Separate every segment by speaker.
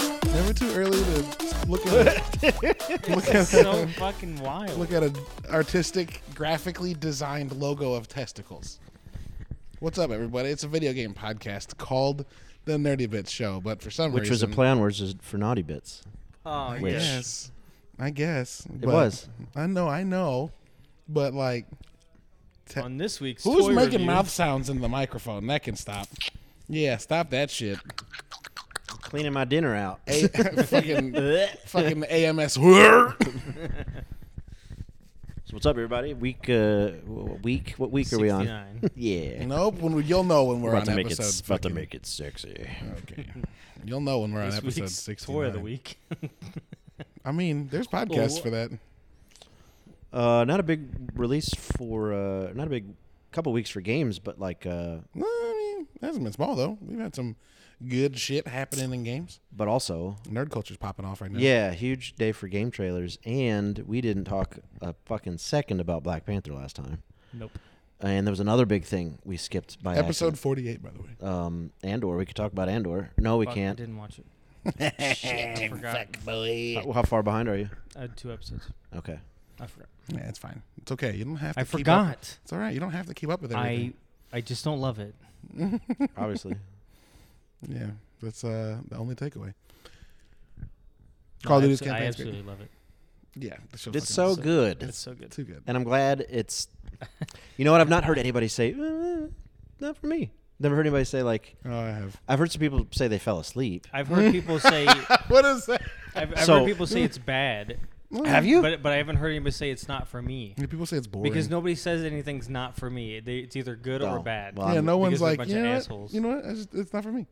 Speaker 1: it too early to look at a, look at
Speaker 2: so
Speaker 1: a,
Speaker 2: fucking wild.
Speaker 1: look at an artistic, graphically designed logo of testicles? What's up, everybody? It's a video game podcast called the Nerdy Bits Show, but for some
Speaker 3: Which was
Speaker 1: reason,
Speaker 3: a play on words is- for naughty bits.
Speaker 2: oh,
Speaker 1: I
Speaker 3: Which-
Speaker 2: yeah.
Speaker 1: guess. I guess it
Speaker 3: was.
Speaker 1: I know. I know. But like,
Speaker 2: On this week's
Speaker 1: who's
Speaker 2: toy
Speaker 1: making
Speaker 2: review,
Speaker 1: mouth sounds in the microphone? That can stop. Yeah, stop that shit.
Speaker 3: Cleaning my dinner out.
Speaker 1: A- fucking,
Speaker 3: so
Speaker 1: fucking AMS.
Speaker 3: what's up, everybody? Week, uh, w- week, what week are we on?
Speaker 2: 69.
Speaker 3: yeah,
Speaker 1: nope. When we, you'll know when we're,
Speaker 3: about
Speaker 1: on
Speaker 3: to make it
Speaker 1: episode.
Speaker 3: s- about to
Speaker 1: fucking-
Speaker 3: make it sexy.
Speaker 1: Okay. You'll know when we're on
Speaker 2: This
Speaker 1: episode
Speaker 2: week's
Speaker 1: sixty.
Speaker 2: toy of the week.
Speaker 1: I mean, there's podcasts
Speaker 2: Well,
Speaker 1: for that.
Speaker 3: Uh, not a big release for uh, not a big couple weeks for games, but like, uh,
Speaker 1: Well, I mean, it hasn't been small though. We've had some good shit happening in games.
Speaker 3: but also,
Speaker 1: Nerd culture's popping off right now.
Speaker 3: yeah, huge day for game trailers, and we didn't talk a fucking second about Black Panther last time,
Speaker 2: nope.
Speaker 3: and there was another big thing we skipped by
Speaker 1: Episode forty-eight, by the way.
Speaker 3: accident. Um, Andor, we could talk about Andor. No, we
Speaker 2: Fuck,
Speaker 3: can't.
Speaker 2: I didn't watch it. Shit, I forgot.
Speaker 1: boy.
Speaker 3: How, how far behind are you?
Speaker 2: I had two episodes.
Speaker 3: Okay.
Speaker 2: I forgot.
Speaker 1: Yeah, it's fine. It's okay. You don't have. to
Speaker 2: I
Speaker 1: keep up-
Speaker 2: forgot.
Speaker 1: It's all right. You don't have to keep up with
Speaker 2: I
Speaker 1: everything.
Speaker 2: I just don't love it.
Speaker 3: obviously.
Speaker 1: Yeah, that's uh, the only takeaway.
Speaker 2: No,
Speaker 1: Call
Speaker 2: I
Speaker 1: of Duty's
Speaker 2: abso- I
Speaker 1: campaign's great.
Speaker 2: absolutely love it.
Speaker 1: Yeah, the show's
Speaker 3: It's
Speaker 1: fucking
Speaker 3: so good.
Speaker 2: It's so good.
Speaker 1: too good.
Speaker 3: And I'm glad it's You know what? I've not heard anybody say "Uh, not for me. Never heard anybody say like
Speaker 1: Oh, I have.
Speaker 3: I've heard some people say they fell asleep.
Speaker 2: I've heard people say
Speaker 1: What is that?
Speaker 2: I've, I've
Speaker 3: So-
Speaker 2: heard people say it's bad,
Speaker 3: Have you?
Speaker 2: but but I haven't heard anybody say it's not for me
Speaker 1: Yeah, people say it's boring.
Speaker 2: because nobody says anything's not for me. They, it's either good or
Speaker 3: Oh,
Speaker 2: bad.
Speaker 3: well,
Speaker 1: Yeah,
Speaker 3: I'm-
Speaker 1: no one's
Speaker 2: because they're a
Speaker 1: like
Speaker 2: bunch
Speaker 1: you
Speaker 2: of
Speaker 1: know,
Speaker 2: assholes.
Speaker 1: What? you know what? It's, just- it's not for me.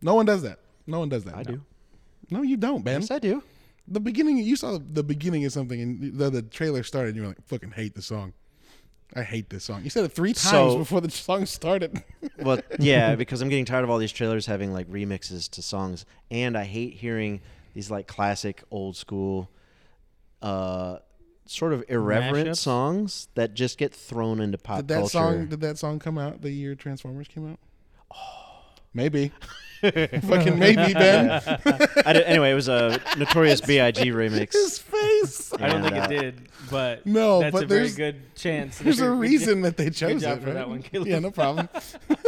Speaker 1: No one does that. No one does that.
Speaker 3: I
Speaker 1: No.
Speaker 3: do.
Speaker 1: No, you don't, Ben.
Speaker 3: Yes, I do.
Speaker 1: The beginning. You saw the beginning of something, and the, the trailer started. and You were like, "Fucking hate the song." I hate this song. You said it three times
Speaker 3: So-
Speaker 1: before the song started.
Speaker 3: Well, yeah, because I'm getting tired of all these trailers having like remixes to songs and I hate hearing these like classic old school uh sort of irreverent
Speaker 2: Mashups?
Speaker 3: songs that just get thrown into pop
Speaker 1: Did that
Speaker 3: culture.
Speaker 1: song? Did that song come out the year Transformers came out? Maybe. Fucking maybe, Ben.
Speaker 3: I did- anyway, it was a Notorious B.I.G. remix.
Speaker 1: His face.
Speaker 2: I don't
Speaker 3: And,
Speaker 2: think
Speaker 3: uh,
Speaker 2: it did, but
Speaker 1: No,
Speaker 2: that's
Speaker 1: but
Speaker 2: a very
Speaker 1: there's-
Speaker 2: good chance. that
Speaker 1: There's
Speaker 2: it
Speaker 1: a
Speaker 2: did.
Speaker 1: reason that they chose
Speaker 2: job
Speaker 1: it,
Speaker 2: for
Speaker 1: right?
Speaker 2: that one, Caleb.
Speaker 1: Yeah, no problem.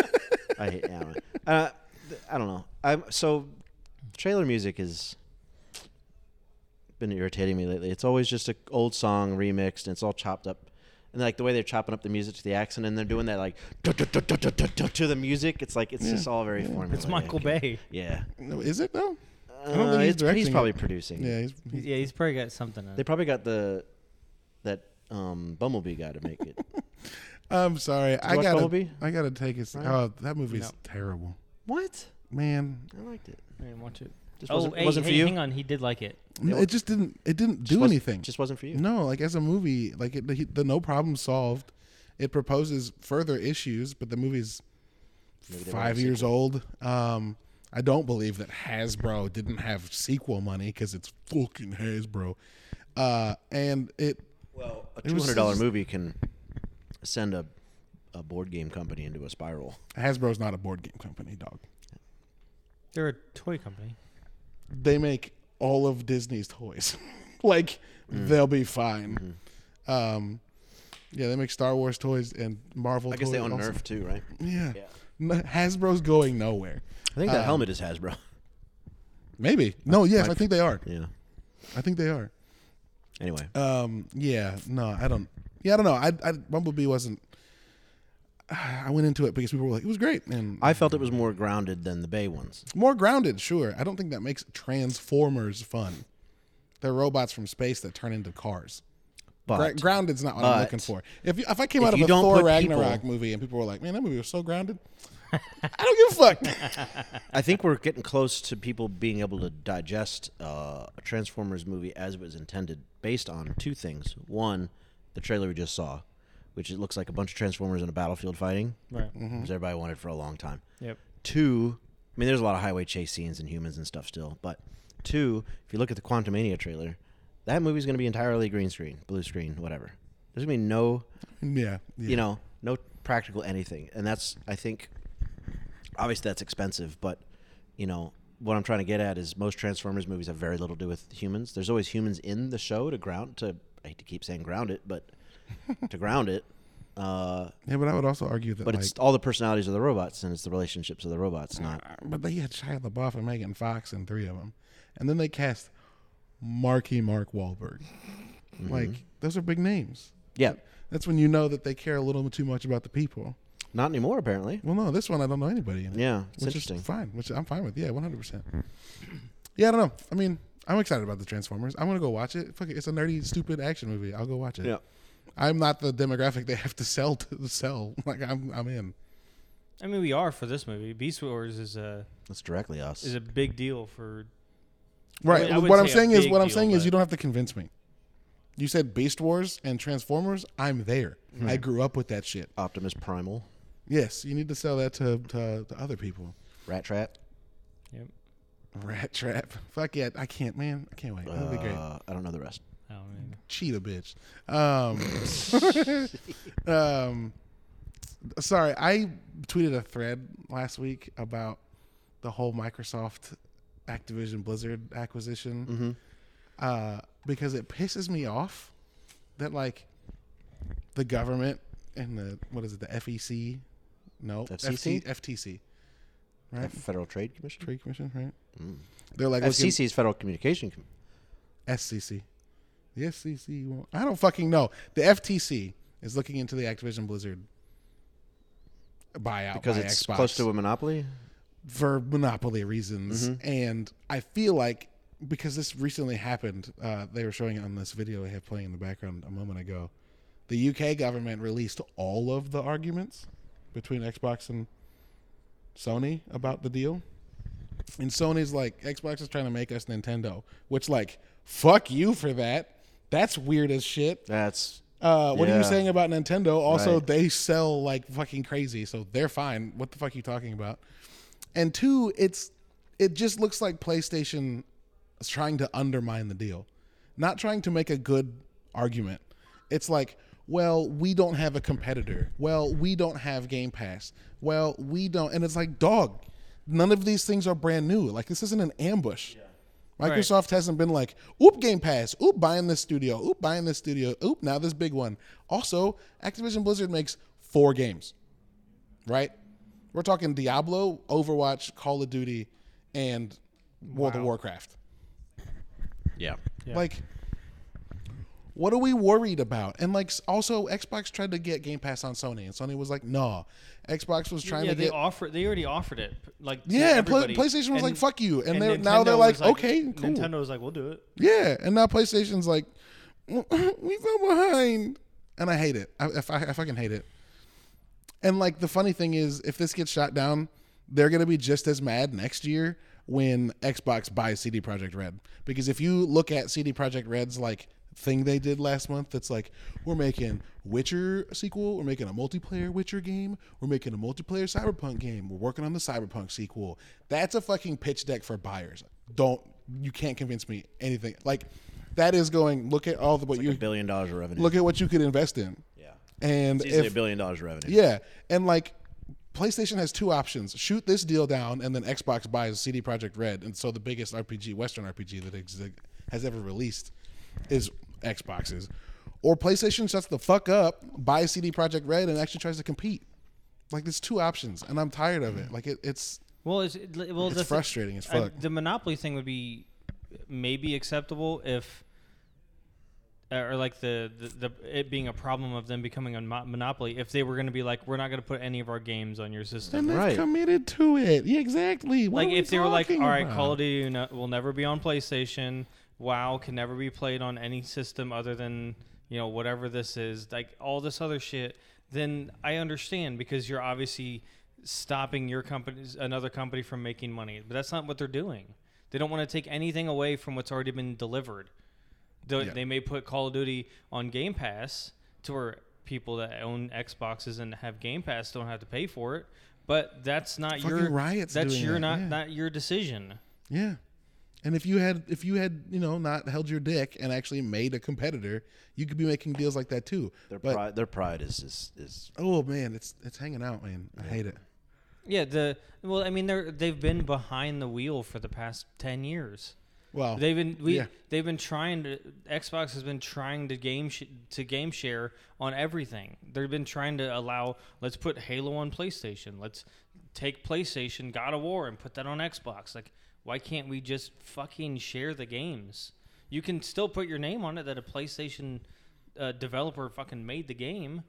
Speaker 3: I hate. Yeah, I don't know. Uh, th- I don't know. I'm so trailer music has been irritating me lately. It's always just an old song remixed, and it's all chopped up. And like the way they're chopping up the music to the accent, and they're doing that like "duh, duh, duh, duh, duh, duh, duh," to the music. It's like it's just all very formulaic.
Speaker 2: It's Michael Bay.
Speaker 3: Yeah,
Speaker 1: No, is it though?
Speaker 3: I
Speaker 1: don't think he's
Speaker 3: he's,
Speaker 1: directing it.
Speaker 3: probably producing.
Speaker 1: Yeah, he's,
Speaker 2: He's- Yeah, he's probably got something. In
Speaker 3: They
Speaker 2: it.
Speaker 3: probably got the that um, Bumblebee guy to make it.
Speaker 1: I'm sorry. I
Speaker 3: watch
Speaker 1: gotta.
Speaker 3: Bumblebee?
Speaker 1: I gotta take his.
Speaker 3: Right.
Speaker 1: Oh, that movie's
Speaker 2: No.
Speaker 1: terrible,
Speaker 3: what?
Speaker 1: man.
Speaker 3: I liked it.
Speaker 2: I didn't watch it.
Speaker 3: Just
Speaker 2: oh,
Speaker 3: wasn't,
Speaker 2: hey,
Speaker 3: wasn't
Speaker 2: hey,
Speaker 3: for you.
Speaker 2: hang on. He did like it.
Speaker 1: No,
Speaker 3: wa-
Speaker 1: it just didn't. It didn't
Speaker 3: Just
Speaker 1: do
Speaker 3: wasn't-
Speaker 1: anything.
Speaker 3: Just wasn't for you.
Speaker 1: No, like as a movie, like it, the, the no problem solved. It proposes further issues, but the movie's
Speaker 3: Maybe they
Speaker 1: five
Speaker 3: want a
Speaker 1: years old. Um, I don't believe that Hasbro didn't have sequel money because it's fucking Hasbro. Uh, and it,
Speaker 3: Well, a
Speaker 1: It
Speaker 3: two
Speaker 1: was
Speaker 3: hundred dollar
Speaker 1: just-
Speaker 3: movie can send a a board game company into a spiral.
Speaker 1: Hasbro's not a board game company, dog.
Speaker 2: They're a toy company.
Speaker 1: They make all of Disney's toys. like
Speaker 3: Mm.
Speaker 1: they'll be fine.
Speaker 3: Mm-hmm.
Speaker 1: Um, yeah, they make Star Wars toys and Marvel.
Speaker 3: I guess they
Speaker 1: toys
Speaker 3: own
Speaker 1: also.
Speaker 3: Nerf too, right?
Speaker 1: Yeah. N- Hasbro's going nowhere.
Speaker 3: I think that helmet is Hasbro.
Speaker 1: Maybe. No, yes, I think they are.
Speaker 3: Yeah.
Speaker 1: I think they are.
Speaker 3: Anyway,
Speaker 1: Um. Yeah. No. I don't. Yeah. I don't know. I. I Bumblebee wasn't. I went into it because people were like, it was great and
Speaker 3: I felt it was more grounded than the Bay ones.
Speaker 1: more grounded. Sure. I don't think that makes Transformers fun. They're robots from space that turn into cars.
Speaker 3: But
Speaker 1: Gra- grounded's not what I'm
Speaker 3: but-
Speaker 1: looking for. If you, if I came
Speaker 3: If
Speaker 1: out of
Speaker 3: you
Speaker 1: a
Speaker 3: don't
Speaker 1: Thor
Speaker 3: put people-
Speaker 1: Ragnarok movie and people were like, man, that movie was so grounded, I don't give a fuck.
Speaker 3: I think we're getting close to people being able to digest uh, a Transformers movie as it was intended, based on two things. One, the trailer we just saw, which it looks like a bunch of Transformers in a battlefield fighting,
Speaker 2: Right.
Speaker 3: which everybody wanted for a long time.
Speaker 2: Yep.
Speaker 3: Two, I mean, there's a lot of highway chase scenes and humans and stuff still, but two, if you look at the Quantumania trailer, that movie's going to be entirely green screen, blue screen, whatever. There's going to be no,
Speaker 1: yeah, yeah.
Speaker 3: you know, no practical anything. And that's, I think, obviously that's expensive, but, you know, what I'm trying to get at is most Transformers movies have very little to do with humans. There's always humans in the show to ground to. I hate to keep saying ground it, but to ground it. Uh,
Speaker 1: Yeah, but I would also argue that.
Speaker 3: but
Speaker 1: like,
Speaker 3: it's all the personalities of the robots and it's the relationships of the robots, not
Speaker 1: uh, but they had Shia LaBeouf and Megan Fox in three of them, and then they cast Marky Mark Wahlberg.
Speaker 3: Mm-hmm.
Speaker 1: Like those are big names.
Speaker 3: yeah,
Speaker 1: That's when you know that they care a little too much about the people.
Speaker 3: not anymore apparently.
Speaker 1: Well, no, this one I don't know anybody in it,
Speaker 3: Yeah, it's
Speaker 1: which
Speaker 3: interesting.
Speaker 1: is fine. Which I'm fine with. Yeah, 100. percent
Speaker 2: Mm.
Speaker 1: Yeah, I don't know. I mean, I'm excited about the Transformers. I'm gonna go watch it. Fuck it, it's a nerdy, stupid action movie. I'll go watch it.
Speaker 3: Yeah.
Speaker 1: I'm not the demographic they have to sell to sell. Like I'm, I'm in.
Speaker 2: I mean, we are for this movie. Beast Wars is a
Speaker 3: That's directly us.
Speaker 2: is a big deal for.
Speaker 1: Right.
Speaker 2: I wouldn't
Speaker 1: what I'm
Speaker 2: say a
Speaker 1: saying is,
Speaker 2: big
Speaker 1: what I'm
Speaker 2: deal,
Speaker 1: saying is,
Speaker 2: but-
Speaker 1: you don't have to convince me. You said Beast Wars and Transformers. I'm there. I grew up with that shit.
Speaker 3: Optimus Primal,
Speaker 1: Yes, you need to sell that to to, to other people.
Speaker 3: Rat Trap.
Speaker 2: Yep.
Speaker 1: Rat trap. Fuck yeah. I can't, man. I can't wait. That'll be great.
Speaker 3: Uh, I don't know the rest.
Speaker 2: I don't know.
Speaker 1: Cheetah bitch. Um, um, sorry, I tweeted a thread last week about the whole Microsoft Activision Blizzard acquisition uh, because it pisses me off that like the government and the what is it the FEC no
Speaker 3: FCC?
Speaker 1: FT FTC
Speaker 3: The
Speaker 1: right
Speaker 3: Federal Trade Commission.
Speaker 1: Trade Commission right they're like let's give-
Speaker 3: FCC is Federal Communication. Com-
Speaker 1: Oh, SCC. The SCC won't. I don't fucking know. The FTC is looking into the Activision Blizzard buyout
Speaker 3: because
Speaker 1: by
Speaker 3: it's
Speaker 1: Xbox
Speaker 3: close to a monopoly.
Speaker 1: for monopoly reasons, and I feel like because this recently happened, uh, they were showing it on this video I have playing in the background a moment ago. The UK government released all of the arguments between Xbox and Sony about the deal. And Sony's like, Xbox is trying to make us Nintendo, which like, fuck you for that. That's weird as shit.
Speaker 3: That's
Speaker 1: Uh, what are
Speaker 3: Yeah.
Speaker 1: you saying about Nintendo? Also,
Speaker 3: Right.
Speaker 1: they sell like fucking crazy, so they're fine. What the fuck are you talking about? And two, it's it just looks like PlayStation is trying to undermine the deal, not trying to make a good argument. It's like, well, we don't have a competitor. Well, we don't have Game Pass. Well, we don't, and it's like, dog, none of these things are brand new. Like this isn't an ambush. Microsoft hasn't been like, oop, Game Pass, oop, buying this studio, oop, buying this studio, oop, now this big one. Also, Activision Blizzard makes four games, right? We're talking Diablo, Overwatch, Call of Duty, and World of Warcraft.
Speaker 3: yeah.
Speaker 2: Yeah.
Speaker 1: Like, what are we worried about? And like, s- also, Xbox tried to get Game Pass on Sony, and Sony was like, no. Xbox was trying
Speaker 2: yeah,
Speaker 1: to
Speaker 2: they
Speaker 1: get.
Speaker 2: offer. They already offered it. Like to
Speaker 1: Yeah, and Pla-
Speaker 2: everybody.
Speaker 1: PlayStation was
Speaker 2: And-
Speaker 1: like, "Fuck you," and they're- now they're
Speaker 2: Nintendo
Speaker 1: like,
Speaker 2: was
Speaker 1: "Okay, cool."
Speaker 2: Nintendo was like, "We'll do it."
Speaker 1: Yeah, and now PlayStation's like, we fell behind, and I hate it. I, if I, I fucking hate it. And like the funny thing is, if this gets shot down, they're gonna be just as mad next year when Xbox buys CD Project Red because if you look at CD Project Red's like thing they did last month, that's like we're making Witcher sequel, we're making a multiplayer Witcher game, we're making a multiplayer Cyberpunk game, we're working on the Cyberpunk sequel. That's a fucking pitch deck for buyers. Don't you can't convince me anything like that is going. Look at all the what
Speaker 3: A
Speaker 1: you
Speaker 3: billion dollars of revenue.
Speaker 1: look at what you could invest in.
Speaker 3: yeah.
Speaker 1: And
Speaker 3: It's easily
Speaker 1: if,
Speaker 3: a billion dollars of revenue.
Speaker 1: yeah, and like PlayStation has two options: shoot this deal down, and then Xbox buys CD Project Red, and so the biggest RPG, Western RPG that ex- has ever released, is Xbox's, or PlayStation shuts the fuck up, buys CD Project Red, and actually tries to compete. Like there's two options, and I'm tired of it. Like it, it's
Speaker 2: Well, it's it- li- well,
Speaker 1: It's
Speaker 2: the thi-
Speaker 1: frustrating as
Speaker 2: I-
Speaker 1: fuck.
Speaker 2: the monopoly thing would be maybe acceptable if, uh, or like the, the the it being a problem of them becoming a mo- monopoly if they were going to be like, we're not going to put any of our games on your
Speaker 1: and
Speaker 2: system.
Speaker 1: they've
Speaker 3: Right.
Speaker 1: committed to it. Yeah, exactly. What
Speaker 2: Like
Speaker 1: are we
Speaker 2: if they were like, all
Speaker 1: talking
Speaker 2: right,
Speaker 1: about?
Speaker 2: Call of Duty no- will never be on PlayStation. WoW can never be played on any system other than you know whatever this is. Like all this other shit. Then I understand because you're obviously stopping your company, another company from making money. But that's not what they're doing. They don't want to take anything away from what's already been delivered. Though
Speaker 1: Yeah.
Speaker 2: They may put Call of Duty on Game Pass to where people that own Xboxes and have Game Pass don't have to pay for it. But that's not
Speaker 1: Fucking
Speaker 2: your
Speaker 1: Riot's
Speaker 2: That's
Speaker 1: doing
Speaker 2: your
Speaker 1: that,
Speaker 2: not
Speaker 1: yeah.
Speaker 2: not your decision.
Speaker 1: Yeah. And if you had if you had, you know, not held your dick and actually made a competitor, you could be making deals like that too.
Speaker 3: Their
Speaker 1: but
Speaker 3: pride. Their pride is is is
Speaker 1: oh man, it's it's hanging out, man. I hate it.
Speaker 2: Yeah, the well, I mean, they're they've been behind the wheel for the past ten years.
Speaker 1: Well,
Speaker 2: They've been we
Speaker 1: Oh, Yeah.
Speaker 2: they've been trying to Xbox has been trying to game sh- to game share on everything. They've been trying to allow let's put Halo on PlayStation. Let's take PlayStation God of War and put that on Xbox. Like why can't we just fucking share the games? You can still put your name on it that a PlayStation uh, developer fucking made the game.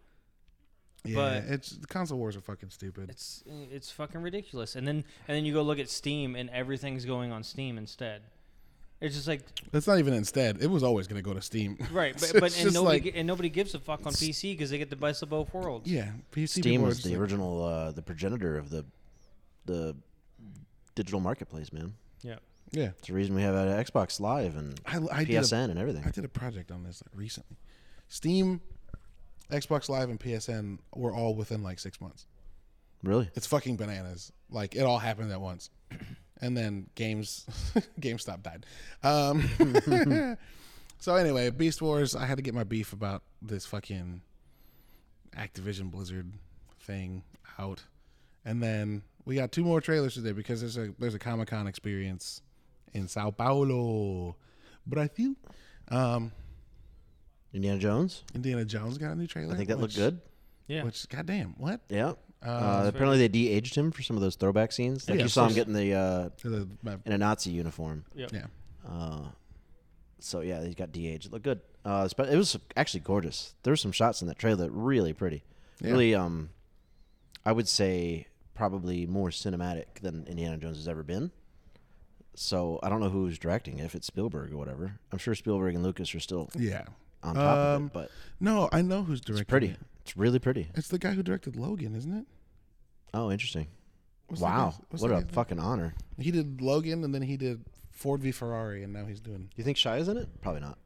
Speaker 1: yeah,
Speaker 2: but-
Speaker 1: it's console wars are fucking stupid.
Speaker 2: It's it's fucking ridiculous. And then and then you go look at Steam and everything's going on Steam instead. It's just like
Speaker 1: That's not even instead. It was always going to go to Steam.
Speaker 2: Right,
Speaker 1: It's
Speaker 2: but, but and
Speaker 1: just
Speaker 2: nobody
Speaker 1: like-
Speaker 2: gi- and nobody gives a fuck on PC because they get the best of both worlds.
Speaker 1: yeah, PC
Speaker 3: Steam
Speaker 1: people are
Speaker 3: was
Speaker 1: just
Speaker 3: the
Speaker 1: like-
Speaker 3: original, uh, the progenitor of the the digital marketplace, man.
Speaker 2: Yeah.
Speaker 1: yeah.
Speaker 3: It's the reason we have uh, Xbox Live and
Speaker 1: I, I did a,
Speaker 3: PSN and everything.
Speaker 1: I did a project on this like recently. Steam, Xbox Live, and PSN were all within like six months.
Speaker 3: really?
Speaker 1: It's fucking bananas. Like it all happened at once, and then games, GameStop died. Um, so anyway, Beast Wars. I had to get my beef about this fucking Activision Blizzard thing out, and then we got two more trailers today because there's a there's a Comic Con experience in Sao Paulo, Brazil. Um,
Speaker 3: Indiana Jones?
Speaker 1: Indiana Jones got a new trailer.
Speaker 3: I think that
Speaker 1: which,
Speaker 3: looked good.
Speaker 2: Yeah.
Speaker 1: Which, goddamn, what? Um,
Speaker 3: Yeah. Uh, apparently they de-aged him for some of those throwback scenes.
Speaker 1: Oh,
Speaker 3: Like
Speaker 1: Yeah,
Speaker 3: you
Speaker 1: of
Speaker 3: saw him
Speaker 1: course.
Speaker 3: getting the uh,
Speaker 1: The- my-
Speaker 3: in a Nazi uniform.
Speaker 2: Yep.
Speaker 1: yeah.
Speaker 3: Uh, so yeah, he got de-aged. It looked good. Uh, but it was actually gorgeous. There were some shots in that trailer that were really pretty.
Speaker 1: Yeah.
Speaker 3: Really, um, I would say probably more cinematic than Indiana Jones has ever been. So I don't know who's directing it, if it's Spielberg or whatever. I'm sure Spielberg and Lucas are still
Speaker 1: Yeah.
Speaker 3: on top of
Speaker 1: Um,
Speaker 3: it, but
Speaker 1: No, I know who's directing.
Speaker 3: it's pretty.
Speaker 1: it.
Speaker 3: It's really pretty.
Speaker 1: It's the guy who directed Logan, isn't it?
Speaker 3: Oh, interesting.
Speaker 1: What's that
Speaker 3: wow,
Speaker 1: guy's- what's
Speaker 3: what
Speaker 1: that
Speaker 3: a
Speaker 1: guy's name?
Speaker 3: fucking honor.
Speaker 1: He did Logan, and then he did Ford v Ferrari, and now he's doing.
Speaker 3: You think Shia's in it? Probably not.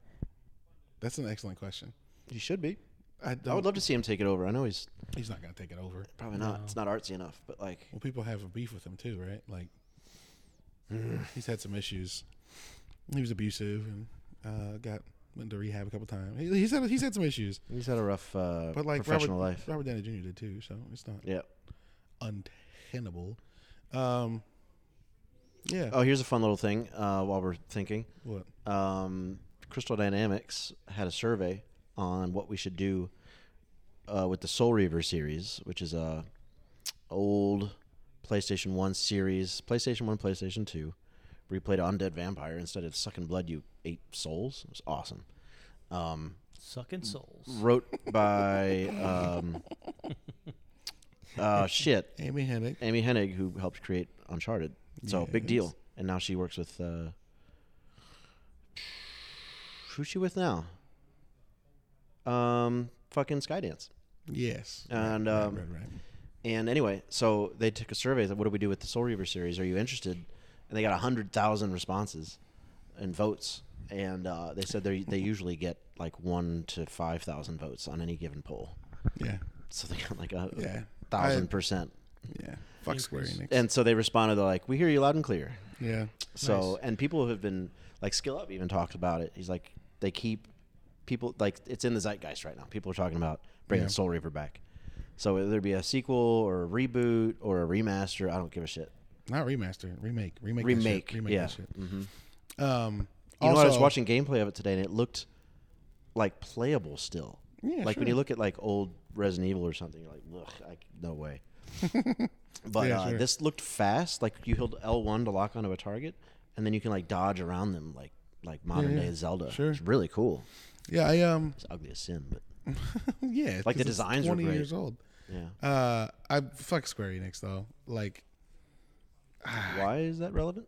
Speaker 1: That's an excellent question.
Speaker 3: He should be.
Speaker 1: I, don't,
Speaker 3: I would love to see him take it over. I know he's
Speaker 1: He's not gonna take it over.
Speaker 3: probably not. It's not artsy enough, but like
Speaker 1: Well, people have a beef with him too, right? Like, he's had some issues. He was abusive and uh, got went to rehab a couple times. He, he's had he's had some issues,
Speaker 3: he's had a rough uh,
Speaker 1: but like
Speaker 3: professional
Speaker 1: Robert,
Speaker 3: life.
Speaker 1: Robert Downey Jr. did too, so it's not
Speaker 3: Yeah.
Speaker 1: untenable. Um, yeah.
Speaker 3: Oh, here's a fun little thing. Uh, while we're thinking,
Speaker 1: What?
Speaker 3: um, Crystal Dynamics had a survey on what we should do uh, with the Soul Reaver series, which is a old PlayStation One series, PlayStation One, PlayStation Two, where you played an undead vampire instead of sucking blood, you ate souls. It was awesome. Um,
Speaker 2: Sucking souls.
Speaker 3: wrote by um, uh, shit
Speaker 1: Amy Hennig.
Speaker 3: Amy Hennig, who helped create Uncharted. So big
Speaker 1: Yes.
Speaker 3: deal. And now she works with uh who's she with now? Um fucking Skydance.
Speaker 1: Yes.
Speaker 3: And,
Speaker 1: right,
Speaker 3: um,
Speaker 1: right, right.
Speaker 3: And anyway, so they took a survey that what do we do with the Soul Reaver series? Are you interested? And they got hundred thousand responses and votes. And uh, they said they they usually get like one to five thousand votes on any given poll.
Speaker 1: Yeah.
Speaker 3: So they got like a
Speaker 1: Yeah.
Speaker 3: thousand percent.
Speaker 1: Yeah. Fuck Square
Speaker 2: Increase.
Speaker 1: Enix.
Speaker 3: And so they responded they're like, "We hear you loud and clear."
Speaker 1: yeah.
Speaker 3: So and people have been like Skill Up even talked about it. He's like they keep people like it's in the zeitgeist right now. People are talking about bringing
Speaker 1: Yeah.
Speaker 3: Soul Reaver back. So whether there be a sequel or a reboot or a remaster, I don't give a shit.
Speaker 1: Not remaster. Remake. Remake. that shit.
Speaker 3: Remake,
Speaker 1: Remake
Speaker 3: yeah.
Speaker 1: that shit.
Speaker 3: hmm You
Speaker 1: Um,
Speaker 3: know, what? I was
Speaker 1: also-
Speaker 3: watching gameplay of it today and it looked like playable still.
Speaker 1: Yeah,
Speaker 3: like when
Speaker 1: sure.
Speaker 3: you look at like old Resident Evil or something, you're like, ugh, I, no way. but
Speaker 1: Yeah,
Speaker 3: uh,
Speaker 1: sure.
Speaker 3: this looked fast. Like you held L1 to lock onto a target, and then you can like dodge around them, like like modern
Speaker 1: yeah.
Speaker 3: day Zelda.
Speaker 1: Sure.
Speaker 3: It's really cool.
Speaker 1: Yeah, I um,
Speaker 3: It's ugly as sin, but
Speaker 1: yeah,
Speaker 3: Like, the
Speaker 1: 'cause it's
Speaker 3: designs were
Speaker 1: Twenty
Speaker 3: great.
Speaker 1: years old.
Speaker 3: yeah.
Speaker 1: Uh, I fuck Square Enix though. Like, Ah.
Speaker 3: Why is that relevant?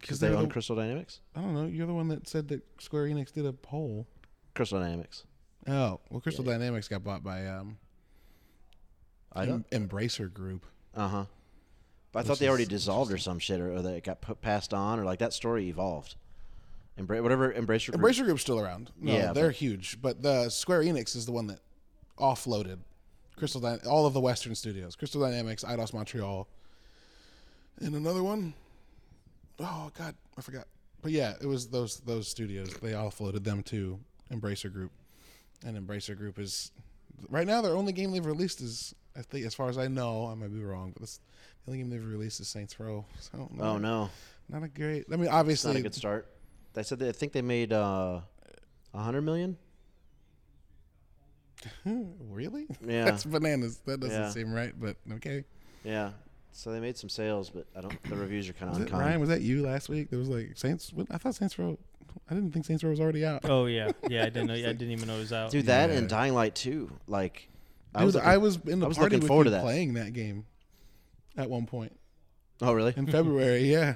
Speaker 3: Because they
Speaker 1: they're
Speaker 3: own
Speaker 1: the-
Speaker 3: Crystal Dynamics.
Speaker 1: I don't know. You're the one that said that Square Enix did a poll.
Speaker 3: Crystal Dynamics.
Speaker 1: Oh, well, Crystal Dynamics got bought by um,
Speaker 3: I don't.
Speaker 1: Em- Embracer Group.
Speaker 3: Uh huh. But I thought they already dissolved or some shit, or, or that it got put, passed on, or like that story evolved. Embra- whatever Embracer. Group-
Speaker 1: Embracer Group's still around. No,
Speaker 3: Yeah,
Speaker 1: they're huge, but the Square Enix is the one that offloaded Crystal Dyn- all of the Western studios, Crystal Dynamics, Eidos Montreal, and another one. Oh God, I forgot. But yeah, it was those those studios. They offloaded them to Embracer Group, and Embracer Group is right now their only game they've released is I think, as far as I know, I might be wrong, but that's the only game they've released is Saints Row. So
Speaker 3: Oh no,
Speaker 1: not a great. I mean,
Speaker 3: it's not
Speaker 1: obviously,
Speaker 3: a good start. I said that I think they made uh, a hundred million.
Speaker 1: Hmm, really,
Speaker 3: Yeah.
Speaker 1: that's bananas. That doesn't
Speaker 3: Yeah.
Speaker 1: seem right, but okay.
Speaker 3: Yeah, so they made some sales, but I don't. The reviews are kind of
Speaker 1: Was it,
Speaker 3: unkind.
Speaker 1: Ryan, was that you last week? There was like Saints. what- I thought Saints Row. I didn't think Saints Row was already out.
Speaker 2: Oh yeah, yeah. I didn't know. I didn't even know it was out.
Speaker 3: Dude, that
Speaker 1: Yeah.
Speaker 3: and Dying Light too. Like,
Speaker 1: Dude, I was,
Speaker 3: looking-
Speaker 1: in the
Speaker 3: I was
Speaker 1: party
Speaker 3: looking
Speaker 1: with
Speaker 3: forward
Speaker 1: you
Speaker 3: to that.
Speaker 1: playing that game at one point
Speaker 3: Oh really?
Speaker 1: in February. yeah,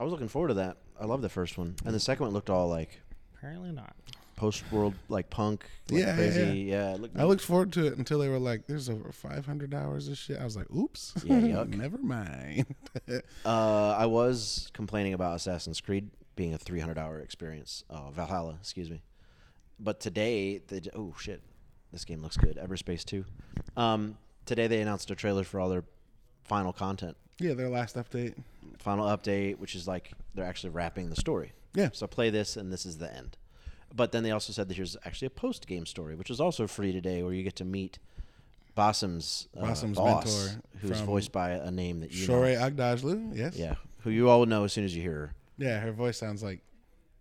Speaker 3: I was looking forward to that. I love the first one, and the second one looked all like
Speaker 2: Apparently not.
Speaker 3: post world, like punk, like
Speaker 1: Yeah, yeah,
Speaker 3: crazy. Yeah, it looked
Speaker 1: I looked forward to it until they were like, "There's over 500 hours of shit." I was like, "Oops,
Speaker 3: Yeah, yuck.
Speaker 1: never mind."
Speaker 3: Uh, I was complaining about Assassin's Creed being a 300 hour experience. Uh, Valhalla, excuse me. But today, they j- oh shit, this game looks good. Everspace 2. Um, today they announced a trailer for all their final content,
Speaker 1: yeah, their last update.
Speaker 3: final update, which is like they're actually wrapping the story.
Speaker 1: Yeah.
Speaker 3: So play this, and this is the end. But then they also said that here's actually a post game story, which is also free today, where you get to meet Bossum's, uh,
Speaker 1: Bossum's
Speaker 3: boss,
Speaker 1: mentor
Speaker 3: who's
Speaker 1: from-
Speaker 3: voiced by a name that you know.
Speaker 1: Shore Agdajlu, yes.
Speaker 3: Yeah, who you all know as soon as you hear her.
Speaker 1: Yeah, her voice sounds like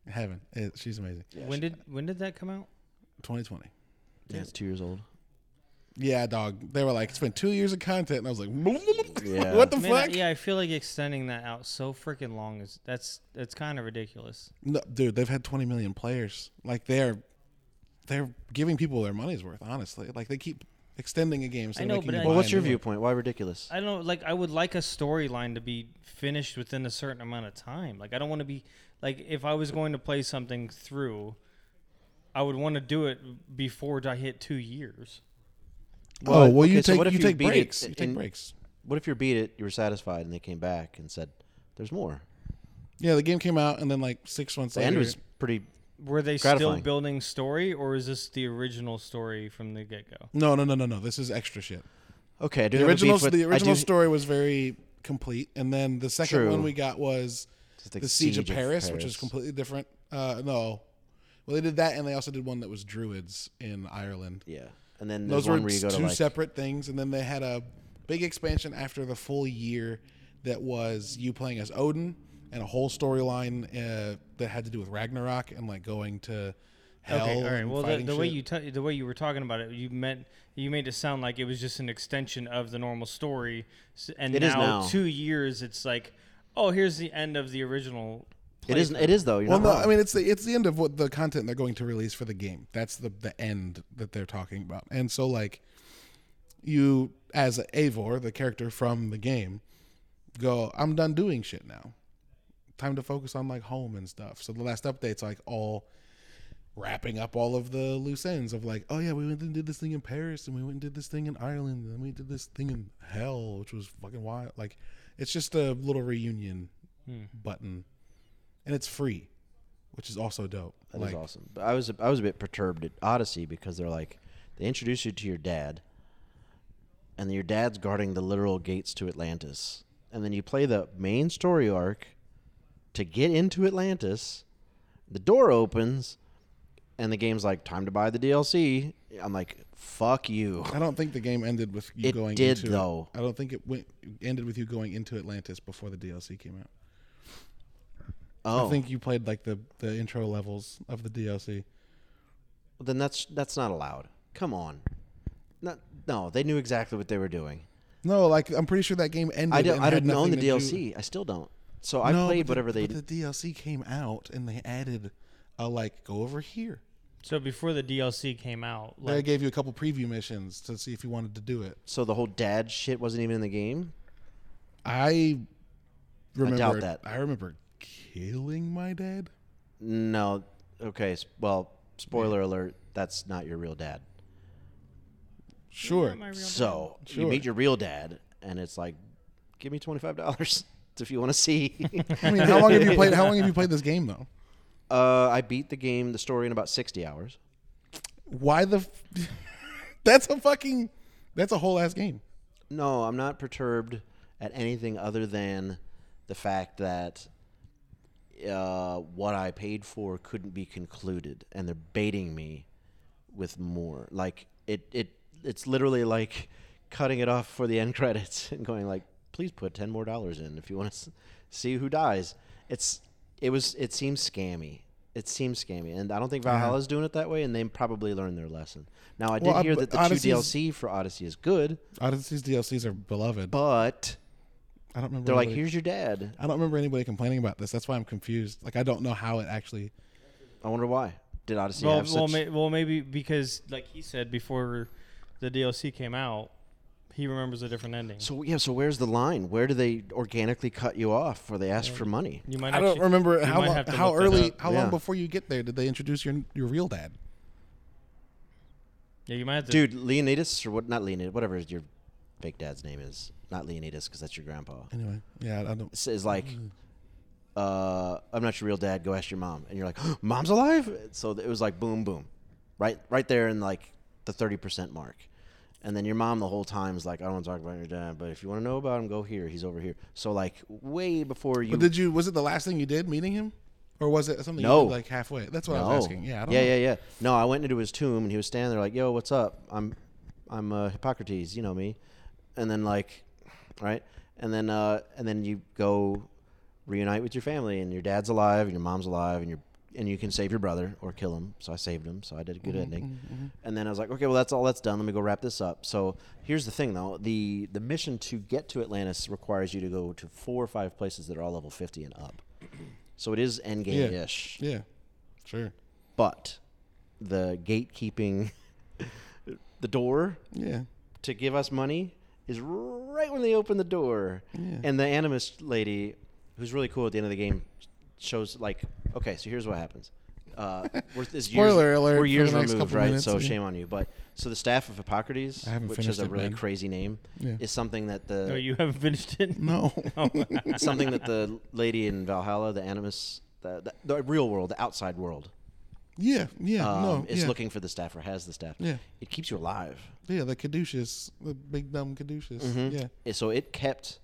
Speaker 1: heaven. It, she's amazing.
Speaker 2: when did when did that come out?
Speaker 1: 2020.
Speaker 3: Yeah, it's two years old.
Speaker 1: Yeah, dog. They were like, it's been two years of content, and I was like,
Speaker 3: Yeah.
Speaker 1: what the
Speaker 2: Man, I-
Speaker 1: fuck?
Speaker 2: yeah, I feel like extending that out so freaking long is that's that's kind of ridiculous.
Speaker 1: No, dude, they've had 20 million players. Like they're they're giving people their money's worth. Honestly, like they keep extending a game. So
Speaker 2: I
Speaker 1: they're
Speaker 2: know,
Speaker 1: making
Speaker 2: but
Speaker 1: you
Speaker 2: I-
Speaker 1: buy
Speaker 3: Well, what's
Speaker 1: a
Speaker 3: your
Speaker 1: new one.
Speaker 3: viewpoint? Why ridiculous?
Speaker 2: I don't like. I would like a storyline to be finished within a certain amount of time. Like I don't want to be like if I was going to play something through, I would want to do it before I hit two years.
Speaker 1: oh, well, you
Speaker 3: okay, so
Speaker 1: take
Speaker 3: what if
Speaker 1: you
Speaker 3: you
Speaker 1: take
Speaker 3: beat it
Speaker 1: breaks. You take
Speaker 3: in-
Speaker 1: breaks.
Speaker 3: What if you beat it, you were satisfied, and they came back and said, "There's more."
Speaker 1: Yeah, the game came out, and then like six months
Speaker 3: The
Speaker 1: later,
Speaker 3: end was pretty.
Speaker 2: Were they still
Speaker 3: Gratifying.
Speaker 2: building story, or is this the original story from the get go?
Speaker 1: no, no, no, no, no. This is extra shit.
Speaker 3: Okay, I do
Speaker 1: The
Speaker 3: have a
Speaker 1: original
Speaker 3: beef with-
Speaker 1: the
Speaker 3: I
Speaker 1: original
Speaker 3: do-
Speaker 1: story was very complete, and then the second
Speaker 3: True.
Speaker 1: one we got was
Speaker 3: It's
Speaker 1: the,
Speaker 3: like
Speaker 1: Siege, of, Paris, which is completely different. Uh, no, well, they did that, and they also did one that was Druids in Ireland.
Speaker 3: Yeah, and then there's
Speaker 1: Those were
Speaker 3: one where you go to
Speaker 1: two
Speaker 3: like.
Speaker 1: separate things, and then they had a big expansion after the full year that was you playing as Odin and a whole storyline uh, that had to do with Ragnarok and like going to hell.
Speaker 2: Okay, all right.
Speaker 1: and
Speaker 2: Well, the,
Speaker 1: fighting
Speaker 2: the way
Speaker 1: shit.
Speaker 2: you t- the way you were talking about it, you meant you made it sound like it was just an extension of the normal story, s- and
Speaker 3: It is
Speaker 2: now,
Speaker 3: now.
Speaker 2: two years, it's like, oh, here's the end of the original.
Speaker 3: it is. It is though. You're
Speaker 1: Well,
Speaker 3: not
Speaker 1: no,
Speaker 3: wrong.
Speaker 1: I mean it's the it's the end of what the content they're going to release for the game. That's the the end that they're talking about. And so like you as Avor, the character from the game, go, I'm done doing shit now. Time to focus on like home and stuff. So the last update's like all wrapping up all of the loose ends of like, oh yeah, we went and did this thing in Paris and we went and did this thing in Ireland and we did this thing in hell, which was fucking wild. Like it's just a little reunion button. And it's free, which is also dope.
Speaker 3: That is
Speaker 1: like
Speaker 3: awesome. But I was I was a bit perturbed at Odyssey because they're like they introduce you to your dad, and your dad's guarding the literal gates to Atlantis, and then you play the main story arc to get into Atlantis. The door opens, and the game's like time to buy the DLC. I'm like fuck you.
Speaker 1: I don't think the game ended with you
Speaker 3: It
Speaker 1: going
Speaker 3: did,
Speaker 1: into
Speaker 3: though.
Speaker 1: I don't think it went ended with you going into Atlantis before the DLC came out.
Speaker 3: Oh,
Speaker 1: I think you played like the the intro levels of the DLC.
Speaker 3: then that's that's not allowed. Come on. Not, no, they knew exactly what they were doing.
Speaker 1: No, like I'm pretty sure that game ended.
Speaker 3: I don't.
Speaker 1: and
Speaker 3: I
Speaker 1: had
Speaker 3: didn't own the
Speaker 1: nothing to
Speaker 3: DLC.
Speaker 1: do-
Speaker 3: I still don't. So I
Speaker 1: No,
Speaker 3: played
Speaker 1: but the-
Speaker 3: whatever they.
Speaker 1: but the DLC came out and they added a like go over here.
Speaker 2: So before the DLC came out,
Speaker 1: They
Speaker 2: like,
Speaker 1: gave you a couple preview missions to see if you wanted to do it.
Speaker 3: So the whole dad shit wasn't even in the game.
Speaker 1: I remember
Speaker 3: doubt that.
Speaker 1: I remember killing my dad.
Speaker 3: No. Okay. s- Well, spoiler alert. That's not your real dad.
Speaker 1: Sure.
Speaker 2: my real-
Speaker 3: So you
Speaker 1: Sure.
Speaker 3: meet your real dad, and it's like, give me twenty five dollars if you want to see.
Speaker 1: I mean, how long have you played how long have you played this game though?
Speaker 3: uh, I beat the game, the story in about sixty hours.
Speaker 1: Why the? F- that's a fucking. That's a whole ass game.
Speaker 3: No, I'm not perturbed at anything other than the fact that uh, what I paid for couldn't be concluded, and they're baiting me with more. Like it, it, it's literally like cutting it off for the end credits and going like, please put ten more dollars in if you want to see who dies. It's it was it seems scammy. It seems scammy, and I don't think Valhalla's is doing it that way. And they probably learned their lesson. Now I did
Speaker 1: Well, I-
Speaker 3: hear that the
Speaker 1: Odyssey's-
Speaker 3: two DLC for Odyssey is good,
Speaker 1: Odyssey's DLCs are beloved.
Speaker 3: but
Speaker 1: I don't remember.
Speaker 3: they're like,
Speaker 1: anybody-
Speaker 3: here's your dad.
Speaker 1: I don't remember anybody complaining about this. That's why I'm confused. Like I don't know how it actually.
Speaker 3: I wonder why. Did Odyssey
Speaker 2: well,
Speaker 3: have
Speaker 2: well,
Speaker 3: such?
Speaker 2: may, well, maybe because like he said before the DLC came out, he remembers a different ending.
Speaker 3: so yeah, so where's the line? Where do they organically cut you off, where they ask for money?
Speaker 2: you might
Speaker 1: I don't
Speaker 2: actually-
Speaker 1: remember
Speaker 2: you
Speaker 1: how
Speaker 2: might
Speaker 1: long,
Speaker 2: have to
Speaker 1: how
Speaker 2: look that
Speaker 1: early,
Speaker 2: up.
Speaker 1: how long
Speaker 3: Yeah.
Speaker 1: before you get there did they introduce your your real dad?
Speaker 2: Yeah, you might have to.
Speaker 3: Dude, Leonidas or what? Not Leonidas. Whatever your fake dad's name is, not Leonidas because that's your grandpa.
Speaker 1: Anyway, yeah, I don't.
Speaker 3: Is like, uh, I'm not your real dad. Go ask your mom. And you're like, mom's alive. So it was like boom, boom, right, right there in like the thirty percent mark. And then your mom the whole time is like, I don't want to talk about your dad, but if you want to know about him, go here. He's over here. So like way before you.
Speaker 1: But did you? Was it the last thing you did meeting him, or was it something
Speaker 3: No.
Speaker 1: you did like halfway? That's what I was asking. Yeah, I don't
Speaker 3: yeah,
Speaker 1: know.
Speaker 3: yeah, yeah. No, I went into his tomb and he was standing there like, "Yo, what's up? I'm, I'm uh, Hippocrates. You know me." And then like, right? And then uh, and then you go reunite with your family and your dad's alive and your mom's alive and your and you can save your brother or kill him. So I saved him. So I did a good
Speaker 1: Mm-hmm,
Speaker 3: ending. And then I was like, okay, well that's all that's done. Let me go wrap this up. So here's the thing though the the mission to get to Atlantis requires you to go to four or five places that are all level fifty and up. So it is end game ish
Speaker 1: yeah, sure.
Speaker 3: but the gatekeeping the door
Speaker 1: Yeah,
Speaker 3: to give us money is right when they open the door
Speaker 1: Yeah.
Speaker 3: and the animus lady who's really cool at the end of the game shows like okay so here's what happens uh, we're, this
Speaker 1: Spoiler
Speaker 3: years,
Speaker 1: alert
Speaker 3: we're
Speaker 1: for
Speaker 3: years
Speaker 1: the next
Speaker 3: removed
Speaker 1: couple
Speaker 3: right
Speaker 1: minutes,
Speaker 3: so
Speaker 1: yeah.
Speaker 3: shame on you but so the staff of hippocrates
Speaker 1: I haven't
Speaker 3: which is
Speaker 1: finished
Speaker 3: a
Speaker 1: it,
Speaker 3: really
Speaker 1: man.
Speaker 3: crazy name
Speaker 1: Yeah.
Speaker 3: is something that the
Speaker 2: no, you haven't finished it.
Speaker 1: no.
Speaker 3: it's something that the lady in valhalla the animus the, the, the real world the outside world
Speaker 1: yeah, yeah,
Speaker 3: um,
Speaker 1: no.
Speaker 3: is
Speaker 1: yeah.
Speaker 3: looking for the staff or has the staff.
Speaker 1: Yeah.
Speaker 3: It keeps you alive. Mm-hmm.
Speaker 1: Yeah, the caduceus, the big dumb caduceus. Mm-hmm. Yeah,
Speaker 3: And So it kept,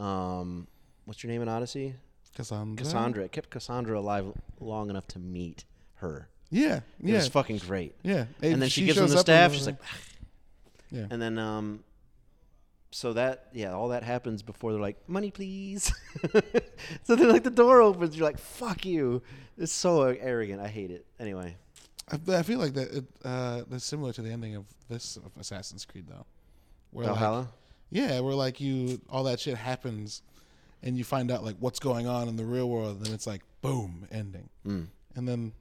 Speaker 3: um, what's your name in Odyssey?
Speaker 1: Cassandra.
Speaker 3: Cassandra. It kept Cassandra alive long enough to meet her.
Speaker 1: Yeah,
Speaker 3: It
Speaker 1: yeah,
Speaker 3: was fucking great.
Speaker 1: yeah.
Speaker 3: And then she, gives him the staff. She's like,
Speaker 1: Yeah.
Speaker 3: and then, um, so that yeah, all that happens before they're like, money, please. so then, like the door opens, you're like, fuck you. It's so arrogant. I hate it. Anyway,
Speaker 1: I, I feel like that. It, uh, that's similar to the ending of this of Assassin's Creed, though. Where like-
Speaker 3: Valhalla.
Speaker 1: yeah, where like you, all that shit happens, and you find out like what's going on in the real world, and then it's like boom, ending.
Speaker 3: Mm.
Speaker 1: And then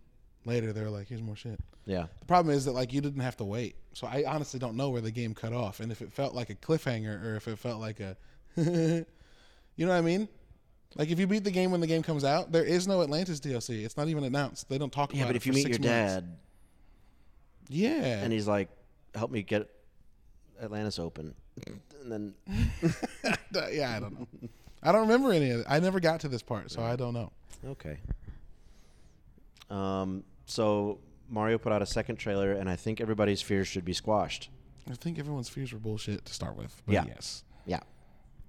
Speaker 1: later they're like, here's more shit.
Speaker 3: yeah.
Speaker 1: The problem is that like you didn't have to wait, so I honestly don't know where the game cut off, and if it felt like a cliffhanger or if it felt like a, you know what I mean? Like if you beat the game when the game comes out, there is no Atlantis DLC. It's not even announced. They don't talk
Speaker 3: Yeah,
Speaker 1: about
Speaker 3: but
Speaker 1: it
Speaker 3: if you
Speaker 1: for
Speaker 3: meet your
Speaker 1: six months.
Speaker 3: dad,
Speaker 1: yeah,
Speaker 3: and he's like, "Help me get Atlantis open." And then
Speaker 1: Uh, yeah, I don't know. I don't remember any of it. I never got to this part, so I don't know.
Speaker 3: okay. Um, so Mario put out a second trailer, and I think everybody's fears should be squashed.
Speaker 1: I think everyone's fears were bullshit to start with. But
Speaker 3: Yeah.
Speaker 1: Yes.
Speaker 3: Yeah,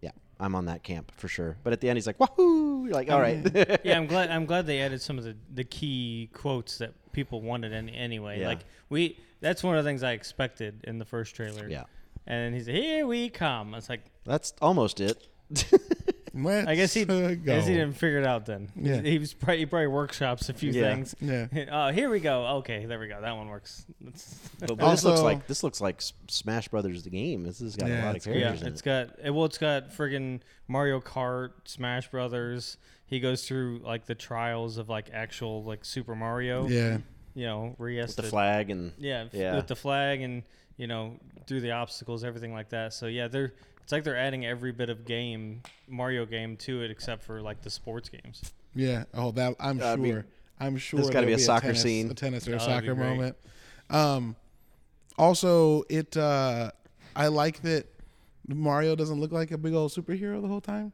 Speaker 3: yeah, I'm on that camp for sure. But at the end, he's like, "Wahoo!" You're like, "All right."
Speaker 2: yeah, I'm glad. I'm glad they added some of the, the key quotes that people wanted. Any, anyway,
Speaker 3: Yeah.
Speaker 2: like we. That's one of the things I expected in the first trailer.
Speaker 3: Yeah.
Speaker 2: And he's here we come. It's like
Speaker 3: That's almost it.
Speaker 1: Let's,
Speaker 2: I guess he.
Speaker 1: uh,
Speaker 2: I guess he didn't figure it out then.
Speaker 1: Yeah.
Speaker 2: He was probably, he probably workshops a few
Speaker 3: Yeah.
Speaker 2: things.
Speaker 1: Yeah.
Speaker 2: Oh, here we go. Okay, there we go. That one works. It's-
Speaker 3: But, but this looks
Speaker 1: Also-
Speaker 3: like this looks like S- Smash Brothers the game. This has got
Speaker 1: Yeah,
Speaker 3: a lot of
Speaker 1: it's great.
Speaker 2: yeah,
Speaker 3: characters in
Speaker 2: it's
Speaker 3: it.
Speaker 2: got eh, well, it's got friggin' Mario Kart, Smash Brothers. He goes through like the trials of like actual like Super Mario.
Speaker 1: Yeah.
Speaker 2: You know, re
Speaker 3: With the flag and
Speaker 2: Yeah, f-
Speaker 3: Yeah.
Speaker 2: with the flag and you know through the obstacles, everything like that. So yeah, they're it's like they're adding every bit of game Mario game to it, except for like the sports games.
Speaker 1: Yeah. Oh, that I'm
Speaker 3: That'd be-
Speaker 1: sure. I'm sure.
Speaker 3: gotta be
Speaker 1: there'll
Speaker 3: a soccer
Speaker 1: tennis,
Speaker 3: scene.
Speaker 1: a tennis or a
Speaker 2: that'd be
Speaker 1: soccer
Speaker 2: great.
Speaker 1: moment. Um, also, it. Uh, I like that Mario doesn't look like a big old superhero the whole time.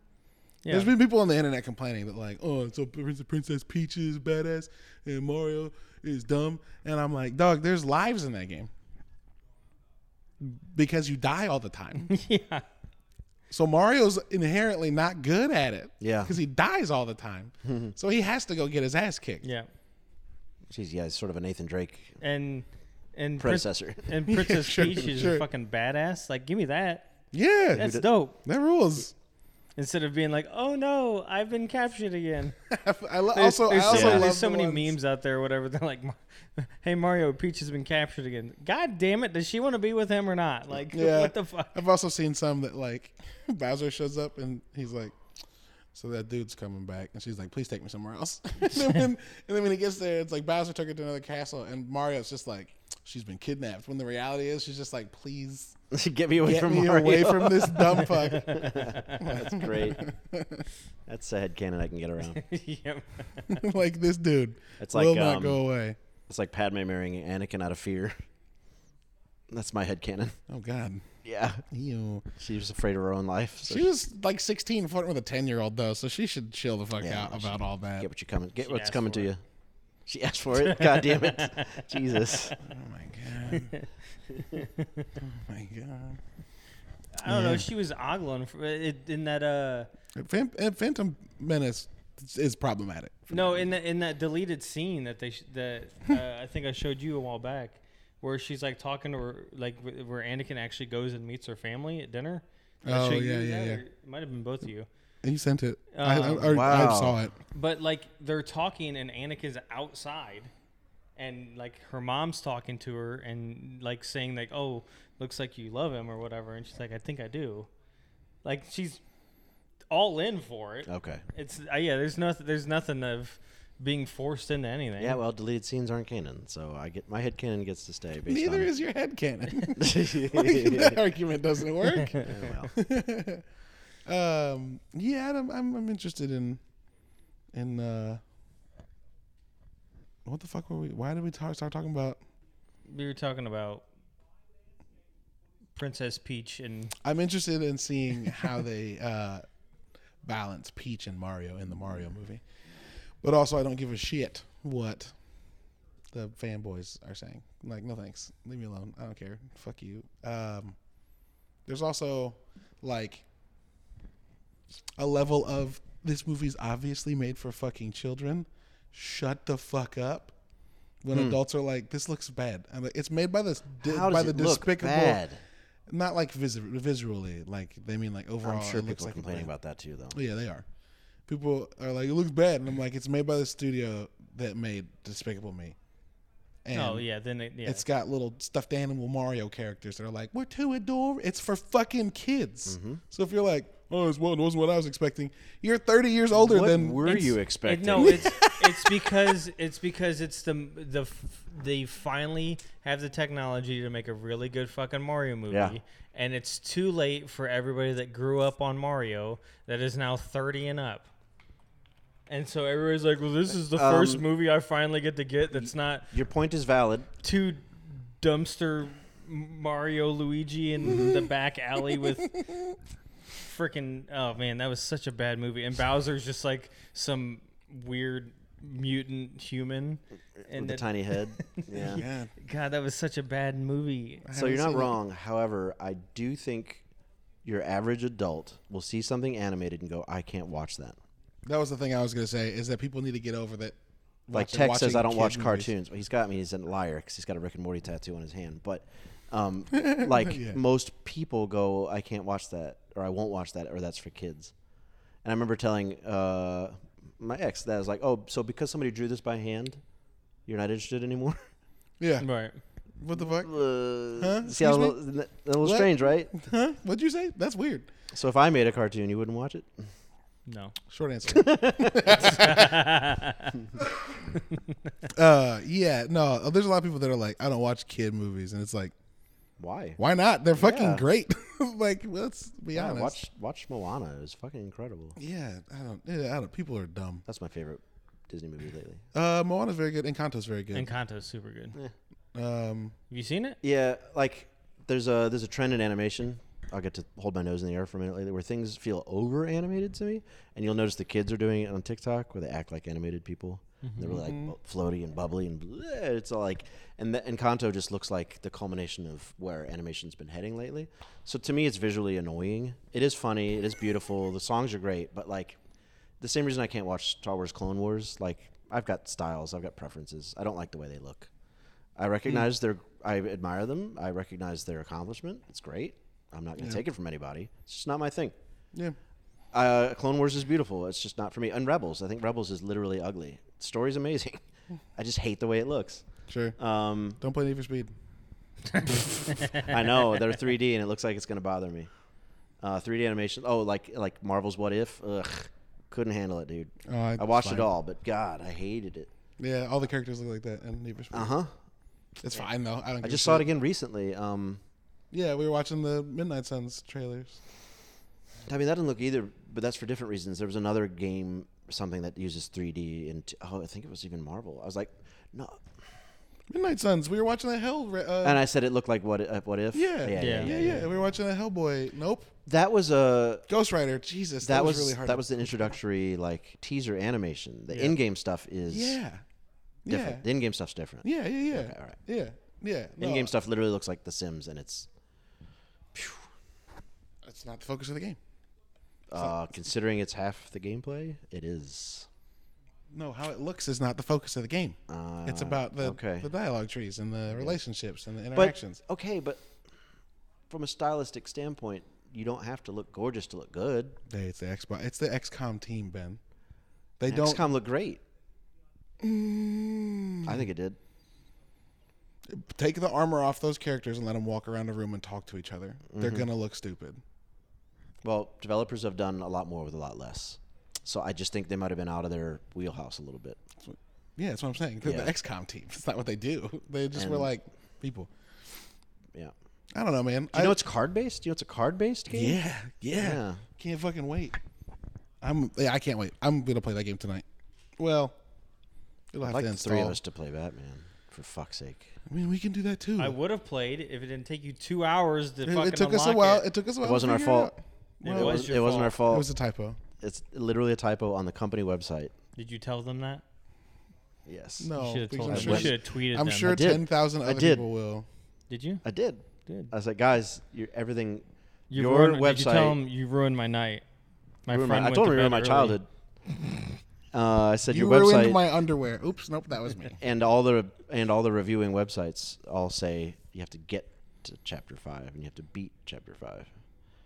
Speaker 2: Yeah,
Speaker 1: There's been people on the internet complaining that like, oh, so Prince- Princess Peach is badass and Mario is dumb, and I'm like, dog, there's lives in that game because you die all the time.
Speaker 2: yeah,
Speaker 1: so Mario's inherently not good at it,
Speaker 3: Yeah.
Speaker 1: because he dies all the time. so he has to go get his ass kicked.
Speaker 2: yeah,
Speaker 3: she's yeah, it's sort of a Nathan Drake.
Speaker 2: and and Prin-
Speaker 3: predecessor.
Speaker 2: and Princess
Speaker 1: sure,
Speaker 2: Peach is
Speaker 1: sure.
Speaker 2: a fucking badass. Like, give me that.
Speaker 1: Yeah,
Speaker 2: That's dope.
Speaker 1: that rules.
Speaker 2: Instead of being like, "Oh no, I've been captured again."
Speaker 1: I lo-
Speaker 2: There's-
Speaker 1: also,
Speaker 2: there's,
Speaker 1: I also
Speaker 2: so,
Speaker 1: love
Speaker 2: there's so
Speaker 1: the
Speaker 2: many
Speaker 1: ones-
Speaker 2: memes out there, whatever. They're like, "Hey Mario, Peach has been captured again." God damn it, does she want to be with him or not? Like,
Speaker 1: Yeah.
Speaker 2: what the fuck?
Speaker 1: I've also seen some that like Bowser shows up and he's like, "So that dude's coming back," and she's like, "Please take me somewhere else." and, then when, and then when he gets there, it's like Bowser took her to another castle, and Mario's just like, "She's been kidnapped." When the reality is, she's just like, "Please
Speaker 3: Get me away
Speaker 1: get
Speaker 3: from
Speaker 1: me
Speaker 3: Mario.
Speaker 1: away from this dumb fuck."
Speaker 3: That's great. That's a headcanon I can get around.
Speaker 2: yeah.
Speaker 1: like this dude
Speaker 3: It's
Speaker 1: will
Speaker 3: like,
Speaker 1: not
Speaker 3: um,
Speaker 1: go away.
Speaker 3: It's like Padme marrying Anakin out of fear. That's my headcanon.
Speaker 1: Oh God,
Speaker 3: Yeah.
Speaker 1: ew.
Speaker 3: She was afraid of her own life. So
Speaker 1: She was like 16, flirting with a 10 year old though, so she should chill the fuck
Speaker 3: Yeah,
Speaker 1: out
Speaker 3: she-
Speaker 1: about all that.
Speaker 3: Get what you coming. Get
Speaker 2: She
Speaker 3: what's
Speaker 2: asked
Speaker 3: coming
Speaker 2: for
Speaker 3: to
Speaker 2: it.
Speaker 3: you. She asked for it. God damn it. Jesus.
Speaker 1: Oh my god. oh my god.
Speaker 2: I don't
Speaker 1: Yeah.
Speaker 2: know. She was ogling for, it, in that uh
Speaker 1: Phan- and Phantom Menace is problematic.
Speaker 2: no in that in that deleted scene that they sh- that uh, I think I showed you a while back where she's like talking to her like wh- where Anakin actually goes and meets her family at dinner. Did I
Speaker 1: Oh,
Speaker 2: show you
Speaker 1: yeah, yeah,
Speaker 2: that,
Speaker 1: yeah.
Speaker 2: or It might have been both of you.
Speaker 1: And you sent it. I, I,
Speaker 2: Um,
Speaker 1: or I
Speaker 3: Oh, Wow.
Speaker 1: saw it.
Speaker 2: But like they're talking and Anakin's outside and like her mom's talking to her and like saying like, "Oh, looks like you love him" or whatever and she's like, "I think I do." Like she's all in for it.
Speaker 3: Okay.
Speaker 2: It's uh, yeah, there's nothing there's nothing of being forced into anything.
Speaker 3: Yeah, well, deleted scenes aren't canon, so I get my headcanon gets to stay. Based
Speaker 1: Neither
Speaker 3: on
Speaker 1: is your head cannon. like,
Speaker 3: yeah,
Speaker 1: that argument doesn't work.
Speaker 3: well,
Speaker 1: um, yeah, I'm, I'm, I'm interested in in uh, what the fuck were we? Why did we talk, start talking about?
Speaker 2: we were talking about Princess Peach and
Speaker 1: I'm interested in seeing how they uh, balance Peach and Mario in the Mario movie, but also I don't give a shit what the fanboys are saying. Like, no thanks, leave me alone. I don't care. Fuck you. Um, there's also like a level of this movie's obviously made for fucking children. Shut the fuck up. When adults are like, this looks bad. I'm like, it's made by this
Speaker 3: Hmm. how
Speaker 1: by
Speaker 3: does
Speaker 1: the
Speaker 3: it look
Speaker 1: despicable
Speaker 3: bad?
Speaker 1: not like vis- visually like they mean like overall
Speaker 3: I'm sure
Speaker 1: Oh, it looks
Speaker 3: people are
Speaker 1: like
Speaker 3: complaining
Speaker 1: bad.
Speaker 3: about that too, though.
Speaker 1: yeah they are people are like it looks bad and i'm like it's made by the studio that made despicable me and
Speaker 2: Oh yeah, then it, yeah.
Speaker 1: it's got little stuffed animal mario characters that are like we're too adorable it's for fucking kids
Speaker 3: Mm-hmm.
Speaker 1: so if you're like oh this wasn't wasn't what i was expecting you're 30 years older
Speaker 3: what
Speaker 1: than
Speaker 3: were you
Speaker 2: It-
Speaker 3: expecting?
Speaker 2: no, it's it's because it's because it's the the f- they finally have the technology to make a really good fucking Mario movie,
Speaker 3: Yeah.
Speaker 2: and it's too late for everybody that grew up on Mario that is now thirty and up. And so everybody's like, "Well, this is the first
Speaker 3: Um,
Speaker 2: movie I finally get to get that's not
Speaker 3: Your point is valid.
Speaker 2: two dumpster Mario Luigi in
Speaker 1: Mm-hmm.
Speaker 2: the back alley with freaking oh man, that was such a bad movie. And Bowser's just like some weird mutant human. And
Speaker 3: with the
Speaker 2: it-
Speaker 3: tiny head. Yeah.
Speaker 1: yeah
Speaker 2: God, that was such a bad movie.
Speaker 1: I
Speaker 3: So you're
Speaker 1: haven't
Speaker 3: not
Speaker 1: seen it.
Speaker 3: wrong. However, I do think your average adult will see something animated and go, "I can't watch that."
Speaker 1: that was the thing i was gonna say is that people need to get over that
Speaker 3: Like
Speaker 1: watching-
Speaker 3: Tex says,
Speaker 1: watching
Speaker 3: I don't
Speaker 1: kid
Speaker 3: watch
Speaker 1: movies.
Speaker 3: cartoons. Well, he's got me. He's a liar because he's got a Rick and Morty tattoo on his hand. But um, like
Speaker 1: Yeah.
Speaker 3: most people go, I can't watch that, or I won't watch that, or that's for kids. And I remember telling uh, my ex that I was like, oh, so because somebody drew this by hand, you're not interested anymore.
Speaker 1: yeah
Speaker 2: Right.
Speaker 1: what the fuck
Speaker 3: Uh, See
Speaker 1: Excuse
Speaker 3: how a
Speaker 1: me?
Speaker 3: little, isn't that- a little
Speaker 1: What?
Speaker 3: strange, right?
Speaker 1: huh what'd you say that's weird
Speaker 3: So if I made a cartoon, you wouldn't watch it.
Speaker 2: No.
Speaker 1: Short answer. uh, yeah, no. There's a lot of people that are like, I don't watch kid movies, and it's like,
Speaker 3: Why?
Speaker 1: why not? They're fucking
Speaker 3: Yeah.
Speaker 1: great. like, let's be
Speaker 3: Yeah,
Speaker 1: honest.
Speaker 3: watch watch Moana. It was fucking incredible.
Speaker 1: Yeah, I don't. Yeah, I don't. People are dumb.
Speaker 3: That's my favorite Disney movie lately.
Speaker 1: Uh, Moana's very good. Encanto's very good.
Speaker 2: Encanto's super good. Have
Speaker 1: um,
Speaker 2: you seen it?
Speaker 3: Yeah, like there's a there's a trend in animation. I'll get to hold my nose in the air for a minute later, where things feel over animated to me, and you'll notice the kids are doing it on TikTok, where they act like animated people. They're really like bu- floaty and bubbly, and bleh, it's all like, and the, Encanto just looks like the culmination of where animation's been heading lately. So to me, it's visually annoying. It is funny, it is beautiful, the songs are great, but like, the same reason I can't watch Star Wars Clone Wars. Like, I've got styles, I've got preferences. I don't like the way they look. I recognize their, I admire them. I recognize their accomplishment. It's great. I'm not going to take it from anybody. It's just not my thing.
Speaker 1: Yeah.
Speaker 3: Uh, Clone Wars is beautiful. It's just not for me. And Rebels, I think Rebels is literally ugly. Story's amazing. I just hate the way it looks.
Speaker 1: Sure.
Speaker 3: Um,
Speaker 1: Don't play Need for Speed.
Speaker 3: I know they're 3D, and it looks like it's going to bother me. Uh, 3D animation. Oh, like like Marvel's What If. Ugh, couldn't handle it, dude.
Speaker 1: Oh, I-
Speaker 3: I watched
Speaker 1: fine.
Speaker 3: it all, but God, I hated it.
Speaker 1: Yeah, all the characters look like that in Need for Speed.
Speaker 3: Uh huh.
Speaker 1: It's fine though. I don't.
Speaker 3: I just saw it again recently. Um,
Speaker 1: Yeah, we were watching the Midnight Suns trailers.
Speaker 3: I mean, that didn't look either, but that's for different reasons. There was another game, something that uses 3D, and t- oh, I think it was even Marvel. I was like, no,
Speaker 1: Oh. Midnight Suns. We were watching that Hell. ra- Uh,
Speaker 3: and I said it looked like what? If, what if?
Speaker 1: yeah,
Speaker 3: yeah, yeah, yeah.
Speaker 1: yeah, We were watching that Hellboy. Nope.
Speaker 3: That was a
Speaker 1: Ghost Rider. Jesus, that,
Speaker 3: that,
Speaker 1: was,
Speaker 3: was,
Speaker 1: really hard.
Speaker 3: that was an introductory like teaser animation. The in-game stuff is
Speaker 1: Yeah.
Speaker 3: different.
Speaker 1: Yeah.
Speaker 3: The in-game stuff's different.
Speaker 1: Yeah. Yeah. Yeah.
Speaker 3: all right.
Speaker 1: Yeah. Yeah. No,
Speaker 3: In-game stuff literally looks like The Sims, and it's
Speaker 1: That's not the focus of the game.
Speaker 3: uh, considering it's half the gameplay, it is.
Speaker 1: No, how it looks is not the focus of the game.
Speaker 3: Uh,
Speaker 1: it's about the
Speaker 3: okay.
Speaker 1: the dialogue trees and the relationships and the
Speaker 3: but
Speaker 1: interactions.
Speaker 3: okay, but from a stylistic standpoint, you don't have to look gorgeous to look good.
Speaker 1: They- it's the Xbox. It's the XCOM team, Ben. They
Speaker 3: Don't,
Speaker 1: don't.
Speaker 3: XCOM looked great. I think it did.
Speaker 1: take the armor off those characters and let them walk around a room and talk to each other. They're
Speaker 3: Mm-hmm.
Speaker 1: gonna look stupid.
Speaker 3: Well, developers have done a lot more with a lot less. So I just think they might have been out of their wheelhouse a little bit.
Speaker 1: Yeah, that's what I'm saying. They're
Speaker 3: Yeah.
Speaker 1: The XCOM team. It's not what they do. They just were
Speaker 3: And-
Speaker 1: like people.
Speaker 3: Yeah.
Speaker 1: I don't know, man.
Speaker 3: Do
Speaker 1: I
Speaker 3: you know it's card based? Do you know it's a card based game?
Speaker 1: yeah, yeah,
Speaker 3: Yeah.
Speaker 1: Can't fucking wait. I'm. Yeah, I can't wait. I'm gonna play that game tonight. Well, it'll
Speaker 3: I'd
Speaker 1: have
Speaker 3: like
Speaker 1: to
Speaker 3: the
Speaker 1: install.
Speaker 3: three of us to play Batman, for fuck's sake.
Speaker 1: I mean, we can do that too.
Speaker 2: I would have played if it didn't take you two hours to
Speaker 1: Hmm. it,
Speaker 2: fucking
Speaker 1: it took us a
Speaker 2: unlock
Speaker 1: while.
Speaker 2: it.
Speaker 1: It, took us a while.
Speaker 3: It
Speaker 1: to
Speaker 3: wasn't our
Speaker 1: figure
Speaker 3: fault.
Speaker 1: It, out.
Speaker 2: It
Speaker 1: Well,
Speaker 2: was
Speaker 3: was-
Speaker 2: your
Speaker 3: it wasn't our
Speaker 2: fault.
Speaker 1: It
Speaker 3: fault.
Speaker 1: was a typo.
Speaker 3: it's literally a typo on the company website.
Speaker 2: Did you tell them that?
Speaker 3: Yes.
Speaker 1: No,
Speaker 2: you should have
Speaker 1: we-
Speaker 2: told
Speaker 1: I'm
Speaker 2: them.
Speaker 1: sure,
Speaker 2: You should have tweeted
Speaker 1: I'm
Speaker 2: them.
Speaker 1: sure
Speaker 3: did.
Speaker 1: ten thousand
Speaker 3: I
Speaker 1: other
Speaker 3: did.
Speaker 1: people will.
Speaker 2: Did you?
Speaker 3: I did.
Speaker 2: Did.
Speaker 3: I was like, guys, you're, everything.
Speaker 2: You
Speaker 3: your
Speaker 2: ruined,
Speaker 3: website.
Speaker 2: Did you tell them you ruined my night? My
Speaker 3: ruined
Speaker 2: friend.
Speaker 3: my- I
Speaker 2: went
Speaker 3: told
Speaker 2: to
Speaker 3: him you
Speaker 2: bed
Speaker 3: ruined my
Speaker 2: early.
Speaker 3: childhood. Uh, I said
Speaker 1: You
Speaker 3: your
Speaker 1: ruined
Speaker 3: website
Speaker 1: my underwear. Oops, nope, that was me.
Speaker 3: and all the and all the reviewing websites all say you have to get to chapter five and you have to beat chapter five.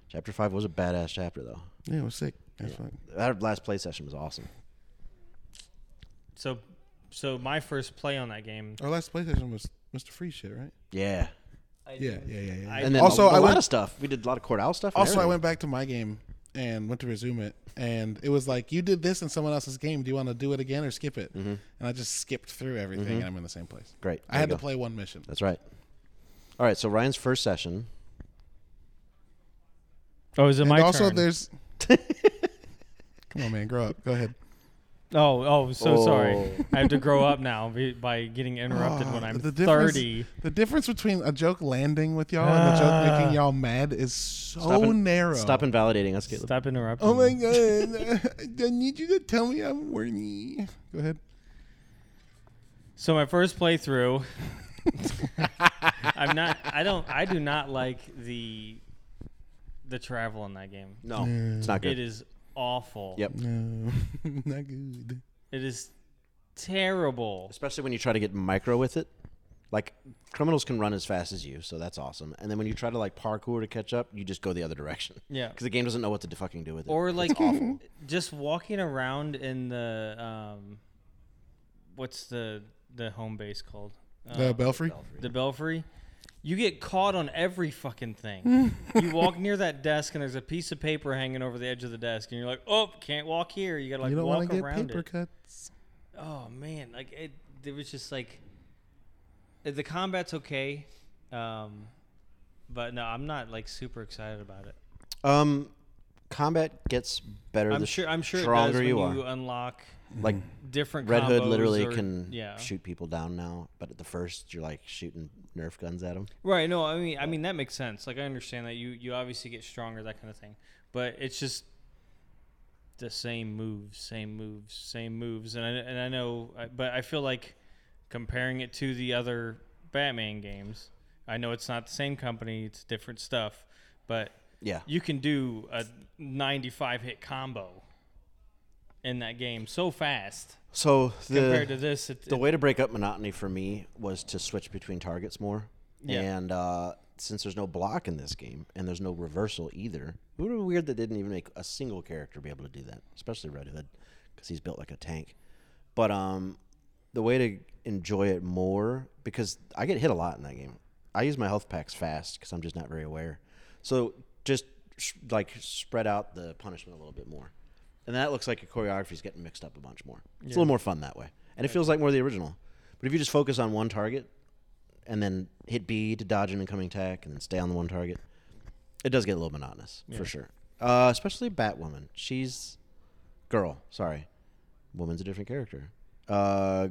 Speaker 3: Chapter five was a badass chapter though.
Speaker 1: yeah, it was sick. That's fine.
Speaker 3: That last play session was awesome.
Speaker 2: So, so my first play on that game.
Speaker 1: Our last PlayStation was Mr. Free shit, right?
Speaker 3: Yeah.
Speaker 1: Yeah, yeah, yeah, yeah.
Speaker 2: I-
Speaker 3: And then
Speaker 1: Also,
Speaker 3: also,
Speaker 1: I
Speaker 3: lot
Speaker 1: went-
Speaker 3: of stuff. We did a lot of court owl stuff. and
Speaker 1: Also, I
Speaker 3: everything.
Speaker 1: went back to my game and went to resume it, and it was like, "You did this in someone else's game. Do you want to do it again or skip it?" And I just skipped through everything, and I'm in the same place.
Speaker 3: Great.
Speaker 1: I
Speaker 3: Mm-hmm. There
Speaker 1: had
Speaker 3: you
Speaker 1: to
Speaker 3: go.
Speaker 1: play one mission.
Speaker 3: That's right. All right. So Ryan's first session.
Speaker 2: Oh, is it
Speaker 1: and
Speaker 2: my
Speaker 1: also,
Speaker 2: turn?
Speaker 1: there's. Come on, man, grow up. Go ahead.
Speaker 2: Oh, oh, so sorry.
Speaker 3: Oh.
Speaker 2: I have to grow up now be- by getting interrupted when
Speaker 1: Ah,
Speaker 2: I'm
Speaker 1: difference-
Speaker 2: thirty.
Speaker 1: The difference between a joke landing with y'all and a
Speaker 2: Ah.
Speaker 1: joke making y'all mad is so
Speaker 3: Stop in-
Speaker 1: narrow.
Speaker 3: Stop invalidating us, Caleb.
Speaker 2: Stop interrupting.
Speaker 1: Oh my
Speaker 2: me.
Speaker 1: god! I need you to tell me I'm worthy. Go ahead.
Speaker 2: So my first playthrough, I'm not. I don't. I do not like the the travel in that game.
Speaker 3: No, it's not good.
Speaker 2: It is awful.
Speaker 3: Yep.
Speaker 1: No, not good.
Speaker 2: It is terrible.
Speaker 3: Especially when you try to get micro with it. Like criminals can run as fast as you, so that's awesome. And then when you try to like parkour to catch up, you just go the other direction.
Speaker 2: Yeah.
Speaker 3: Because the game doesn't know what to fucking do with it.
Speaker 2: Or like
Speaker 3: awful.
Speaker 2: just walking around in the um, what's the the home base called? Uh,
Speaker 1: The Uh, belfry.
Speaker 2: the belfry you get caught on every fucking thing you walk near that desk and there's a piece of paper hanging over the edge of the desk and you're like oh can't walk here you gotta like
Speaker 1: you don't
Speaker 2: walk
Speaker 1: want to get
Speaker 2: around
Speaker 1: paper
Speaker 2: it
Speaker 1: cuts.
Speaker 2: oh man like it it was just like the combat's okay um but no i'm not like super excited about it
Speaker 3: um, combat gets better.
Speaker 2: i'm
Speaker 3: the
Speaker 2: sure i'm sure it does
Speaker 3: stronger
Speaker 2: when
Speaker 3: you
Speaker 2: you,
Speaker 3: are.
Speaker 2: unlock
Speaker 3: like
Speaker 2: different
Speaker 3: Red Hood
Speaker 2: combos
Speaker 3: literally
Speaker 2: or-
Speaker 3: can
Speaker 2: yeah
Speaker 3: shoot people down now, but at the first you're like shooting Nerf guns at them.
Speaker 2: Right. No, I mean, I mean that makes sense. Like I understand that you you obviously get stronger, that kind of thing. But it's just the same moves, same moves, same moves, and I and I know, I- but I feel like comparing it to the other Batman games. I know it's not the same company; it's different stuff, but
Speaker 3: Yeah.
Speaker 2: you can do a ninety-five hit combo in that game so fast
Speaker 3: So the
Speaker 2: compared to this. It,
Speaker 3: the way to break up monotony for me was to switch between targets more.
Speaker 2: Yeah.
Speaker 3: And uh, since there's no block in this game and there's no reversal either, it would have been weird that they didn't even make a single character be able to do that, especially Red Hood, because he's built like a tank. But um, the way to enjoy it more, because I get hit a lot in that game. I use my health packs fast because I'm just not very aware. So just sh- like spread out the punishment a little bit more. And that looks like your choreography's getting mixed up a bunch more. It's a little more fun that way. And it feels like more of the original. But if you just focus on one target and then hit B to dodge an incoming attack and then stay on the one target, it does get a little monotonous for sure. Uh, especially Batwoman. She's girl, sorry. Woman's a different character. Uh,